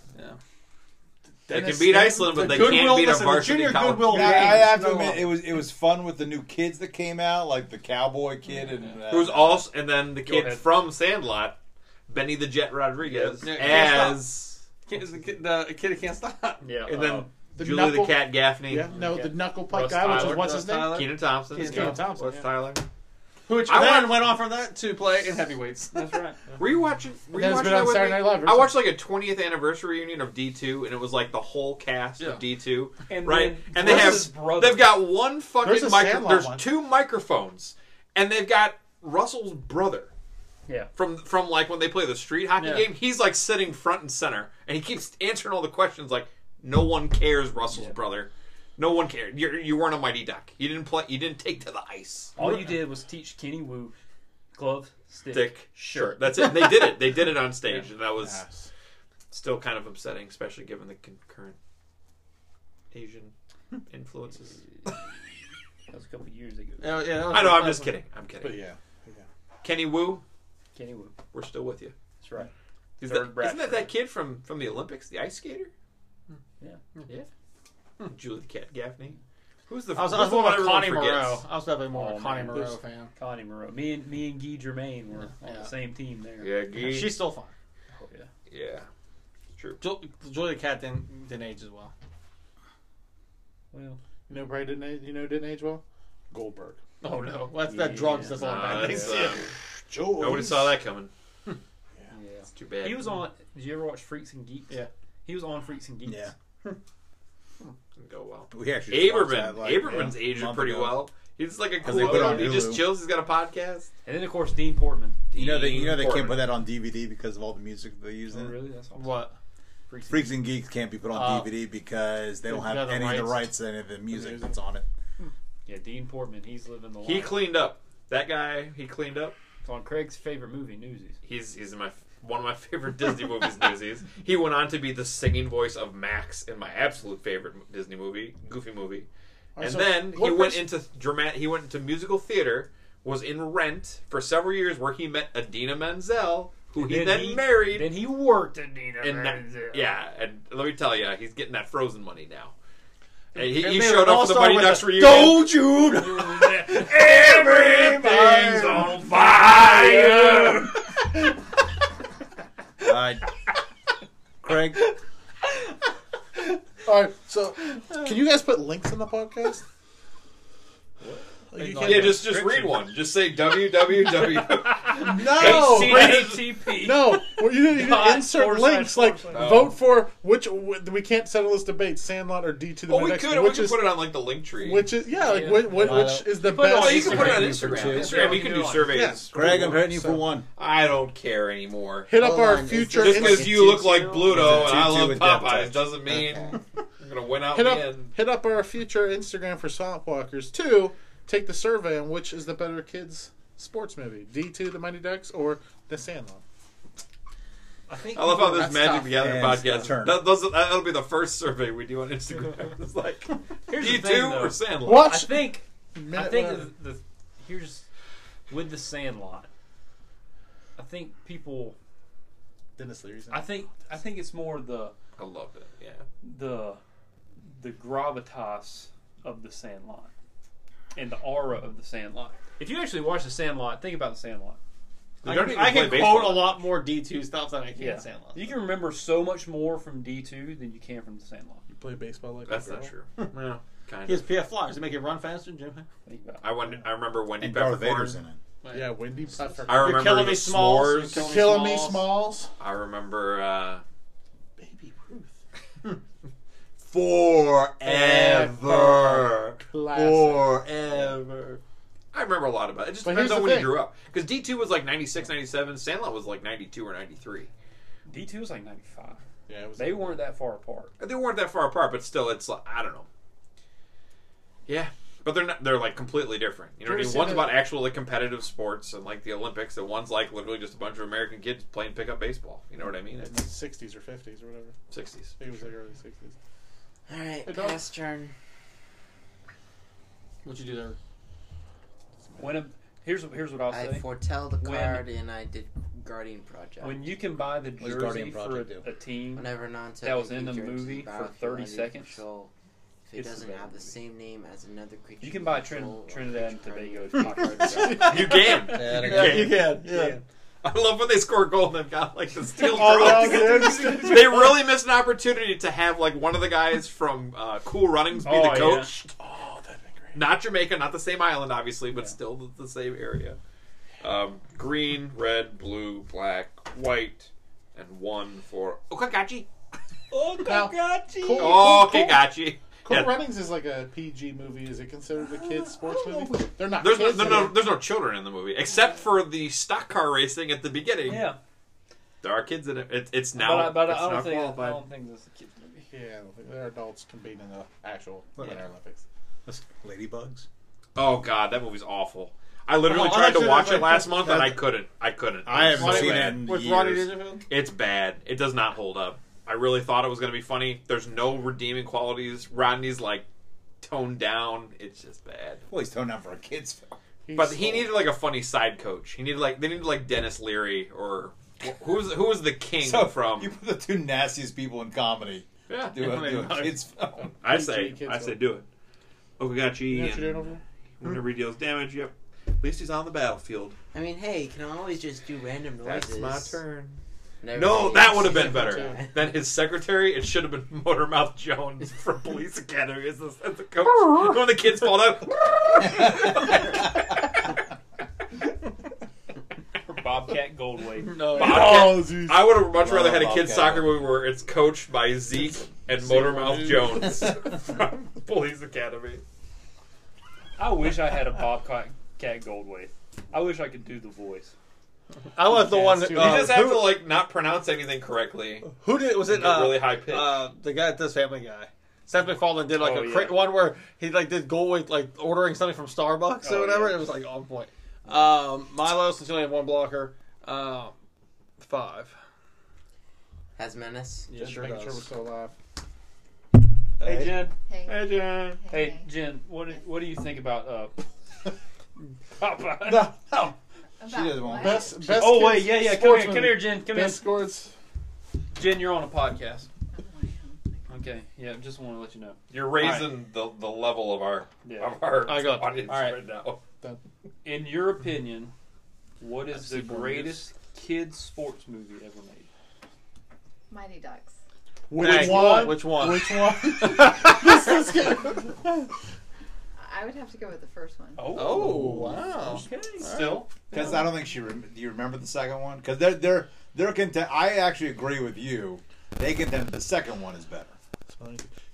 [SPEAKER 1] They can
[SPEAKER 4] Dennis
[SPEAKER 1] beat
[SPEAKER 4] Dennis-
[SPEAKER 1] Iceland,
[SPEAKER 2] the
[SPEAKER 1] but they
[SPEAKER 2] Goodwill-
[SPEAKER 1] can't beat a
[SPEAKER 2] listen, the
[SPEAKER 1] varsity
[SPEAKER 2] junior
[SPEAKER 1] college.
[SPEAKER 2] Goodwill
[SPEAKER 6] Yeah,
[SPEAKER 2] games.
[SPEAKER 6] I have to
[SPEAKER 2] No.
[SPEAKER 6] admit, it was it was fun with the new kids that came out, like the cowboy kid and uh,
[SPEAKER 1] Who's also, and then the kid
[SPEAKER 3] ahead.
[SPEAKER 1] from Sandlot, Benny the Jet Rodriguez,
[SPEAKER 2] Yeah, yeah,
[SPEAKER 1] as,
[SPEAKER 2] Kid- is the kid, the kid that can't stop.
[SPEAKER 3] Yeah,
[SPEAKER 1] and then
[SPEAKER 3] uh,
[SPEAKER 4] the
[SPEAKER 1] Julie
[SPEAKER 4] knuckle-
[SPEAKER 1] the Cat Gaffney,
[SPEAKER 4] yeah. No, the knuckle puck
[SPEAKER 3] Russ
[SPEAKER 4] guy, which is
[SPEAKER 3] Tyler.
[SPEAKER 4] what's his name?
[SPEAKER 2] Tyler.
[SPEAKER 1] Keenan Thompson,
[SPEAKER 2] Keenan
[SPEAKER 1] yeah,
[SPEAKER 4] Thompson,
[SPEAKER 1] Wes
[SPEAKER 4] yeah.
[SPEAKER 1] Tyler.
[SPEAKER 2] Which
[SPEAKER 1] I
[SPEAKER 2] I then went on from that to play in heavyweights.
[SPEAKER 3] that's right.
[SPEAKER 1] Were you watching? Were you
[SPEAKER 4] That's
[SPEAKER 1] watching
[SPEAKER 4] been
[SPEAKER 1] that
[SPEAKER 4] on
[SPEAKER 1] with
[SPEAKER 4] Saturday
[SPEAKER 1] me?
[SPEAKER 4] Night Live. ever
[SPEAKER 1] I
[SPEAKER 4] since.
[SPEAKER 1] watched like a 20th anniversary reunion of D2, and it was like the whole cast
[SPEAKER 2] Yeah.
[SPEAKER 1] of D2,
[SPEAKER 3] And
[SPEAKER 1] right?
[SPEAKER 3] then
[SPEAKER 1] and they have
[SPEAKER 3] Russ's brother.
[SPEAKER 1] they've got one
[SPEAKER 4] There's
[SPEAKER 1] fucking
[SPEAKER 4] a
[SPEAKER 1] micro.
[SPEAKER 4] Sandlot
[SPEAKER 1] There's
[SPEAKER 4] one.
[SPEAKER 1] two microphones, and they've got Russell's brother.
[SPEAKER 3] Yeah.
[SPEAKER 1] From from like when they play the street hockey
[SPEAKER 3] Yeah.
[SPEAKER 1] game, he's like sitting front and center, and he keeps answering all the questions. Like no one cares, Russell's brother. No one cared. You you weren't a mighty duck. You didn't play. You didn't take to the ice.
[SPEAKER 3] (laughs) All you did was teach Kenny Wu glove stick.
[SPEAKER 1] Dick shirt. That's it. They did it. They did it on stage, and that was
[SPEAKER 4] Yes.
[SPEAKER 1] still kind of upsetting, especially given the concurrent Asian influences.
[SPEAKER 3] That was a couple years ago.
[SPEAKER 2] Yeah, yeah, that was
[SPEAKER 1] I know.
[SPEAKER 2] the
[SPEAKER 1] I'm
[SPEAKER 2] last
[SPEAKER 1] just
[SPEAKER 2] one.
[SPEAKER 1] kidding. I'm kidding.
[SPEAKER 4] But yeah.
[SPEAKER 1] Kenny Wu,
[SPEAKER 3] Kenny Wu.
[SPEAKER 1] we're still with you.
[SPEAKER 3] That's right.
[SPEAKER 1] Is
[SPEAKER 3] Third
[SPEAKER 1] that,
[SPEAKER 3] Brad
[SPEAKER 1] isn't that
[SPEAKER 3] Fred.
[SPEAKER 1] that kid from from the Olympics, the ice skater?
[SPEAKER 3] Yeah.
[SPEAKER 1] Yeah.
[SPEAKER 6] Hmm.
[SPEAKER 1] Julie the Cat Gaffney. Who's the?
[SPEAKER 2] I was, I
[SPEAKER 1] who's
[SPEAKER 2] was
[SPEAKER 1] the
[SPEAKER 2] more
[SPEAKER 1] one
[SPEAKER 2] of a
[SPEAKER 1] everyone
[SPEAKER 2] Connie
[SPEAKER 1] forgets?
[SPEAKER 2] Moreau. I was definitely more of
[SPEAKER 3] Oh,
[SPEAKER 2] a Connie
[SPEAKER 3] man.
[SPEAKER 2] Moreau
[SPEAKER 4] There's-
[SPEAKER 2] fan.
[SPEAKER 3] Connie Moreau. Me and me and Guy Germain were on
[SPEAKER 2] Yeah.
[SPEAKER 3] the same team there.
[SPEAKER 1] Yeah, Gee.
[SPEAKER 2] She's still fine.
[SPEAKER 3] Oh, yeah.
[SPEAKER 1] yeah.
[SPEAKER 2] Jo- Julia the Cat didn't, didn't age as well.
[SPEAKER 3] Well,
[SPEAKER 4] You know, probably didn't age, you know didn't age well. Goldberg.
[SPEAKER 2] Oh no, that's that drugs.
[SPEAKER 3] Oh,
[SPEAKER 2] That's all
[SPEAKER 1] Nah,
[SPEAKER 2] bad
[SPEAKER 1] that's,
[SPEAKER 2] things.
[SPEAKER 1] um, nobody saw that coming.
[SPEAKER 3] yeah.
[SPEAKER 1] It's too bad.
[SPEAKER 3] He was on. Did you ever watch Freaks and Geeks?
[SPEAKER 2] Yeah.
[SPEAKER 3] He was on Freaks and Geeks.
[SPEAKER 6] Yeah.
[SPEAKER 1] Didn't go well.
[SPEAKER 6] we actually watched
[SPEAKER 1] Aberman.
[SPEAKER 6] that, like,
[SPEAKER 1] Aberman's
[SPEAKER 6] a
[SPEAKER 1] aging
[SPEAKER 6] month
[SPEAKER 1] pretty
[SPEAKER 6] ago.
[SPEAKER 1] well. He's like a
[SPEAKER 6] 'Cause
[SPEAKER 1] cool.
[SPEAKER 6] they put it on
[SPEAKER 1] dude. He just
[SPEAKER 6] Hulu.
[SPEAKER 1] chills. He's got a podcast.
[SPEAKER 3] And then of course Dean Portman.
[SPEAKER 6] You know they you
[SPEAKER 1] Dean
[SPEAKER 6] know they can't
[SPEAKER 1] Portman.
[SPEAKER 6] put that on DVD because of all the music they use
[SPEAKER 3] Oh,
[SPEAKER 6] in it.
[SPEAKER 3] really? That's awesome.
[SPEAKER 2] What?
[SPEAKER 3] Freaks.
[SPEAKER 6] Freaks and Geeks can't be put on
[SPEAKER 2] Oh.
[SPEAKER 6] DVD because Uh, they don't
[SPEAKER 2] They've got
[SPEAKER 6] have
[SPEAKER 2] the
[SPEAKER 6] any of the
[SPEAKER 2] rights.
[SPEAKER 6] rights to any of the music
[SPEAKER 4] music.
[SPEAKER 6] that's on it.
[SPEAKER 3] Yeah, Dean Portman. He's living the life.
[SPEAKER 1] He cleaned up. That guy, he cleaned up.
[SPEAKER 3] It's on Craig's favorite movie, Newsies.
[SPEAKER 1] He's he's my one of my (laughs) favorite Disney movies. Newsies. He went on to be the singing voice of Max in my absolute favorite mo- Disney movie, Goofy movie. And
[SPEAKER 4] so
[SPEAKER 1] then he
[SPEAKER 4] what
[SPEAKER 1] went
[SPEAKER 4] pers-
[SPEAKER 1] into dramatic. He went into musical theater. Was in Rent for several years, where he met Adina Menzel, who he
[SPEAKER 3] And
[SPEAKER 1] then married.
[SPEAKER 3] Then he worked at Nina.
[SPEAKER 1] and that-
[SPEAKER 3] Menzel.
[SPEAKER 1] (laughs) yeah, and let me tell you, he's getting that Frozen money now. And he,
[SPEAKER 2] And
[SPEAKER 1] he
[SPEAKER 2] they
[SPEAKER 1] showed
[SPEAKER 2] all
[SPEAKER 1] up for the
[SPEAKER 2] start
[SPEAKER 1] Mighty
[SPEAKER 2] with
[SPEAKER 1] Ducks
[SPEAKER 2] the,
[SPEAKER 1] reunion.
[SPEAKER 6] Don't you? know?"
[SPEAKER 1] Everything's on fire.
[SPEAKER 6] All right, Uh, Craig.
[SPEAKER 4] All right, so can you guys put links in the podcast? You can't-
[SPEAKER 1] Yeah, just just read one. Just say www.
[SPEAKER 4] no,
[SPEAKER 1] Hey, see,
[SPEAKER 3] ATP.
[SPEAKER 4] no. Well, you didn't, you didn't
[SPEAKER 3] God,
[SPEAKER 4] insert
[SPEAKER 3] forward
[SPEAKER 4] links
[SPEAKER 3] slash
[SPEAKER 4] like
[SPEAKER 3] forward
[SPEAKER 1] slash.
[SPEAKER 4] vote for which we can't settle this debate: Sandlot or D two.
[SPEAKER 1] well, we could we
[SPEAKER 4] which
[SPEAKER 1] could
[SPEAKER 4] is
[SPEAKER 1] put it on like the link tree.
[SPEAKER 4] which is yeah, like
[SPEAKER 3] Yeah.
[SPEAKER 4] which, which,
[SPEAKER 6] Why
[SPEAKER 4] which
[SPEAKER 6] not?
[SPEAKER 4] is the
[SPEAKER 3] put it on
[SPEAKER 4] best.
[SPEAKER 1] well, you can put it on
[SPEAKER 6] Instagram
[SPEAKER 1] Instagram.
[SPEAKER 6] for two.
[SPEAKER 1] Instagram, you can do surveys.
[SPEAKER 4] Yes.
[SPEAKER 6] Craig, I'm hitting you for
[SPEAKER 4] So-
[SPEAKER 6] one.
[SPEAKER 1] I don't care anymore.
[SPEAKER 4] Hit up
[SPEAKER 8] Hold
[SPEAKER 4] our
[SPEAKER 8] on, is
[SPEAKER 4] future.
[SPEAKER 8] this
[SPEAKER 1] Just because
[SPEAKER 4] Insta-
[SPEAKER 1] you look like Bluto
[SPEAKER 6] Is it
[SPEAKER 1] and I
[SPEAKER 6] two-two
[SPEAKER 1] love
[SPEAKER 6] with depth
[SPEAKER 1] Popeyes
[SPEAKER 6] touch?
[SPEAKER 1] doesn't mean
[SPEAKER 8] Okay.
[SPEAKER 1] I'm gonna win out
[SPEAKER 4] hit
[SPEAKER 1] the
[SPEAKER 4] up
[SPEAKER 1] end.
[SPEAKER 4] hit up our future Instagram for Swampwalkers too. Take the survey on which is the better kids sports movie: D two, The Mighty Ducks, or The Sandlot.
[SPEAKER 2] I think.
[SPEAKER 1] I love how this
[SPEAKER 6] That's
[SPEAKER 1] Magic
[SPEAKER 6] tough.
[SPEAKER 1] the Gathering
[SPEAKER 6] And
[SPEAKER 1] podcast.
[SPEAKER 6] turn.
[SPEAKER 1] That, those, that'll be the first survey we do on Instagram. It's like
[SPEAKER 3] Here's
[SPEAKER 1] D
[SPEAKER 3] the thing,
[SPEAKER 1] two
[SPEAKER 3] though.
[SPEAKER 1] or Sandlot.
[SPEAKER 3] I
[SPEAKER 4] Watch.
[SPEAKER 3] think
[SPEAKER 4] minute,
[SPEAKER 3] I think
[SPEAKER 4] whatever.
[SPEAKER 3] the, the here's with the Sandlot. I think people.
[SPEAKER 4] Dennis Leary's. in
[SPEAKER 3] I
[SPEAKER 4] it.
[SPEAKER 3] think I think it's more the
[SPEAKER 1] I love it. Yeah.
[SPEAKER 3] the the gravitas of the Sandlot and the aura of the Sandlot. If you actually watch the Sandlot, think about the Sandlot.
[SPEAKER 1] They
[SPEAKER 2] I
[SPEAKER 1] don't
[SPEAKER 2] can,
[SPEAKER 1] even
[SPEAKER 2] I
[SPEAKER 1] play
[SPEAKER 2] can
[SPEAKER 1] baseball.
[SPEAKER 2] quote a lot more D two stuff than I can
[SPEAKER 3] Yeah.
[SPEAKER 2] Sandlot.
[SPEAKER 3] You can remember so much more from D two than you can from the Sandlot.
[SPEAKER 4] you play baseball like
[SPEAKER 1] That's
[SPEAKER 4] a girl.
[SPEAKER 1] not true. no, kind
[SPEAKER 2] He has
[SPEAKER 1] of.
[SPEAKER 2] PF flyers to make it run faster. Jim.
[SPEAKER 3] Think about it.
[SPEAKER 1] I went. I remember Wendy
[SPEAKER 6] And Darth Vader's
[SPEAKER 1] Peppercorn.
[SPEAKER 6] in it.
[SPEAKER 4] Yeah, Wendy Pfeffer.
[SPEAKER 1] I remember
[SPEAKER 2] You're killing
[SPEAKER 1] the
[SPEAKER 2] me, Smalls. You're
[SPEAKER 1] s'mores.
[SPEAKER 2] killing
[SPEAKER 4] Killing me, Smalls.
[SPEAKER 1] I remember uh,
[SPEAKER 4] Baby Ruth.
[SPEAKER 6] Forever.
[SPEAKER 4] Oh.
[SPEAKER 1] just
[SPEAKER 4] But here's
[SPEAKER 1] depends on
[SPEAKER 4] the
[SPEAKER 1] when
[SPEAKER 4] thing.
[SPEAKER 1] you grew up. Because D two was like 96, 97. Sandlot was like ninety two or ninety three.
[SPEAKER 3] D two was like ninety five.
[SPEAKER 4] Yeah, it was.
[SPEAKER 3] They weren't that far apart.
[SPEAKER 1] They weren't that far apart, but still, it's like, I don't know. Yeah, but they're not. They're like completely different. You know what I
[SPEAKER 4] Did you
[SPEAKER 1] mean?
[SPEAKER 4] see
[SPEAKER 1] One's
[SPEAKER 4] that-
[SPEAKER 1] about actual like competitive sports and like the Olympics, and one's like literally just a bunch of American kids playing pickup baseball. You know what I mean?
[SPEAKER 4] in
[SPEAKER 1] It's
[SPEAKER 4] the 60s or 50s or whatever.
[SPEAKER 1] sixties.
[SPEAKER 4] I think it was like early 60s.
[SPEAKER 5] All right,
[SPEAKER 2] It does.
[SPEAKER 5] pass turn.
[SPEAKER 2] What you do there?
[SPEAKER 3] When a, here's here's what I'll
[SPEAKER 5] I
[SPEAKER 3] say.
[SPEAKER 5] foretell the
[SPEAKER 3] When-
[SPEAKER 5] card and I did Guardian Project.
[SPEAKER 3] When you can buy the
[SPEAKER 8] What does
[SPEAKER 3] jersey
[SPEAKER 8] Guardian
[SPEAKER 3] for
[SPEAKER 8] Project do?
[SPEAKER 3] a, a team,
[SPEAKER 5] Whenever non
[SPEAKER 3] That was in the movie for 30 seconds.
[SPEAKER 5] If it
[SPEAKER 3] It's the
[SPEAKER 5] doesn't
[SPEAKER 3] bad
[SPEAKER 5] have the
[SPEAKER 3] movie.
[SPEAKER 5] same name as another creature,
[SPEAKER 3] you can buy
[SPEAKER 5] control
[SPEAKER 3] Trin,
[SPEAKER 5] or
[SPEAKER 3] Trinidad and
[SPEAKER 5] creature
[SPEAKER 3] Tobago.
[SPEAKER 8] (laughs)
[SPEAKER 1] You can.
[SPEAKER 8] Yeah,
[SPEAKER 1] you
[SPEAKER 8] they're
[SPEAKER 1] can.
[SPEAKER 2] You can. Yeah.
[SPEAKER 1] (laughs) I love when they score a goal and they've got like the
[SPEAKER 3] (laughs)
[SPEAKER 1] steel
[SPEAKER 3] Oh,
[SPEAKER 4] All
[SPEAKER 1] girls.
[SPEAKER 4] (laughs) wrong,
[SPEAKER 1] (laughs)
[SPEAKER 4] dude.
[SPEAKER 1] they really missed an opportunity to have like one of the guys from uh, Cool Runnings be
[SPEAKER 3] Oh,
[SPEAKER 1] the
[SPEAKER 3] yeah.
[SPEAKER 1] coach.
[SPEAKER 4] Oh, that'd be great.
[SPEAKER 1] Not Jamaica, not the same island, obviously, but still the, the same area. Um, green, red, blue, black, white, and one for Okagachi.
[SPEAKER 8] Oh,
[SPEAKER 4] Now, cool,
[SPEAKER 1] Oh,
[SPEAKER 4] cool, cool,
[SPEAKER 1] Okagachi.
[SPEAKER 4] cool
[SPEAKER 1] Yeah.
[SPEAKER 4] Runnings is like a PG movie. Is it considered a kids' sports movie? They're not.
[SPEAKER 1] There's no,
[SPEAKER 4] kids
[SPEAKER 1] no, no,
[SPEAKER 4] in it.
[SPEAKER 1] there's no children in the movie except for the stock car racing at the beginning.
[SPEAKER 3] yeah,
[SPEAKER 1] There are kids in it. it it's now.
[SPEAKER 3] but, I, but
[SPEAKER 1] it's
[SPEAKER 3] I don't
[SPEAKER 1] not
[SPEAKER 3] think I
[SPEAKER 1] qualified.
[SPEAKER 3] don't think this is a kids movie.
[SPEAKER 4] Yeah, I don't think they're adults competing in the actual
[SPEAKER 6] Look.
[SPEAKER 4] Winter Olympics.
[SPEAKER 6] Ladybugs.
[SPEAKER 1] Oh god, that movie's awful. I literally
[SPEAKER 2] Oh, I
[SPEAKER 1] tried
[SPEAKER 2] should
[SPEAKER 1] to watch
[SPEAKER 2] have,
[SPEAKER 1] it
[SPEAKER 2] like,
[SPEAKER 1] last month and I
[SPEAKER 6] that's-
[SPEAKER 1] couldn't. I couldn't.
[SPEAKER 6] I
[SPEAKER 1] It's
[SPEAKER 6] haven't
[SPEAKER 1] so
[SPEAKER 6] seen
[SPEAKER 1] bad.
[SPEAKER 6] it in
[SPEAKER 2] With
[SPEAKER 6] years.
[SPEAKER 2] Ronnie Dangerfield?
[SPEAKER 1] It's bad. It does not hold up. I really thought it was going to be funny. There's no redeeming qualities. Rodney's like toned down. It's just bad.
[SPEAKER 8] Well, he's toned down for a kid's film.
[SPEAKER 4] He's
[SPEAKER 1] But he
[SPEAKER 4] old.
[SPEAKER 1] needed like a funny side coach. He needed like they needed like Dennis Leary or wh- who was who was the king from?
[SPEAKER 8] you put the two nastiest people in comedy
[SPEAKER 1] yeah,
[SPEAKER 8] do
[SPEAKER 6] (laughs)
[SPEAKER 8] a, do a kid's film.
[SPEAKER 1] I
[SPEAKER 4] PG
[SPEAKER 1] say
[SPEAKER 4] kids
[SPEAKER 1] I say
[SPEAKER 4] film.
[SPEAKER 1] do it.
[SPEAKER 4] You know
[SPEAKER 1] Okagachi
[SPEAKER 4] what you're doing over
[SPEAKER 1] and
[SPEAKER 4] there?
[SPEAKER 1] whenever he deals damage, yep. At least he's on the battlefield.
[SPEAKER 5] I mean, hey, you can always just do random noises.
[SPEAKER 1] That's my turn.
[SPEAKER 5] Never
[SPEAKER 1] No,
[SPEAKER 5] mind.
[SPEAKER 1] that would have
[SPEAKER 5] (laughs)
[SPEAKER 1] been
[SPEAKER 4] Secretary.
[SPEAKER 1] better than his secretary. It should have been (laughs) Motormouth Jones from Police Academy as the, as the coach. when the kids fall (laughs) out.
[SPEAKER 3] Or Bobcat Goldway.
[SPEAKER 1] (laughs)
[SPEAKER 2] No.
[SPEAKER 3] Oh,
[SPEAKER 1] Bobcat.
[SPEAKER 4] jeez.
[SPEAKER 1] I would have much rather had a
[SPEAKER 8] Wow,
[SPEAKER 1] kids
[SPEAKER 8] Bobcat.
[SPEAKER 1] soccer movie where it's coached by Zeke and Motormouth
[SPEAKER 6] (laughs)
[SPEAKER 1] Jones from Police Academy.
[SPEAKER 3] I wish I had a Bobcat Cat Goldway. I wish I could do the voice.
[SPEAKER 2] I want the
[SPEAKER 4] Yeah,
[SPEAKER 2] one.
[SPEAKER 4] it's too-
[SPEAKER 1] You
[SPEAKER 2] uh,
[SPEAKER 1] just have
[SPEAKER 2] who,
[SPEAKER 1] to like not pronounce anything correctly.
[SPEAKER 2] who did was it?
[SPEAKER 1] Get
[SPEAKER 2] Uh,
[SPEAKER 1] really high pitch.
[SPEAKER 2] uh, the guy at this Family Guy. Seth MacFarlane did like
[SPEAKER 3] Oh,
[SPEAKER 2] a
[SPEAKER 3] yeah.
[SPEAKER 2] crit one where he like did goal with like ordering something from Starbucks
[SPEAKER 3] Oh,
[SPEAKER 2] or whatever.
[SPEAKER 3] yeah.
[SPEAKER 2] It was like on point. Um, Milo since you only have one blocker, um, five.
[SPEAKER 5] Has menace.
[SPEAKER 2] Yeah,
[SPEAKER 4] Just
[SPEAKER 2] sure
[SPEAKER 4] making sure we're
[SPEAKER 2] does.
[SPEAKER 4] still alive.
[SPEAKER 3] Hey Jen.
[SPEAKER 19] Hey,
[SPEAKER 1] Hey, Jen.
[SPEAKER 3] Hey Jen. What do, what do you think about uh? Popeye?
[SPEAKER 19] About
[SPEAKER 8] She doesn't want
[SPEAKER 19] what?
[SPEAKER 4] Best, best.
[SPEAKER 3] oh wait,
[SPEAKER 4] kids'
[SPEAKER 3] yeah, yeah. Come
[SPEAKER 4] sports
[SPEAKER 3] here, come
[SPEAKER 4] movie.
[SPEAKER 3] here, Jen. Come
[SPEAKER 4] Best scores.
[SPEAKER 3] here, Jen. You're on a podcast.
[SPEAKER 19] Oh, I am.
[SPEAKER 3] Okay. Yeah. Just want to let you know.
[SPEAKER 1] You're raising the, the level of our
[SPEAKER 3] Yeah.
[SPEAKER 1] of our
[SPEAKER 2] I got-
[SPEAKER 1] audience
[SPEAKER 3] all right.
[SPEAKER 1] right now.
[SPEAKER 3] In your opinion, what
[SPEAKER 2] I've
[SPEAKER 3] is the
[SPEAKER 2] seen one of
[SPEAKER 3] greatest kids sports movie ever made?
[SPEAKER 19] Mighty Ducks.
[SPEAKER 4] Which
[SPEAKER 2] Hey,
[SPEAKER 4] one?
[SPEAKER 2] Which one?
[SPEAKER 4] Which one? this is (laughs) good.
[SPEAKER 19] I would have to go with the first one.
[SPEAKER 6] Oh, wow.
[SPEAKER 3] Okay.
[SPEAKER 8] Still, because I don't think she. Rem- do you remember the second one? Because they're they're they're content. I actually agree with you. They contend the second one is better.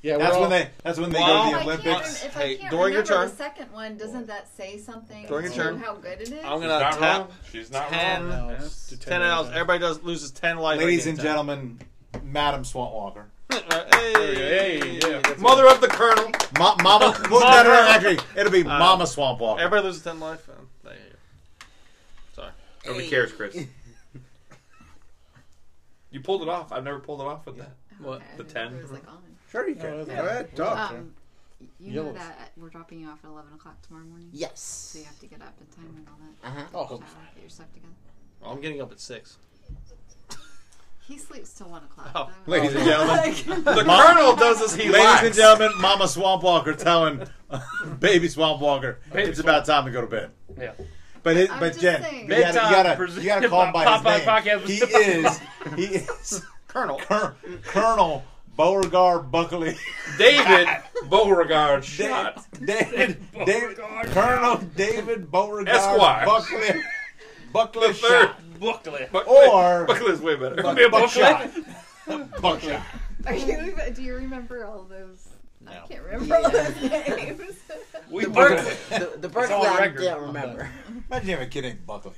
[SPEAKER 4] Yeah,
[SPEAKER 8] That's
[SPEAKER 4] we're all,
[SPEAKER 8] when they. That's when they
[SPEAKER 2] Wow.
[SPEAKER 8] go
[SPEAKER 19] If
[SPEAKER 8] to
[SPEAKER 19] I
[SPEAKER 8] the
[SPEAKER 19] can't
[SPEAKER 8] Olympics.
[SPEAKER 19] rem- If
[SPEAKER 2] Hey,
[SPEAKER 19] I can't
[SPEAKER 2] during your
[SPEAKER 19] remember
[SPEAKER 2] turn.
[SPEAKER 19] the second one, doesn't that say something
[SPEAKER 2] During your
[SPEAKER 19] to
[SPEAKER 2] turn.
[SPEAKER 19] how good it is?
[SPEAKER 2] I'm gonna
[SPEAKER 1] Not
[SPEAKER 2] tap
[SPEAKER 1] wrong. She's not
[SPEAKER 2] ten.
[SPEAKER 1] wrong.
[SPEAKER 4] No, it's
[SPEAKER 2] ten,
[SPEAKER 4] ten
[SPEAKER 2] hours.
[SPEAKER 4] hours.
[SPEAKER 2] Everybody does loses ten life.
[SPEAKER 8] Ladies
[SPEAKER 2] I
[SPEAKER 8] and
[SPEAKER 2] get ten.
[SPEAKER 8] gentlemen, Madam Swampwalker.
[SPEAKER 2] Hey,
[SPEAKER 4] Hey, yeah.
[SPEAKER 1] Mother of the Colonel.
[SPEAKER 8] Ma- Mama. no, no, no, actually, it'll be
[SPEAKER 2] Uh,
[SPEAKER 8] Mama Swampwalker.
[SPEAKER 2] everybody loses ten life. Um, there you go.
[SPEAKER 1] Nobody cares, Chris. (laughs) you pulled it off. I've never pulled it off with that.
[SPEAKER 2] What?
[SPEAKER 19] Okay, I
[SPEAKER 1] The
[SPEAKER 19] didn't know
[SPEAKER 1] 10?
[SPEAKER 19] if It was like on.
[SPEAKER 8] sure you
[SPEAKER 4] No,
[SPEAKER 8] can.
[SPEAKER 4] that's-
[SPEAKER 8] Go ahead, talk.
[SPEAKER 3] Uh,
[SPEAKER 19] Um, you know
[SPEAKER 4] Yellows.
[SPEAKER 19] that uh, we're dropping you off at 11 o'clock tomorrow morning?
[SPEAKER 5] Yes.
[SPEAKER 19] So you have to get up in time and all that.
[SPEAKER 5] Uh-huh.
[SPEAKER 4] Oh,
[SPEAKER 19] Shower, get your stuff together.
[SPEAKER 2] I'm getting up at six.
[SPEAKER 19] He sleeps till 1 o'clock.
[SPEAKER 2] Oh,
[SPEAKER 19] I-
[SPEAKER 8] Ladies and gentlemen, (laughs)
[SPEAKER 1] The Colonel does as he
[SPEAKER 8] ladies
[SPEAKER 1] likes.
[SPEAKER 8] and gentlemen, Mama Swampwalker telling (laughs) Baby Swampwalker,
[SPEAKER 3] Baby
[SPEAKER 8] it's about time to go to bed.
[SPEAKER 3] Yeah.
[SPEAKER 8] But it,
[SPEAKER 19] I'm
[SPEAKER 8] but
[SPEAKER 19] just
[SPEAKER 8] Jen,
[SPEAKER 19] saying.
[SPEAKER 8] you gotta,
[SPEAKER 3] Bedtime
[SPEAKER 8] you gotta
[SPEAKER 3] presented
[SPEAKER 8] you gotta call him by
[SPEAKER 3] by
[SPEAKER 8] his name.
[SPEAKER 3] Popeye Podcast.
[SPEAKER 8] he is he
[SPEAKER 19] (laughs)
[SPEAKER 8] is
[SPEAKER 2] Colonel.
[SPEAKER 8] Col- Colonel Beauregard Buckley.
[SPEAKER 1] David (laughs) Beauregard shot.
[SPEAKER 8] David, David, Colonel David Beauregard
[SPEAKER 1] Esquire.
[SPEAKER 8] Buckley, Buckley
[SPEAKER 1] The third.
[SPEAKER 8] shot,
[SPEAKER 3] Buckley.
[SPEAKER 1] Buckley,
[SPEAKER 8] Or-
[SPEAKER 1] Buckley's way better.
[SPEAKER 8] Buck-
[SPEAKER 3] be a
[SPEAKER 8] buckshot, buckshot.
[SPEAKER 19] Are you, even- do you remember all those?
[SPEAKER 8] No.
[SPEAKER 19] I can't remember all those (laughs) names.
[SPEAKER 3] We (laughs)
[SPEAKER 5] The Berkeley, the, the Berkeley
[SPEAKER 3] on
[SPEAKER 5] I
[SPEAKER 3] record. (laughs)
[SPEAKER 5] don't remember.
[SPEAKER 8] Imagine you have a kid named Buckley.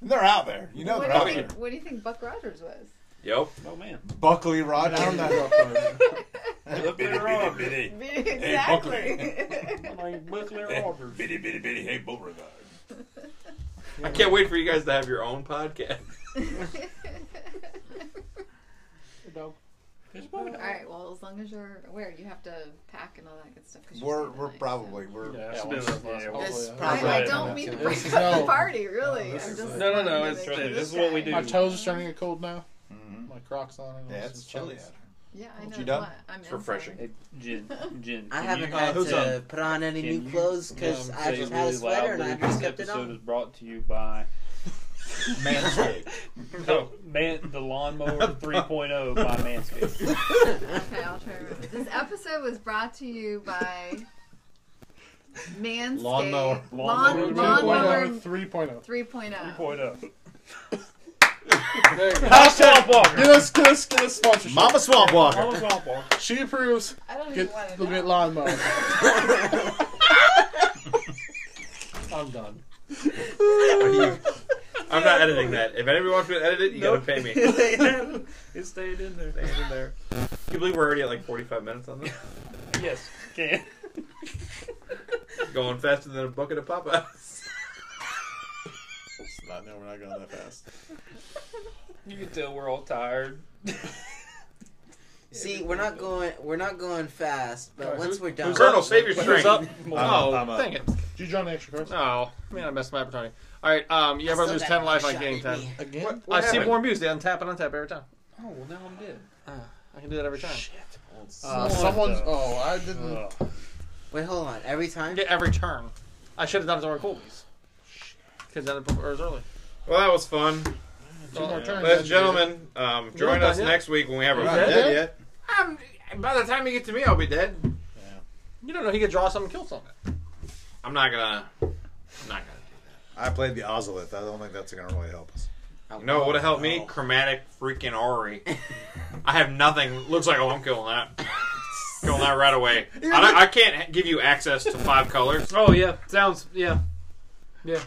[SPEAKER 8] they're out there. You know
[SPEAKER 19] what,
[SPEAKER 8] they're
[SPEAKER 19] do
[SPEAKER 8] out
[SPEAKER 19] you
[SPEAKER 8] there.
[SPEAKER 19] think, what do you think Buck Rogers was? (laughs)
[SPEAKER 1] Yep.
[SPEAKER 3] Oh man.
[SPEAKER 8] Buckley Rogers.
[SPEAKER 4] I don't know
[SPEAKER 8] Bitty, bitty, bitty. Hey, Buckley.
[SPEAKER 19] (laughs)
[SPEAKER 3] Hey,
[SPEAKER 8] bitty, bitty, bitty. Hey, Beauregard.
[SPEAKER 1] I can't wait for you guys to have your own (laughs) podcast.
[SPEAKER 4] dog.
[SPEAKER 19] All right. Well, as long as you're aware, you have to pack and all that good stuff. Cause you're
[SPEAKER 8] We're
[SPEAKER 19] staying the
[SPEAKER 8] we're
[SPEAKER 19] night, so-
[SPEAKER 8] probably we're.
[SPEAKER 2] Yeah, it's been a- yeah, we'll-
[SPEAKER 19] This
[SPEAKER 2] yeah.
[SPEAKER 19] probably- I don't mean to bring up the party, really. I'm just
[SPEAKER 2] No, no, no. It's,
[SPEAKER 19] Trust me,
[SPEAKER 2] it's-
[SPEAKER 19] this is what we do.
[SPEAKER 4] My toes are starting to get cold now. My Crocs on. and
[SPEAKER 8] Yeah,
[SPEAKER 4] all
[SPEAKER 8] it's
[SPEAKER 4] some
[SPEAKER 8] chilly
[SPEAKER 4] stuff.
[SPEAKER 8] out
[SPEAKER 19] Yeah, I
[SPEAKER 8] You
[SPEAKER 19] know.
[SPEAKER 8] done?
[SPEAKER 19] what, I'm
[SPEAKER 1] It's
[SPEAKER 19] inside.
[SPEAKER 1] refreshing.
[SPEAKER 7] Gin, gin.
[SPEAKER 5] I
[SPEAKER 7] Can
[SPEAKER 5] haven't
[SPEAKER 7] you-
[SPEAKER 3] uh,
[SPEAKER 5] had
[SPEAKER 7] who's
[SPEAKER 5] to
[SPEAKER 7] up?
[SPEAKER 5] put on any
[SPEAKER 7] Can
[SPEAKER 5] new
[SPEAKER 7] you-
[SPEAKER 5] clothes because
[SPEAKER 7] um,
[SPEAKER 5] I
[SPEAKER 7] say
[SPEAKER 5] just had a
[SPEAKER 7] really
[SPEAKER 5] sweater and I
[SPEAKER 7] loudly,
[SPEAKER 5] just kept
[SPEAKER 7] This
[SPEAKER 5] it
[SPEAKER 7] episode
[SPEAKER 5] on.
[SPEAKER 7] is brought to you
[SPEAKER 3] (laughs)
[SPEAKER 7] by
[SPEAKER 8] Manscaped.
[SPEAKER 4] (laughs)
[SPEAKER 7] no. Man, the lawnmower
[SPEAKER 3] (laughs)
[SPEAKER 7] 3.0 by Manscaped.
[SPEAKER 19] Okay, I'll try. to- This episode was brought to you by Manscaped.
[SPEAKER 8] Lawnmower.
[SPEAKER 19] Lawn,
[SPEAKER 4] oh,
[SPEAKER 19] lawnmower oh.
[SPEAKER 4] 3.0, 3.0.
[SPEAKER 19] 3.0.
[SPEAKER 3] 3.0.
[SPEAKER 4] There you go.
[SPEAKER 3] House Swamp Walker.
[SPEAKER 4] Get us, get us, get us sponsorship.
[SPEAKER 8] Mama Swamp Walker.
[SPEAKER 3] House Swamp Walker.
[SPEAKER 4] She approves.
[SPEAKER 19] I don't even
[SPEAKER 4] Get,
[SPEAKER 19] want to
[SPEAKER 4] look
[SPEAKER 19] know.
[SPEAKER 4] at lawnmower.
[SPEAKER 10] I'm done.
[SPEAKER 1] I'm not editing that. If anybody wants me to edit it, you (laughs)
[SPEAKER 3] Nope.
[SPEAKER 1] gotta pay me.
[SPEAKER 3] (laughs) It stayed in there.
[SPEAKER 1] Hang in there. Can you believe we're already at like 45 minutes (laughs) on this?
[SPEAKER 3] Yes. Can. (laughs)
[SPEAKER 1] Going faster than a bucket of Popeyes.
[SPEAKER 6] It's not, no, we're not going that
[SPEAKER 4] (laughs)
[SPEAKER 6] fast.
[SPEAKER 3] You can tell we're all tired.
[SPEAKER 5] See, we're not going we're not going fast, but once we're done,
[SPEAKER 1] Colonel, save your strength.
[SPEAKER 2] up?
[SPEAKER 6] up,
[SPEAKER 2] Oh,
[SPEAKER 6] I'm up.
[SPEAKER 2] dang it.
[SPEAKER 4] Did you draw an extra card?
[SPEAKER 2] No. Oh, Man, I missed my opportunity. All right. Um, you
[SPEAKER 5] I
[SPEAKER 2] ever
[SPEAKER 5] still
[SPEAKER 2] lose
[SPEAKER 5] got
[SPEAKER 2] 10 life
[SPEAKER 5] a
[SPEAKER 2] on
[SPEAKER 5] shot
[SPEAKER 2] game
[SPEAKER 5] at
[SPEAKER 2] 10?
[SPEAKER 5] me.
[SPEAKER 4] Again?
[SPEAKER 2] I see
[SPEAKER 1] happened?
[SPEAKER 2] more music. They untap and untap every time.
[SPEAKER 3] Oh, well, now I'm dead.
[SPEAKER 2] I can do that every time.
[SPEAKER 4] Uh,
[SPEAKER 3] Someone
[SPEAKER 4] someone's.
[SPEAKER 3] does.
[SPEAKER 4] Oh, I didn't.
[SPEAKER 3] Ugh.
[SPEAKER 5] Wait, hold on. Every time?
[SPEAKER 2] Yeah, every turn. I should have done it during Colby's. Because then it was early.
[SPEAKER 1] Well, that was fun.
[SPEAKER 4] Two more turns.
[SPEAKER 1] Ladies and gentlemen, um, join us next week when we have
[SPEAKER 6] We're
[SPEAKER 1] our.
[SPEAKER 6] not
[SPEAKER 4] that
[SPEAKER 6] dead
[SPEAKER 4] it?
[SPEAKER 6] yet.
[SPEAKER 1] I'm, by the time you get to me, I'll be dead.
[SPEAKER 2] You don't know. He could draw something, kill something.
[SPEAKER 1] I'm not gonna. I'm not gonna.
[SPEAKER 6] I played the Ozolith. I don't think that's going to really help
[SPEAKER 4] (laughs)
[SPEAKER 6] us.
[SPEAKER 1] You know what would have helped me? Chromatic freaking Ori. I have nothing. Looks like, oh, I'm killing
[SPEAKER 6] (laughs)
[SPEAKER 1] that. killing that right away. I, don't- I can't give you access to five colors.
[SPEAKER 3] Oh, yeah. Sounds, yeah. Yeah.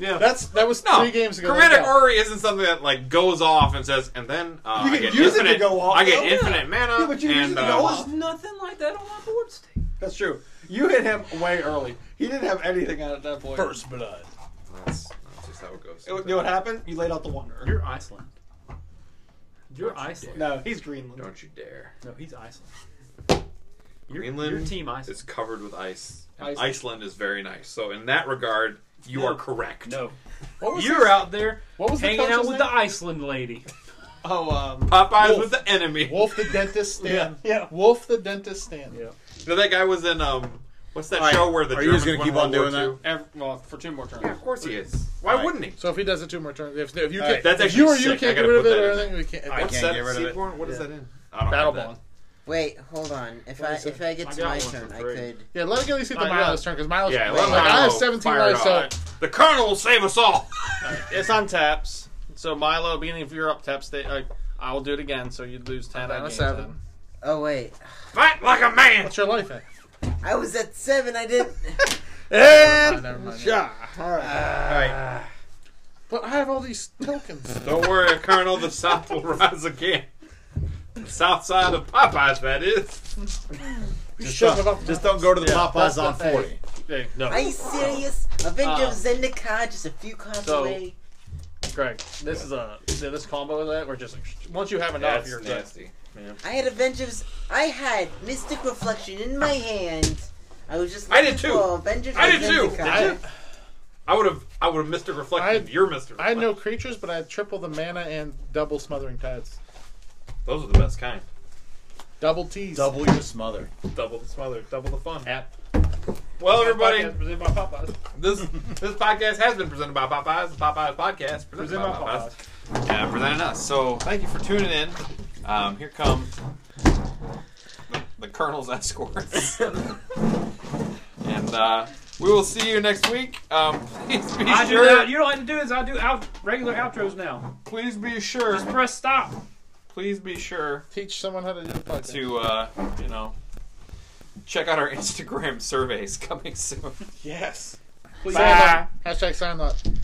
[SPEAKER 3] yeah.
[SPEAKER 4] That's that was
[SPEAKER 1] No,
[SPEAKER 4] three games ago.
[SPEAKER 1] Chromatic
[SPEAKER 4] Yeah.
[SPEAKER 1] Ori isn't something that like goes off and says, and then uh,
[SPEAKER 6] You
[SPEAKER 1] I
[SPEAKER 6] can
[SPEAKER 1] get
[SPEAKER 6] use it to
[SPEAKER 1] infinite.
[SPEAKER 6] go off,
[SPEAKER 1] I get
[SPEAKER 6] though.
[SPEAKER 1] infinite mana.
[SPEAKER 6] Yeah, but you can use
[SPEAKER 1] and,
[SPEAKER 6] it to
[SPEAKER 1] uh,
[SPEAKER 6] go
[SPEAKER 3] There was nothing like that on my board state.
[SPEAKER 10] That's true. You hit him way early. He didn't have anything out at that point.
[SPEAKER 6] First blood.
[SPEAKER 1] That's, that's just how it goes.
[SPEAKER 10] It- you know what happened? You laid out the wonder.
[SPEAKER 3] You're Iceland. You're Iceland.
[SPEAKER 10] No, he's Greenland.
[SPEAKER 1] Don't you dare.
[SPEAKER 3] No, he's Iceland. Your,
[SPEAKER 1] Greenland
[SPEAKER 3] your team Iceland.
[SPEAKER 1] is covered with ice. and
[SPEAKER 10] Iceland.
[SPEAKER 1] Iceland is very nice. So in that regard, you are correct.
[SPEAKER 3] No.
[SPEAKER 4] What was
[SPEAKER 3] You're
[SPEAKER 4] this?
[SPEAKER 3] out there
[SPEAKER 4] What was the
[SPEAKER 3] hanging out
[SPEAKER 4] coach's
[SPEAKER 3] with
[SPEAKER 4] name?
[SPEAKER 3] the Iceland lady.
[SPEAKER 10] Oh, um,
[SPEAKER 1] Popeyes
[SPEAKER 4] Wolf.
[SPEAKER 1] with the enemy.
[SPEAKER 4] Wolf the dentist stand.
[SPEAKER 3] Yeah, yeah.
[SPEAKER 4] Wolf the dentist stand.
[SPEAKER 3] Yeah.
[SPEAKER 1] You know, that guy was in um, what's that
[SPEAKER 6] All right.
[SPEAKER 1] show where the
[SPEAKER 6] Are you
[SPEAKER 1] Germans
[SPEAKER 6] just gonna
[SPEAKER 1] won World
[SPEAKER 6] keep on
[SPEAKER 1] War
[SPEAKER 6] doing
[SPEAKER 1] II?
[SPEAKER 10] ev- well, for two more turns.
[SPEAKER 1] Yeah, of course he is. Why
[SPEAKER 6] All right.
[SPEAKER 1] wouldn't he?
[SPEAKER 4] So if he does it two more turns, if, if you
[SPEAKER 6] All
[SPEAKER 4] can't,
[SPEAKER 6] right,
[SPEAKER 1] that's
[SPEAKER 4] if you or
[SPEAKER 1] actually
[SPEAKER 4] you
[SPEAKER 1] sick. I
[SPEAKER 4] can't get
[SPEAKER 1] gotta
[SPEAKER 4] rid of
[SPEAKER 1] put
[SPEAKER 4] it or
[SPEAKER 1] that in.
[SPEAKER 4] anything, we can't.
[SPEAKER 6] I
[SPEAKER 1] What's
[SPEAKER 6] can't
[SPEAKER 1] that?
[SPEAKER 6] get rid of it.
[SPEAKER 1] Seaborn? What is that in? I don't
[SPEAKER 2] Battle
[SPEAKER 1] have that.
[SPEAKER 2] Bond.
[SPEAKER 5] Wait, hold on. If I if I get
[SPEAKER 3] I
[SPEAKER 5] to
[SPEAKER 3] got
[SPEAKER 5] my
[SPEAKER 3] one
[SPEAKER 5] turn,
[SPEAKER 3] for
[SPEAKER 5] I
[SPEAKER 3] free.
[SPEAKER 5] could.
[SPEAKER 4] Yeah, let it go. At least get
[SPEAKER 3] Time
[SPEAKER 4] to Milo's turn because Milo's
[SPEAKER 1] Yeah,
[SPEAKER 4] like,
[SPEAKER 1] let
[SPEAKER 4] I have
[SPEAKER 1] Milo
[SPEAKER 4] 17
[SPEAKER 1] fire it
[SPEAKER 4] life, so
[SPEAKER 1] up. the Colonel will save us all.
[SPEAKER 2] It's on taps. So Milo, being if you're up taps, they, uh, I will do it again. So you'd lose ten.
[SPEAKER 4] down
[SPEAKER 2] on
[SPEAKER 4] to
[SPEAKER 2] game
[SPEAKER 4] seven.
[SPEAKER 2] ten.
[SPEAKER 5] Oh wait,
[SPEAKER 1] Fight like a man.
[SPEAKER 4] what's your life at?
[SPEAKER 5] I was at seven. I didn't.
[SPEAKER 4] Oh, never mind.
[SPEAKER 1] All right.
[SPEAKER 4] But I have all these tokens.
[SPEAKER 1] Don't worry, Colonel. The South will rise again. The South side of Popeyes, that is.
[SPEAKER 6] Just
[SPEAKER 4] Shut up.
[SPEAKER 6] don't, just don't go to the Popeyes
[SPEAKER 4] that's
[SPEAKER 6] on
[SPEAKER 4] the thing.
[SPEAKER 6] 40.
[SPEAKER 2] Hey, no,
[SPEAKER 5] Are you serious? A victim
[SPEAKER 2] Uh,
[SPEAKER 5] of Zendikar just a few cards
[SPEAKER 2] so-
[SPEAKER 5] away.
[SPEAKER 2] Greg. This is a yeah, this combo of that. We're just like, sh- once you have enough, you're good.
[SPEAKER 5] I had Avengers. I had Mystic Reflection in my hand. I was just.
[SPEAKER 1] I did
[SPEAKER 5] looking
[SPEAKER 1] too.
[SPEAKER 5] for Avengers
[SPEAKER 1] I
[SPEAKER 5] of
[SPEAKER 1] did too.
[SPEAKER 5] Zendikar.
[SPEAKER 1] I, would have. I would have missed a reflection.
[SPEAKER 4] I-
[SPEAKER 1] You're Mister.
[SPEAKER 4] I had no creatures, but I had triple the mana and double smothering tides.
[SPEAKER 1] Those are the best kind.
[SPEAKER 4] Double T's.
[SPEAKER 6] Double your smother.
[SPEAKER 1] Double the smother, double the fun.
[SPEAKER 3] App.
[SPEAKER 1] Well, everybody,
[SPEAKER 3] Podcast presented by Popeyes.
[SPEAKER 1] this this podcast has been presented by Popeyes. The Popeyes podcast presented
[SPEAKER 3] Presented
[SPEAKER 1] by
[SPEAKER 3] by
[SPEAKER 1] Popeyes,
[SPEAKER 3] Popeyes.
[SPEAKER 1] Uh, presenting us. So thank you for tuning in. Um, here comes the, the Colonel's escorts, and uh, we will see you next week. Um, please be
[SPEAKER 3] I do
[SPEAKER 1] sure.
[SPEAKER 3] that. You don't have to do this. I do out regular outros now.
[SPEAKER 1] please be sure.
[SPEAKER 3] Just press stop.
[SPEAKER 1] Please be sure.
[SPEAKER 4] Teach someone how to do a podcast.
[SPEAKER 1] to uh, you (laughs) know check out our Instagram surveys coming soon.
[SPEAKER 4] Yes. Please sign up. Hashtag sign up.